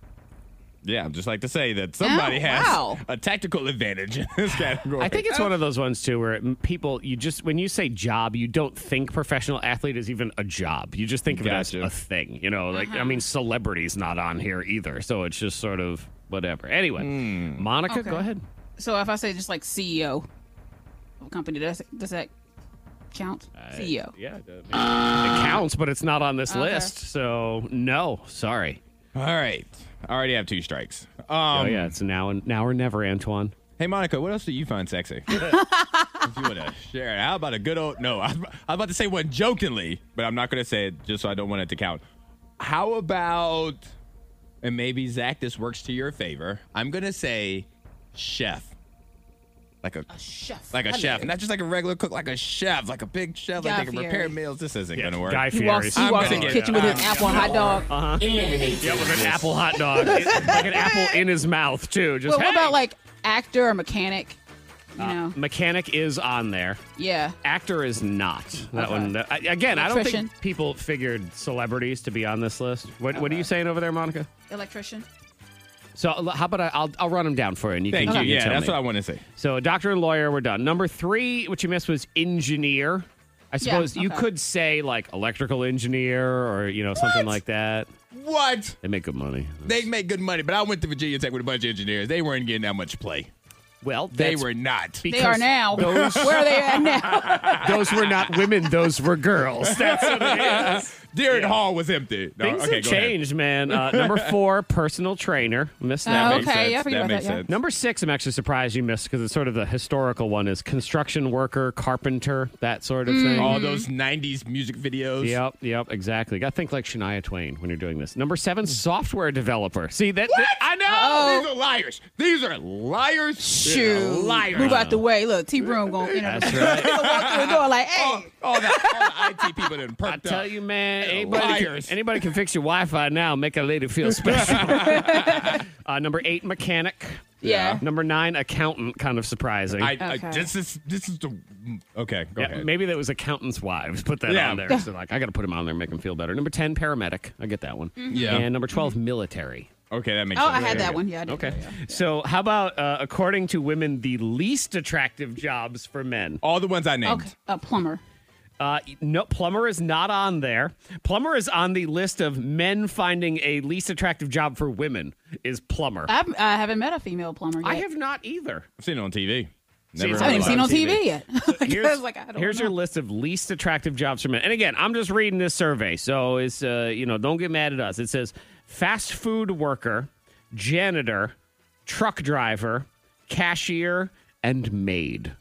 [SPEAKER 4] Yeah, I'm just like to say that somebody
[SPEAKER 2] Oh,
[SPEAKER 4] has
[SPEAKER 2] wow.
[SPEAKER 4] a tactical advantage in this category.
[SPEAKER 2] I think it's one of those ones too where it- people you just when you say job you don't think professional athlete is even a job. You just think of it as a thing, you know, like I
[SPEAKER 3] Uh-huh.
[SPEAKER 2] mean celebrity's not on here either. So it's just sort of whatever. Anyway,
[SPEAKER 4] Hmm.
[SPEAKER 2] Monica,
[SPEAKER 3] Okay.
[SPEAKER 2] go ahead.
[SPEAKER 3] So if I say just like CEO of a company, does does that count? E CEO.
[SPEAKER 2] Yeah, it counts, but it's not on this
[SPEAKER 3] Okay.
[SPEAKER 2] list. So no, sorry.
[SPEAKER 4] All right, I already have two strikes. Um,
[SPEAKER 2] oh yeah, it's now and now or never, Antoine.
[SPEAKER 4] Hey Monica, what else do you find sexy? if you want to share it, how about a good old? No, I, I was about to say one jokingly, but I'm not going to say it just so I don't want it to count. How about? And maybe Zach, this works to your favor. I'm going to say chef, like a,
[SPEAKER 3] chef,
[SPEAKER 4] like a
[SPEAKER 3] Hello.
[SPEAKER 4] chef, not just like a regular cook, like a chef, like a big chef,
[SPEAKER 3] Guy
[SPEAKER 4] like they can prepare
[SPEAKER 3] Fieri.
[SPEAKER 4] meals. This isn't going to work.
[SPEAKER 2] Guy
[SPEAKER 3] He walks, he
[SPEAKER 4] I'm
[SPEAKER 3] walks
[SPEAKER 4] gonna
[SPEAKER 3] in the
[SPEAKER 4] get-
[SPEAKER 3] kitchen with his
[SPEAKER 4] I'm
[SPEAKER 3] apple
[SPEAKER 4] gonna-
[SPEAKER 3] hot dog.
[SPEAKER 2] Uh huh. Yeah, with an apple hot dog, It- like an apple in his mouth too. Just
[SPEAKER 3] Well, what
[SPEAKER 2] hey!
[SPEAKER 3] about like actor or mechanic? You know,
[SPEAKER 2] mechanic is on there.
[SPEAKER 3] yeah.
[SPEAKER 2] Actor is not that
[SPEAKER 3] Okay.
[SPEAKER 2] one. that- I- again, I don't
[SPEAKER 3] Electrician.
[SPEAKER 2] think people figured celebrities to be on this list. What What are you saying over there, Monica?
[SPEAKER 3] Electrician.
[SPEAKER 2] So l- how about I, I'll I'll run them down for you. And you
[SPEAKER 4] Thank
[SPEAKER 2] can
[SPEAKER 4] you.
[SPEAKER 2] can
[SPEAKER 4] Yeah,
[SPEAKER 2] tell
[SPEAKER 4] that's
[SPEAKER 2] me.
[SPEAKER 4] what I want to say.
[SPEAKER 2] So doctor and lawyer, we're done. Number three, what you missed was engineer. I I
[SPEAKER 4] Yeah,
[SPEAKER 2] suppose you
[SPEAKER 4] okay.
[SPEAKER 2] could say like electrical engineer or you know
[SPEAKER 4] What?
[SPEAKER 2] something like that.
[SPEAKER 4] What?
[SPEAKER 2] They make good money.
[SPEAKER 4] They make good money, but I went to Virginia Tech with a bunch of engineers. They weren't getting that much play.
[SPEAKER 2] Well,
[SPEAKER 4] they
[SPEAKER 2] that's
[SPEAKER 4] were not.
[SPEAKER 3] They are now.
[SPEAKER 2] those-
[SPEAKER 3] Where are they at now?
[SPEAKER 2] Those were not women; those were girls. That's what it is.
[SPEAKER 4] Deering Hall was empty. No,
[SPEAKER 2] Things
[SPEAKER 4] Oh, okay,
[SPEAKER 2] have
[SPEAKER 4] go ahead.
[SPEAKER 2] changed, man. Uh, number four, personal trainer. Missed that.
[SPEAKER 3] Oh,
[SPEAKER 2] one.
[SPEAKER 3] okay. Makes Yeah, I sense. forgot That about makes that, yeah. sense.
[SPEAKER 2] Number six, I'm actually surprised you missed because it's sort of the historical one is construction worker, carpenter, that sort of thing.
[SPEAKER 4] All those 90s music videos.
[SPEAKER 2] Yep, yep, exactly. Got to think like Shania Twain when you're doing this. Number seven, software developer. See that? that- I know.
[SPEAKER 4] These are liars. These are liars.
[SPEAKER 3] Shoot.
[SPEAKER 4] They're Liars.
[SPEAKER 3] Move out the way. Look, T Broom going, you know,
[SPEAKER 2] That's right.
[SPEAKER 3] walk through the door like,
[SPEAKER 2] Oh.
[SPEAKER 3] hey.
[SPEAKER 4] All that all the IT people didn't
[SPEAKER 2] I
[SPEAKER 4] perked
[SPEAKER 2] tell
[SPEAKER 4] up.
[SPEAKER 2] you, man, anybody can,
[SPEAKER 4] Liars.
[SPEAKER 2] anybody can fix your Wi-Fi now, make a lady feel special. uh, number eight, mechanic.
[SPEAKER 4] Yeah.
[SPEAKER 2] Number nine, accountant. Kind of surprising.
[SPEAKER 4] I, I, this is this is the mm, okay. Go
[SPEAKER 2] Yeah,
[SPEAKER 4] ahead.
[SPEAKER 2] maybe that was accountants' wives. Put that
[SPEAKER 4] Yeah.
[SPEAKER 2] on there. So like, I got to put him on there, make him feel better. Number ten, paramedic. I get that one.
[SPEAKER 3] Mhm.
[SPEAKER 4] Yeah.
[SPEAKER 2] And number 12 military.
[SPEAKER 4] Okay, that
[SPEAKER 3] makes Oh, sense. I had that one. Yeah, I did.
[SPEAKER 2] okay. So, how about uh, according to women, the least attractive jobs for men?
[SPEAKER 4] All the ones I named.
[SPEAKER 3] Okay. A plumber.
[SPEAKER 2] Uh, no, plumber is not on there. Plumber is on the list of men finding a least attractive job for women. Is plumber?
[SPEAKER 3] I've, I haven't met a female plumber yet.
[SPEAKER 2] I have not either.
[SPEAKER 4] I've seen it on TV.
[SPEAKER 2] See,
[SPEAKER 4] Never
[SPEAKER 2] it's
[SPEAKER 3] I haven't even seen it on
[SPEAKER 2] on
[SPEAKER 3] TV,
[SPEAKER 2] TV.
[SPEAKER 3] yet.
[SPEAKER 2] Here's,
[SPEAKER 3] like, I don't
[SPEAKER 2] here's your
[SPEAKER 3] know.
[SPEAKER 2] list of least attractive jobs for men. And again, I'm just reading this survey, so it's uh, you know, don't get mad at us. It says fast food worker, janitor, truck driver, cashier, and maid.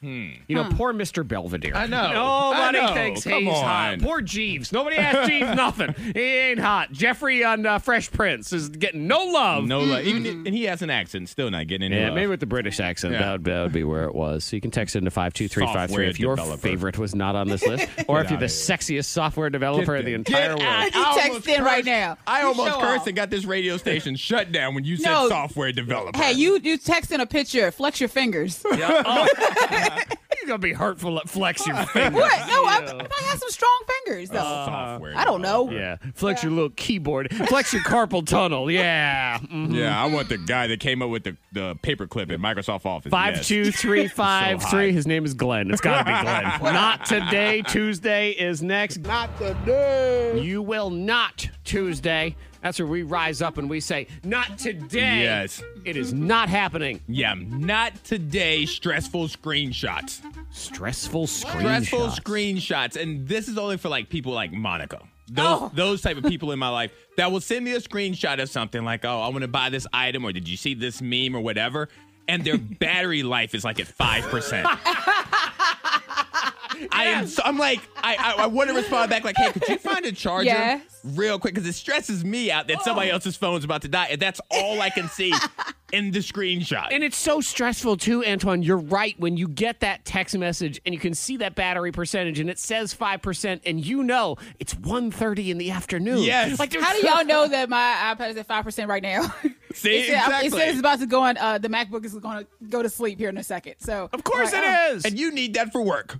[SPEAKER 4] Hmm.
[SPEAKER 2] You know, poor Mr. Belvedere.
[SPEAKER 4] I know.
[SPEAKER 2] Nobody
[SPEAKER 4] I know.
[SPEAKER 2] thinks
[SPEAKER 4] Come
[SPEAKER 2] he's
[SPEAKER 4] on.
[SPEAKER 2] hot. Poor Jeeves. Nobody asked Jeeves nothing. He ain't hot. Jeffrey on uh, Fresh Prince is getting no love.
[SPEAKER 4] No, like, even
[SPEAKER 3] Mm-hmm.
[SPEAKER 4] and he has an accent, still not getting any.
[SPEAKER 2] Yeah,
[SPEAKER 4] love.
[SPEAKER 2] maybe with the British accent.
[SPEAKER 4] Yeah.
[SPEAKER 2] That, would, that would be where it was. So you can text into 52353
[SPEAKER 4] Software
[SPEAKER 2] if your
[SPEAKER 4] developer.
[SPEAKER 2] favorite was not on this list, or if
[SPEAKER 4] Get
[SPEAKER 2] you're the sexiest software developer in the
[SPEAKER 4] Get
[SPEAKER 2] entire
[SPEAKER 4] out.
[SPEAKER 2] world.
[SPEAKER 3] You
[SPEAKER 4] I
[SPEAKER 3] text
[SPEAKER 4] almost
[SPEAKER 3] in right
[SPEAKER 4] cursed-
[SPEAKER 3] now.
[SPEAKER 4] I
[SPEAKER 3] You
[SPEAKER 4] almost
[SPEAKER 3] show
[SPEAKER 4] cursed
[SPEAKER 3] off.
[SPEAKER 4] and got this radio station shut down when you said
[SPEAKER 3] No.
[SPEAKER 4] software developer.
[SPEAKER 3] Hey, you you text in a picture. Flex your fingers.
[SPEAKER 2] You're going to be hurtful at flex your fingers.
[SPEAKER 3] what? No, I, I have some strong fingers though.
[SPEAKER 4] software.
[SPEAKER 3] I don't know.
[SPEAKER 2] Oh, Yeah. Flex your little keyboard. Flex your carpal tunnel. Yeah. Mhm.
[SPEAKER 4] Yeah, I want the guy that came up with the, the paperclip in Microsoft Office.
[SPEAKER 2] Five
[SPEAKER 4] yes.
[SPEAKER 2] two three five
[SPEAKER 4] So hot.
[SPEAKER 2] three. His name is Glenn. It's got to be Glenn. Not today. Tuesday is next. Not today. You will not Tuesday. That's where we rise up and we say, "Not today."
[SPEAKER 4] Yes.
[SPEAKER 2] It is not happening.
[SPEAKER 4] Yeah, not today. Stressful screenshots.
[SPEAKER 2] Stressful screenshots.
[SPEAKER 4] Stressful screenshots, and this is only for like people like Monica. Those
[SPEAKER 3] Oh.
[SPEAKER 4] those type of people in my life that will send me a screenshot of something like, "Oh, I want to buy this item," or "Did you see this meme?" or whatever. And their battery life is like at five percent. I am. So, I'm like, I, I, I want to respond back like, "Hey, could you find a charger
[SPEAKER 3] Yes.
[SPEAKER 4] real quick?" Because it stresses me out that somebody else's phone's about to die, and that's all I can see in the screenshot.
[SPEAKER 2] And it's so stressful too, Antoine. You're right. When you get that text message and you can see that battery percentage and it says five percent, and you know it's 1.30 in the afternoon.
[SPEAKER 4] Yes.
[SPEAKER 2] Like there's-
[SPEAKER 3] How do y'all know that my iPad is at five percent right now?
[SPEAKER 4] See,
[SPEAKER 3] it, said, it
[SPEAKER 4] exactly.
[SPEAKER 3] said it's about to go on. Uh, the MacBook is going to go to sleep here in a second. So uh,
[SPEAKER 2] Of course
[SPEAKER 3] it is.
[SPEAKER 2] it is.
[SPEAKER 4] and you need that for work,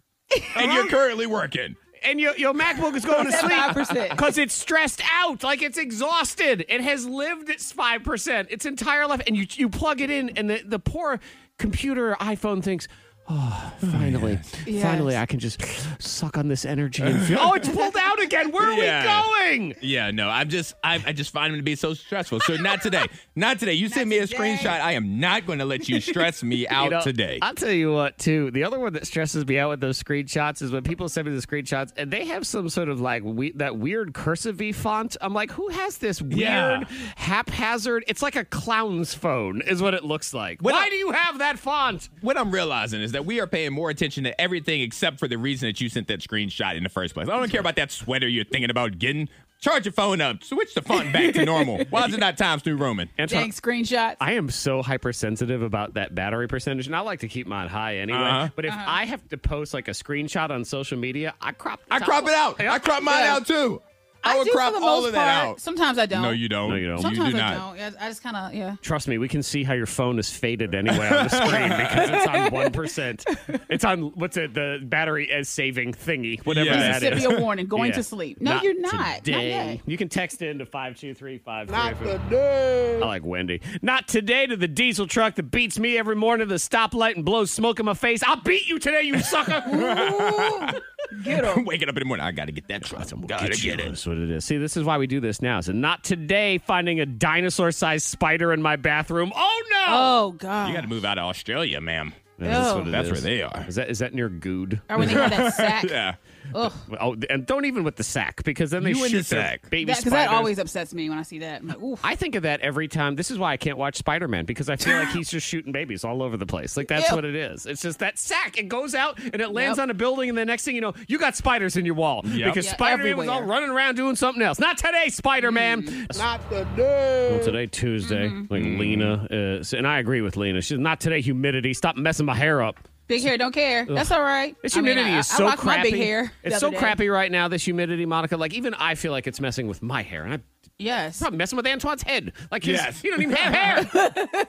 [SPEAKER 4] and you're currently working.
[SPEAKER 2] and your, your MacBook is going to sleep
[SPEAKER 3] 5%.
[SPEAKER 2] because it's stressed out, like it's exhausted. It has lived its five percent its entire life, and you you plug it in, and the the poor computer or iPhone thinks. Oh, finally.
[SPEAKER 3] yes.
[SPEAKER 2] Finally, I can just suck on this energy and feel. Oh, it's pulled out again. Where are
[SPEAKER 4] Yeah.
[SPEAKER 2] we going?
[SPEAKER 4] Yeah, no, I'm just I, I just find them to be so stressful. So not today, not today. You send me a screenshot. I am not going to let you stress me out
[SPEAKER 2] You know,
[SPEAKER 4] today.
[SPEAKER 2] I'll tell you what, too. The other one that stresses me out with those screenshots is when people send me the screenshots and they have some sort of like we- that weird cursive font. I'm like, who has this weird,
[SPEAKER 4] Yeah.
[SPEAKER 2] haphazard? It's like a clown's phone, is what it looks like.
[SPEAKER 4] When
[SPEAKER 2] Why
[SPEAKER 4] I-
[SPEAKER 2] do you have that font?
[SPEAKER 4] what I'm realizing is that we are paying more attention to everything except for the reason that you sent that screenshot in the first place. I don't care about that sweater you're thinking about getting. Charge your phone up. Switch the font back to normal. Why is it not Times New Roman?
[SPEAKER 3] Dang screenshots.
[SPEAKER 2] I am so hypersensitive about that battery percentage, and I like to keep mine high anyway.
[SPEAKER 4] Uh-huh.
[SPEAKER 2] But if I have to post like a screenshot on social media, I crop. the
[SPEAKER 4] I
[SPEAKER 2] top
[SPEAKER 4] crop
[SPEAKER 2] one.
[SPEAKER 4] it out. I crop mine out too.
[SPEAKER 3] I,
[SPEAKER 4] would
[SPEAKER 3] do
[SPEAKER 4] crop
[SPEAKER 3] for the
[SPEAKER 4] all
[SPEAKER 3] most
[SPEAKER 4] of that
[SPEAKER 3] part.
[SPEAKER 4] out.
[SPEAKER 3] Sometimes I don't.
[SPEAKER 2] No, you don't. No, you don't. You
[SPEAKER 3] Sometimes
[SPEAKER 2] do
[SPEAKER 3] I
[SPEAKER 2] not.
[SPEAKER 3] don't. Yeah, I just kind of yeah.
[SPEAKER 2] Trust me, we can see how your phone is faded anyway on the screen because it's on one percent. It's on what's it? The battery is saving thingy, whatever
[SPEAKER 3] Yeah.
[SPEAKER 2] that is.
[SPEAKER 3] Mississippi a warning, going to sleep. No, you're not. Not
[SPEAKER 2] Today.
[SPEAKER 3] yet.
[SPEAKER 2] You can text in to five two three five three.
[SPEAKER 3] Not today.
[SPEAKER 2] I like Wendy. Not today to the diesel truck that beats me every morning to the stoplight and blows smoke in my face. I'll beat you today, you sucker.
[SPEAKER 3] Get him.
[SPEAKER 4] Waking up in the morning, I gotta get that truck. Gotta
[SPEAKER 2] Get you.
[SPEAKER 4] get it.
[SPEAKER 2] That's what it is. See, this is why we do this now. So not today finding a dinosaur-sized spider in my bathroom. Oh no!
[SPEAKER 3] Oh god.
[SPEAKER 4] You gotta move out of Australia, ma'am.
[SPEAKER 3] Oh.
[SPEAKER 2] That's, what it
[SPEAKER 4] That's
[SPEAKER 2] is.
[SPEAKER 4] where they are.
[SPEAKER 2] Is that is that near Good?
[SPEAKER 3] Or when they have that sack.
[SPEAKER 4] yeah.
[SPEAKER 3] Ugh.
[SPEAKER 2] Oh, and don't even with the sack because then they
[SPEAKER 4] You
[SPEAKER 2] shoot
[SPEAKER 4] and the
[SPEAKER 2] their
[SPEAKER 4] sack.
[SPEAKER 2] baby
[SPEAKER 3] Because
[SPEAKER 2] spiders.
[SPEAKER 3] that always upsets me when I see that. I'm like, oof.
[SPEAKER 2] I think of that every time. This is why I can't watch Spider Man because I feel like he's just shooting babies all over the place. Like that's
[SPEAKER 3] Ew.
[SPEAKER 2] what it is. It's just that sack. It goes out and it lands on a building, and the next thing you know, you got spiders in your wall
[SPEAKER 4] Yep.
[SPEAKER 2] because
[SPEAKER 4] Yeah,
[SPEAKER 2] Spider Man was all
[SPEAKER 4] everywhere.
[SPEAKER 2] running around doing something else. Not today, Spider Man.
[SPEAKER 3] Mm.
[SPEAKER 4] Not the
[SPEAKER 2] Well, today Tuesday,
[SPEAKER 3] Mm-hmm.
[SPEAKER 2] like Lena,
[SPEAKER 4] Mm.
[SPEAKER 2] is, and I agree with Lena. She's not today. Humidity. Stop messing my hair up.
[SPEAKER 3] Big hair, don't care. That's
[SPEAKER 2] Ugh.
[SPEAKER 3] all right.
[SPEAKER 2] This
[SPEAKER 3] I mean,
[SPEAKER 2] humidity
[SPEAKER 3] I-
[SPEAKER 2] is
[SPEAKER 3] I
[SPEAKER 2] so
[SPEAKER 3] rocked
[SPEAKER 2] crappy.
[SPEAKER 3] My big hair the
[SPEAKER 2] it's
[SPEAKER 3] other
[SPEAKER 2] so
[SPEAKER 3] day.
[SPEAKER 2] crappy right now. This humidity, Monica. Like even I feel like it's messing with my hair, and I
[SPEAKER 3] Yes.
[SPEAKER 2] probably messing with Antoine's head. Like his,
[SPEAKER 4] Yes.
[SPEAKER 2] he don't even have hair.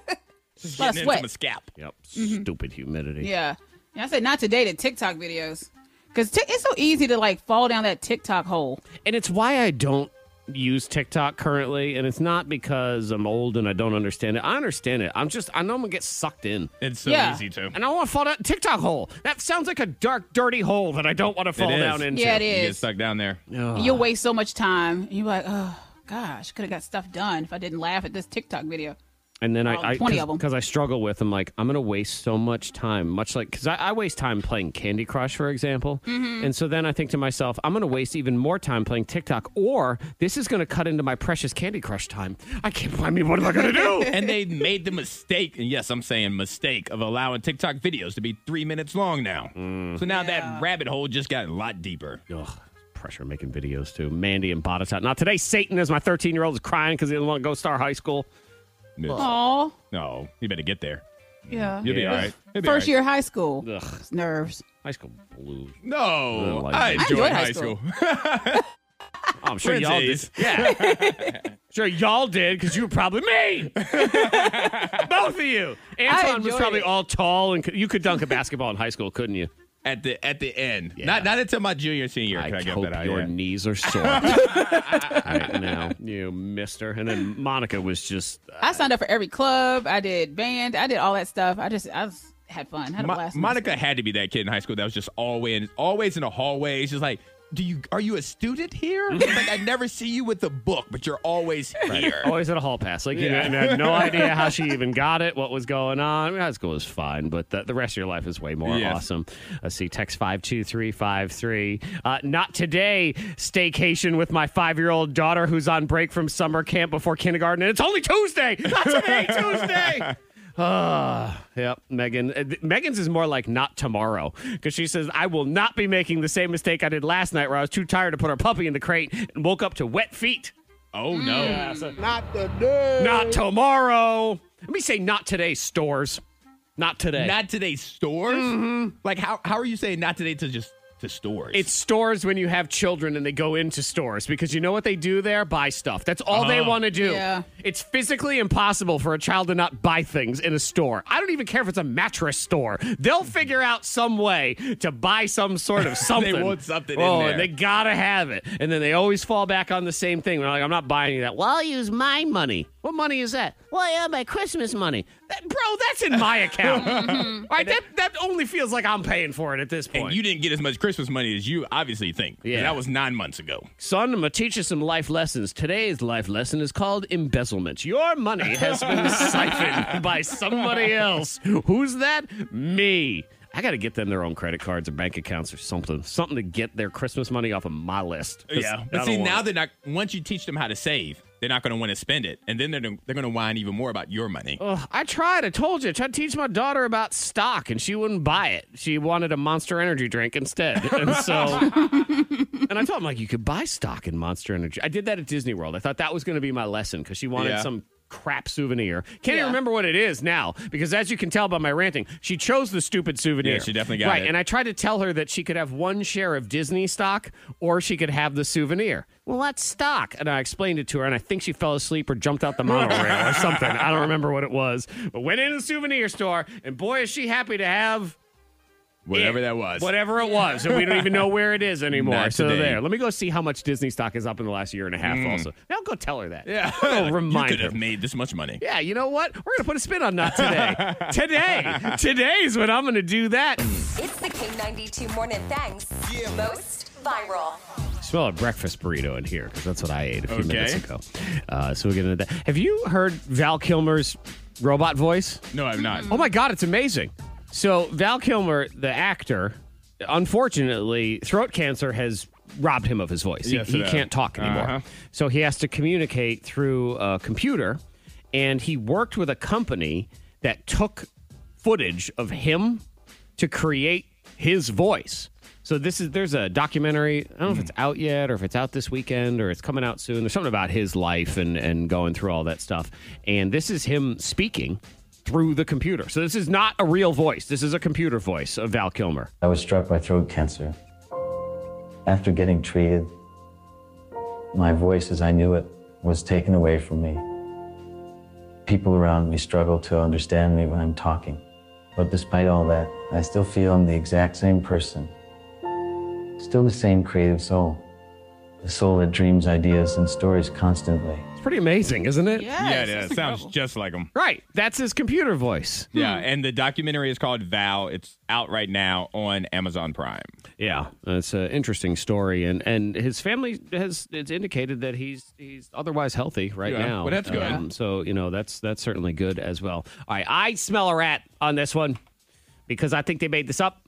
[SPEAKER 4] Just
[SPEAKER 3] Lot of
[SPEAKER 4] getting in
[SPEAKER 3] sweat.
[SPEAKER 4] some scalp.
[SPEAKER 2] Yep. Stupid humidity.
[SPEAKER 3] Yeah. And I said not today to TikTok videos because t- it's so easy to like fall down that TikTok hole.
[SPEAKER 2] And it's why I don't use TikTok currently, and it's not because I'm old and I don't understand it. I understand it. I'm just I know I'm gonna get sucked in.
[SPEAKER 4] It's so
[SPEAKER 2] Yeah.
[SPEAKER 4] easy to.
[SPEAKER 2] And I want to fall down TikTok hole. That sounds like a dark, dirty hole that I don't want to fall
[SPEAKER 4] It is.
[SPEAKER 2] down into.
[SPEAKER 3] Yeah, it is.
[SPEAKER 4] You get stuck down there.
[SPEAKER 3] You'll waste so much time. You're like, oh gosh, could have got stuff done if I didn't laugh at this TikTok video.
[SPEAKER 2] And then
[SPEAKER 3] Oh,
[SPEAKER 2] I, I
[SPEAKER 3] 20 of 'em.
[SPEAKER 2] because I struggle with. I'm like, I'm gonna waste so much time, much like because I, I waste time playing Candy Crush, for example.
[SPEAKER 3] Mm-hmm.
[SPEAKER 4] Mhm.
[SPEAKER 2] And so then I think to myself, I'm gonna waste even more time playing TikTok, or this is gonna cut into my precious Candy Crush time. I can't. I mean, what am I gonna do?
[SPEAKER 4] and they made the mistake, and yes, I'm saying mistake, of allowing TikTok videos to be three minutes long now. So now that rabbit hole just got a lot deeper.
[SPEAKER 2] Ugh, pressure making videos too. Mandy and Botetourt. Not today. Satan is my 13 year old is crying because he doesn't want to go star high school.
[SPEAKER 3] Aw.
[SPEAKER 4] No, you better get there.
[SPEAKER 3] Yeah.
[SPEAKER 4] You'll be all right. You'll be all
[SPEAKER 3] First
[SPEAKER 4] right.
[SPEAKER 3] year of high school.
[SPEAKER 2] Ugh.
[SPEAKER 3] It's nerves.
[SPEAKER 2] High school blues. I
[SPEAKER 4] No,
[SPEAKER 2] don't like
[SPEAKER 4] I
[SPEAKER 2] it.
[SPEAKER 4] enjoyed, high school.
[SPEAKER 2] Oh, I'm sure y'all did.
[SPEAKER 4] Wednesdays.
[SPEAKER 2] Yeah. sure y'all did because you were probably me. Both of you. Antoine was
[SPEAKER 4] enjoyed
[SPEAKER 2] probably
[SPEAKER 4] it.
[SPEAKER 2] all tall and could, you could dunk a basketball in high school, couldn't you?
[SPEAKER 4] At the at the end, not not until my junior and senior. year
[SPEAKER 2] I
[SPEAKER 4] could I get
[SPEAKER 2] hope
[SPEAKER 4] that out,
[SPEAKER 2] your
[SPEAKER 4] yeah.
[SPEAKER 2] knees are sore right now, you mister. And then Monica was just
[SPEAKER 3] I signed up for every club. I did band. I did all that stuff. I just I was, had fun. Had a
[SPEAKER 4] Mo-
[SPEAKER 3] blast.
[SPEAKER 4] Monica had to be that kid in high school that was just always always in the hallways, just like. Do you are you a student here? It's like I never see you with a book, but you're always here.
[SPEAKER 2] Always at a hall pass. Like, you
[SPEAKER 4] Yeah.
[SPEAKER 2] know, and I had no idea how she even got it, what was going on. I mean, high school is fine, but the, the rest of your life is way more
[SPEAKER 4] Yes.
[SPEAKER 2] awesome. Let's see, text 52353. Uh, not today, staycation with my five year old daughter who's on break from summer camp before kindergarten, and it's only Tuesday. Not today, Tuesday. Ah, yep. Megan. Uh, th- Megan's is more like not tomorrow because she says I will not be making the same mistake I did last night where I was too tired to put our puppy in the crate and woke up to wet feet.
[SPEAKER 4] Oh no.
[SPEAKER 2] Yeah, so- not today. Not tomorrow. Let me say not today, stores. Not today.
[SPEAKER 4] Not today's stores. Like how how are you saying not today to just to stores?
[SPEAKER 2] it's stores when you have children and they go into stores because you know what they do there? Buy stuff. That's all they
[SPEAKER 4] Uh-huh.
[SPEAKER 2] want to do.
[SPEAKER 3] Yeah.
[SPEAKER 2] It's physically impossible for a child to not buy things in a store. I don't even care if it's a mattress store. They'll figure out some way to buy some sort of something.
[SPEAKER 4] want something in
[SPEAKER 2] oh,
[SPEAKER 4] there.
[SPEAKER 2] and they gotta have it. And then they always fall back on the same thing. They're like, I'm not buying that. Well, I'll use my money. What money is that? Well, yeah, my Christmas money. That- bro, that's in my account. All right, that, that only feels like I'm paying for it at this point.
[SPEAKER 4] and you didn't get as much Christmas money as you obviously think. 'cause
[SPEAKER 2] Yeah.
[SPEAKER 4] That was nine months ago.
[SPEAKER 2] Son, I'm going to teach you some life lessons. Today's life lesson is called embezzlement. Your money has been siphoned by somebody else. Who's that? Me. I got to get them their own credit cards or bank accounts or something. Something to get their Christmas money off of my list. 'Cause I
[SPEAKER 4] Yeah. But
[SPEAKER 2] don't
[SPEAKER 4] see,
[SPEAKER 2] want
[SPEAKER 4] now
[SPEAKER 2] it.
[SPEAKER 4] they're not once you teach them how to save, they're not gonna want to spend it. And then they're gonna- they're gonna whine even more about your money.
[SPEAKER 2] Ugh, I tried. I told you. I tried to teach my daughter about stock, and she wouldn't buy it. She wanted a Monster Energy drink instead. And so, and I told him like you could buy stock in Monster Energy. I did that at Disney World. I thought that was going to be my lesson because she wanted
[SPEAKER 4] Yeah.
[SPEAKER 2] some crap souvenir. Can't even remember what it is now because, as you can tell by my ranting, she chose the stupid souvenir.
[SPEAKER 4] Yeah, she definitely got
[SPEAKER 2] right,
[SPEAKER 4] it.
[SPEAKER 2] and I tried to tell her that she could have one share of Disney stock or she could have the souvenir. Well, that's stock. And I explained it to her, and I think she fell asleep or jumped out the monorail or something. I don't remember what it was. But went into the souvenir store, and boy, is she happy to have
[SPEAKER 4] Whatever that was.
[SPEAKER 2] Whatever it was, and we don't even know where it is anymore.
[SPEAKER 4] Not
[SPEAKER 2] so
[SPEAKER 4] today.
[SPEAKER 2] there. Let me go see how much Disney stock is up in the last year and a half.
[SPEAKER 4] Mm.
[SPEAKER 2] Also, now go tell her that.
[SPEAKER 4] Yeah.
[SPEAKER 2] I'll remind
[SPEAKER 4] you
[SPEAKER 2] her.
[SPEAKER 4] could have made this much money.
[SPEAKER 2] Yeah, you know what? We're gonna put a spin on not today. today, today's when I'm gonna do that.
[SPEAKER 5] It's the K92 Morning Thangs most viral.
[SPEAKER 2] Smell a breakfast burrito in here because that's what I ate a few
[SPEAKER 4] Okay.
[SPEAKER 2] minutes ago. Uh, so we'll get into that. Have you heard Val Kilmer's robot voice?
[SPEAKER 4] No, I've not.
[SPEAKER 2] Oh my god, it's amazing. So Val Kilmer, the actor, unfortunately, throat cancer has robbed him of his voice. He-
[SPEAKER 4] Yes,
[SPEAKER 2] he
[SPEAKER 4] it has.
[SPEAKER 2] can't talk anymore.
[SPEAKER 4] Uh-huh.
[SPEAKER 2] So he has to communicate through a computer, and he worked with a company that took footage of him to create his voice. So this is there's a documentary. I don't know if it's out yet or if it's out this weekend or it's coming out soon. There's something about his life and and going through all that stuff. And this is him speaking through the computer. So this is not a real voice. This is a computer voice of Val Kilmer.
[SPEAKER 16] I was struck by throat cancer. After getting treated, my voice as I knew it was taken away from me. People around me struggle to understand me when I'm talking. But despite all that, I still feel I'm the exact same person. Still the same creative soul. The soul that dreams ideas and stories constantly.
[SPEAKER 2] It's pretty amazing, isn't it?
[SPEAKER 4] yeah, it is. Sounds just like him.
[SPEAKER 2] Right. That's his computer voice.
[SPEAKER 4] Yeah, and the documentary is called Val. It's out right now on Amazon Prime.
[SPEAKER 2] Yeah, it's an interesting story, and and his family has it's indicated that he's he's otherwise healthy right
[SPEAKER 4] Yeah,
[SPEAKER 2] now. Um,
[SPEAKER 4] well, that's good.
[SPEAKER 2] so you know that's that's certainly good as well. All right, I smell a rat on this one because I think they made this up.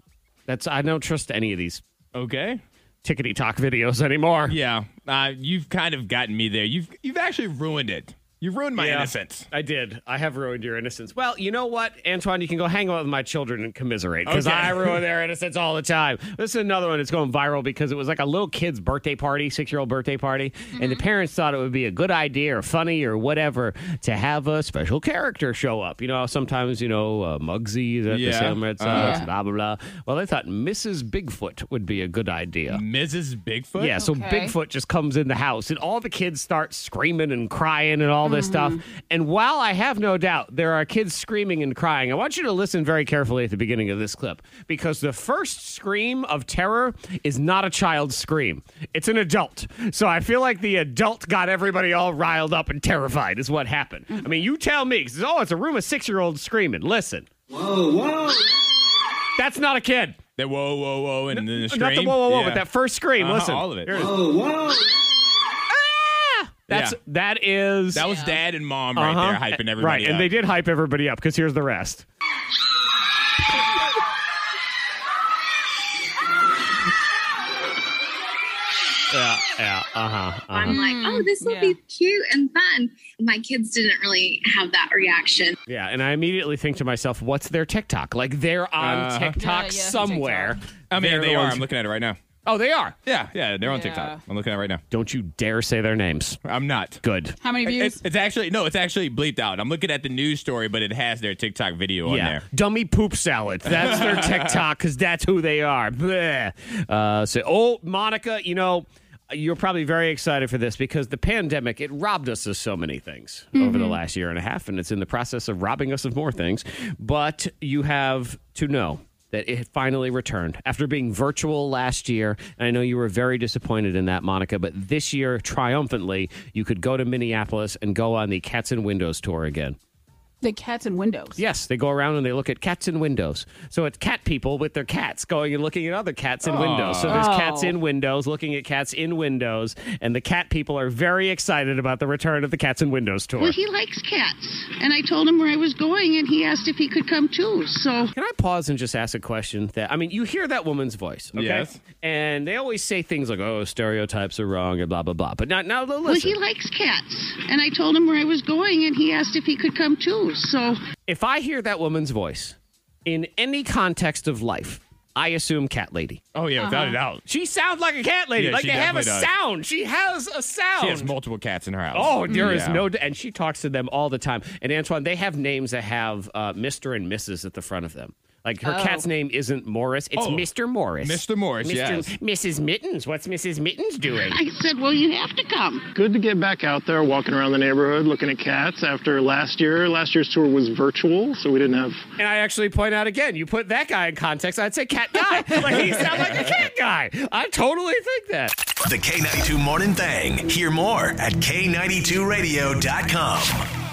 [SPEAKER 2] That's I don't trust any of these.
[SPEAKER 4] Okay.
[SPEAKER 2] Tickety talk videos anymore.
[SPEAKER 4] Yeah, uh, you've kind of gotten me there. You've you've actually ruined it. You ruined my
[SPEAKER 2] Yeah,
[SPEAKER 4] innocence.
[SPEAKER 2] I did. I have ruined your innocence. Well, you know what, Antoine? You can go hang out with my children and commiserate because
[SPEAKER 4] Okay.
[SPEAKER 2] I ruin their innocence all the time. This is another one that's going viral because it was like a little kid's birthday party, six year old birthday party, and the
[SPEAKER 4] Mm-hmm.
[SPEAKER 2] parents thought it would be a good idea or funny or whatever to have a special character show up. You know, how sometimes, you know, uh, Muggsy is at the
[SPEAKER 4] Yeah.
[SPEAKER 2] Salem Red Sox,
[SPEAKER 4] Uh-huh.
[SPEAKER 2] blah, blah, blah. Well, they thought Mrs. Bigfoot would be a good idea.
[SPEAKER 4] Mrs. Bigfoot?
[SPEAKER 2] Yeah, so
[SPEAKER 4] Okay.
[SPEAKER 2] Bigfoot just comes in the house and all the kids start screaming and crying and all this stuff. And while I have no doubt there are kids screaming and crying, I want you to listen very carefully at the beginning of this clip because the first scream of terror is not a child's scream, it's an adult. So I feel like the adult got everybody all riled up and terrified, is what happened. I mean, you tell me, 'cause, oh, it's a room of six year olds screaming. Listen. Whoa, whoa. That's not a kid.
[SPEAKER 4] That whoa, whoa, whoa, and then the
[SPEAKER 2] Not the
[SPEAKER 4] scream?
[SPEAKER 2] whoa, whoa, whoa,
[SPEAKER 4] Yeah.
[SPEAKER 2] but that first scream.
[SPEAKER 4] Uh-huh,
[SPEAKER 2] listen,
[SPEAKER 4] all of it.
[SPEAKER 2] Here is- Ah!
[SPEAKER 4] Whoa, whoa.
[SPEAKER 2] That's
[SPEAKER 4] Yeah.
[SPEAKER 2] that is
[SPEAKER 4] That was dad and mom right there
[SPEAKER 2] Uh-huh.
[SPEAKER 4] hyping everybody
[SPEAKER 2] Right,
[SPEAKER 4] up.
[SPEAKER 2] and they did hype everybody up because here's the rest. yeah, yeah, uh
[SPEAKER 4] uh-huh.
[SPEAKER 2] huh.
[SPEAKER 17] I'm like, oh, this will be cute and fun. My kids didn't really have that reaction.
[SPEAKER 2] yeah, and I immediately think to myself, what's their TikTok? Like they're on
[SPEAKER 4] Uh-huh.
[SPEAKER 2] TikTok
[SPEAKER 4] Yeah, yeah,
[SPEAKER 2] somewhere.
[SPEAKER 4] I mean,
[SPEAKER 2] They're
[SPEAKER 4] they
[SPEAKER 2] the
[SPEAKER 4] are.
[SPEAKER 2] ones-
[SPEAKER 4] I'm looking at it right now.
[SPEAKER 2] Oh, they are.
[SPEAKER 4] Yeah, yeah, they're on TikTok. I'm looking at it right now.
[SPEAKER 2] Don't you dare say their names.
[SPEAKER 4] I'm not.
[SPEAKER 2] Good.
[SPEAKER 3] How many views?
[SPEAKER 4] It's, it's actually no, it's actually bleeped out. I'm looking at the news story, but it has their TikTok video on there.
[SPEAKER 2] Dummy poop salad. That's their TikTok because that's who they are. Bleh. Uh, so, oh, Monica, you know, you're probably very excited for this because the pandemic, it robbed us of so many things over the
[SPEAKER 18] Mhm.
[SPEAKER 2] last year and a half, and it's in the process of robbing us of more things. But you have to know that it finally returned after being virtual last year. And I know you were very disappointed in that, Monica, but this year, triumphantly, you could go to Minneapolis and go on the Cats and Windows tour again.
[SPEAKER 3] The cats and windows.
[SPEAKER 2] Yes, they go around and they look at cats in windows. So it's cat people with their cats going and looking at other cats in
[SPEAKER 18] Aw.
[SPEAKER 2] windows. So there's cats
[SPEAKER 18] Oh.
[SPEAKER 2] in windows looking at cats in windows, and the cat people are very excited about the return of the cats in windows tour.
[SPEAKER 19] Well, he likes cats. And I told him where I was going, and he asked if he could come too. So.
[SPEAKER 2] Can I pause and just ask a question? That I mean, you hear that woman's voice, okay?
[SPEAKER 4] Yes.
[SPEAKER 2] And they always say things like, "Oh, stereotypes are wrong," and blah blah blah. But now, now listen.
[SPEAKER 19] Well, he likes cats. And I told him where I was going, and he asked if he could come too. So.
[SPEAKER 2] If I hear that woman's voice in any context of life, I assume cat lady.
[SPEAKER 4] Oh yeah,
[SPEAKER 2] Uh-huh.
[SPEAKER 4] without a doubt.
[SPEAKER 2] She sounds like a cat lady.
[SPEAKER 4] Yeah,
[SPEAKER 2] like
[SPEAKER 4] she
[SPEAKER 2] they have a
[SPEAKER 4] definitely does.
[SPEAKER 2] sound. She has a sound.
[SPEAKER 4] She has multiple cats in her house.
[SPEAKER 2] Oh, there is
[SPEAKER 4] Yeah.
[SPEAKER 2] no, d- and she talks to them all the time. And Antoine, they have names that have uh, Mister and Mrs. at the front of them. Like her
[SPEAKER 4] Oh.
[SPEAKER 2] cat's name isn't Morris; it's
[SPEAKER 4] Oh.
[SPEAKER 2] Mister Morris.
[SPEAKER 4] Mr. Morris,
[SPEAKER 2] Mr.
[SPEAKER 4] yes.
[SPEAKER 2] Mrs. Mittens. What's Mrs. Mittens doing?
[SPEAKER 19] I said, well, you have to come.
[SPEAKER 18] Good to get back out there walking around the neighborhood looking at cats after last year. Last year's tour was virtual, so we didn't have.
[SPEAKER 2] And I actually point out again, you put that guy in context, I'd say cat guy. like he sounds like a cat guy. I totally think that.
[SPEAKER 14] The K92 Morning Thing. Hear more at K92Radio.com.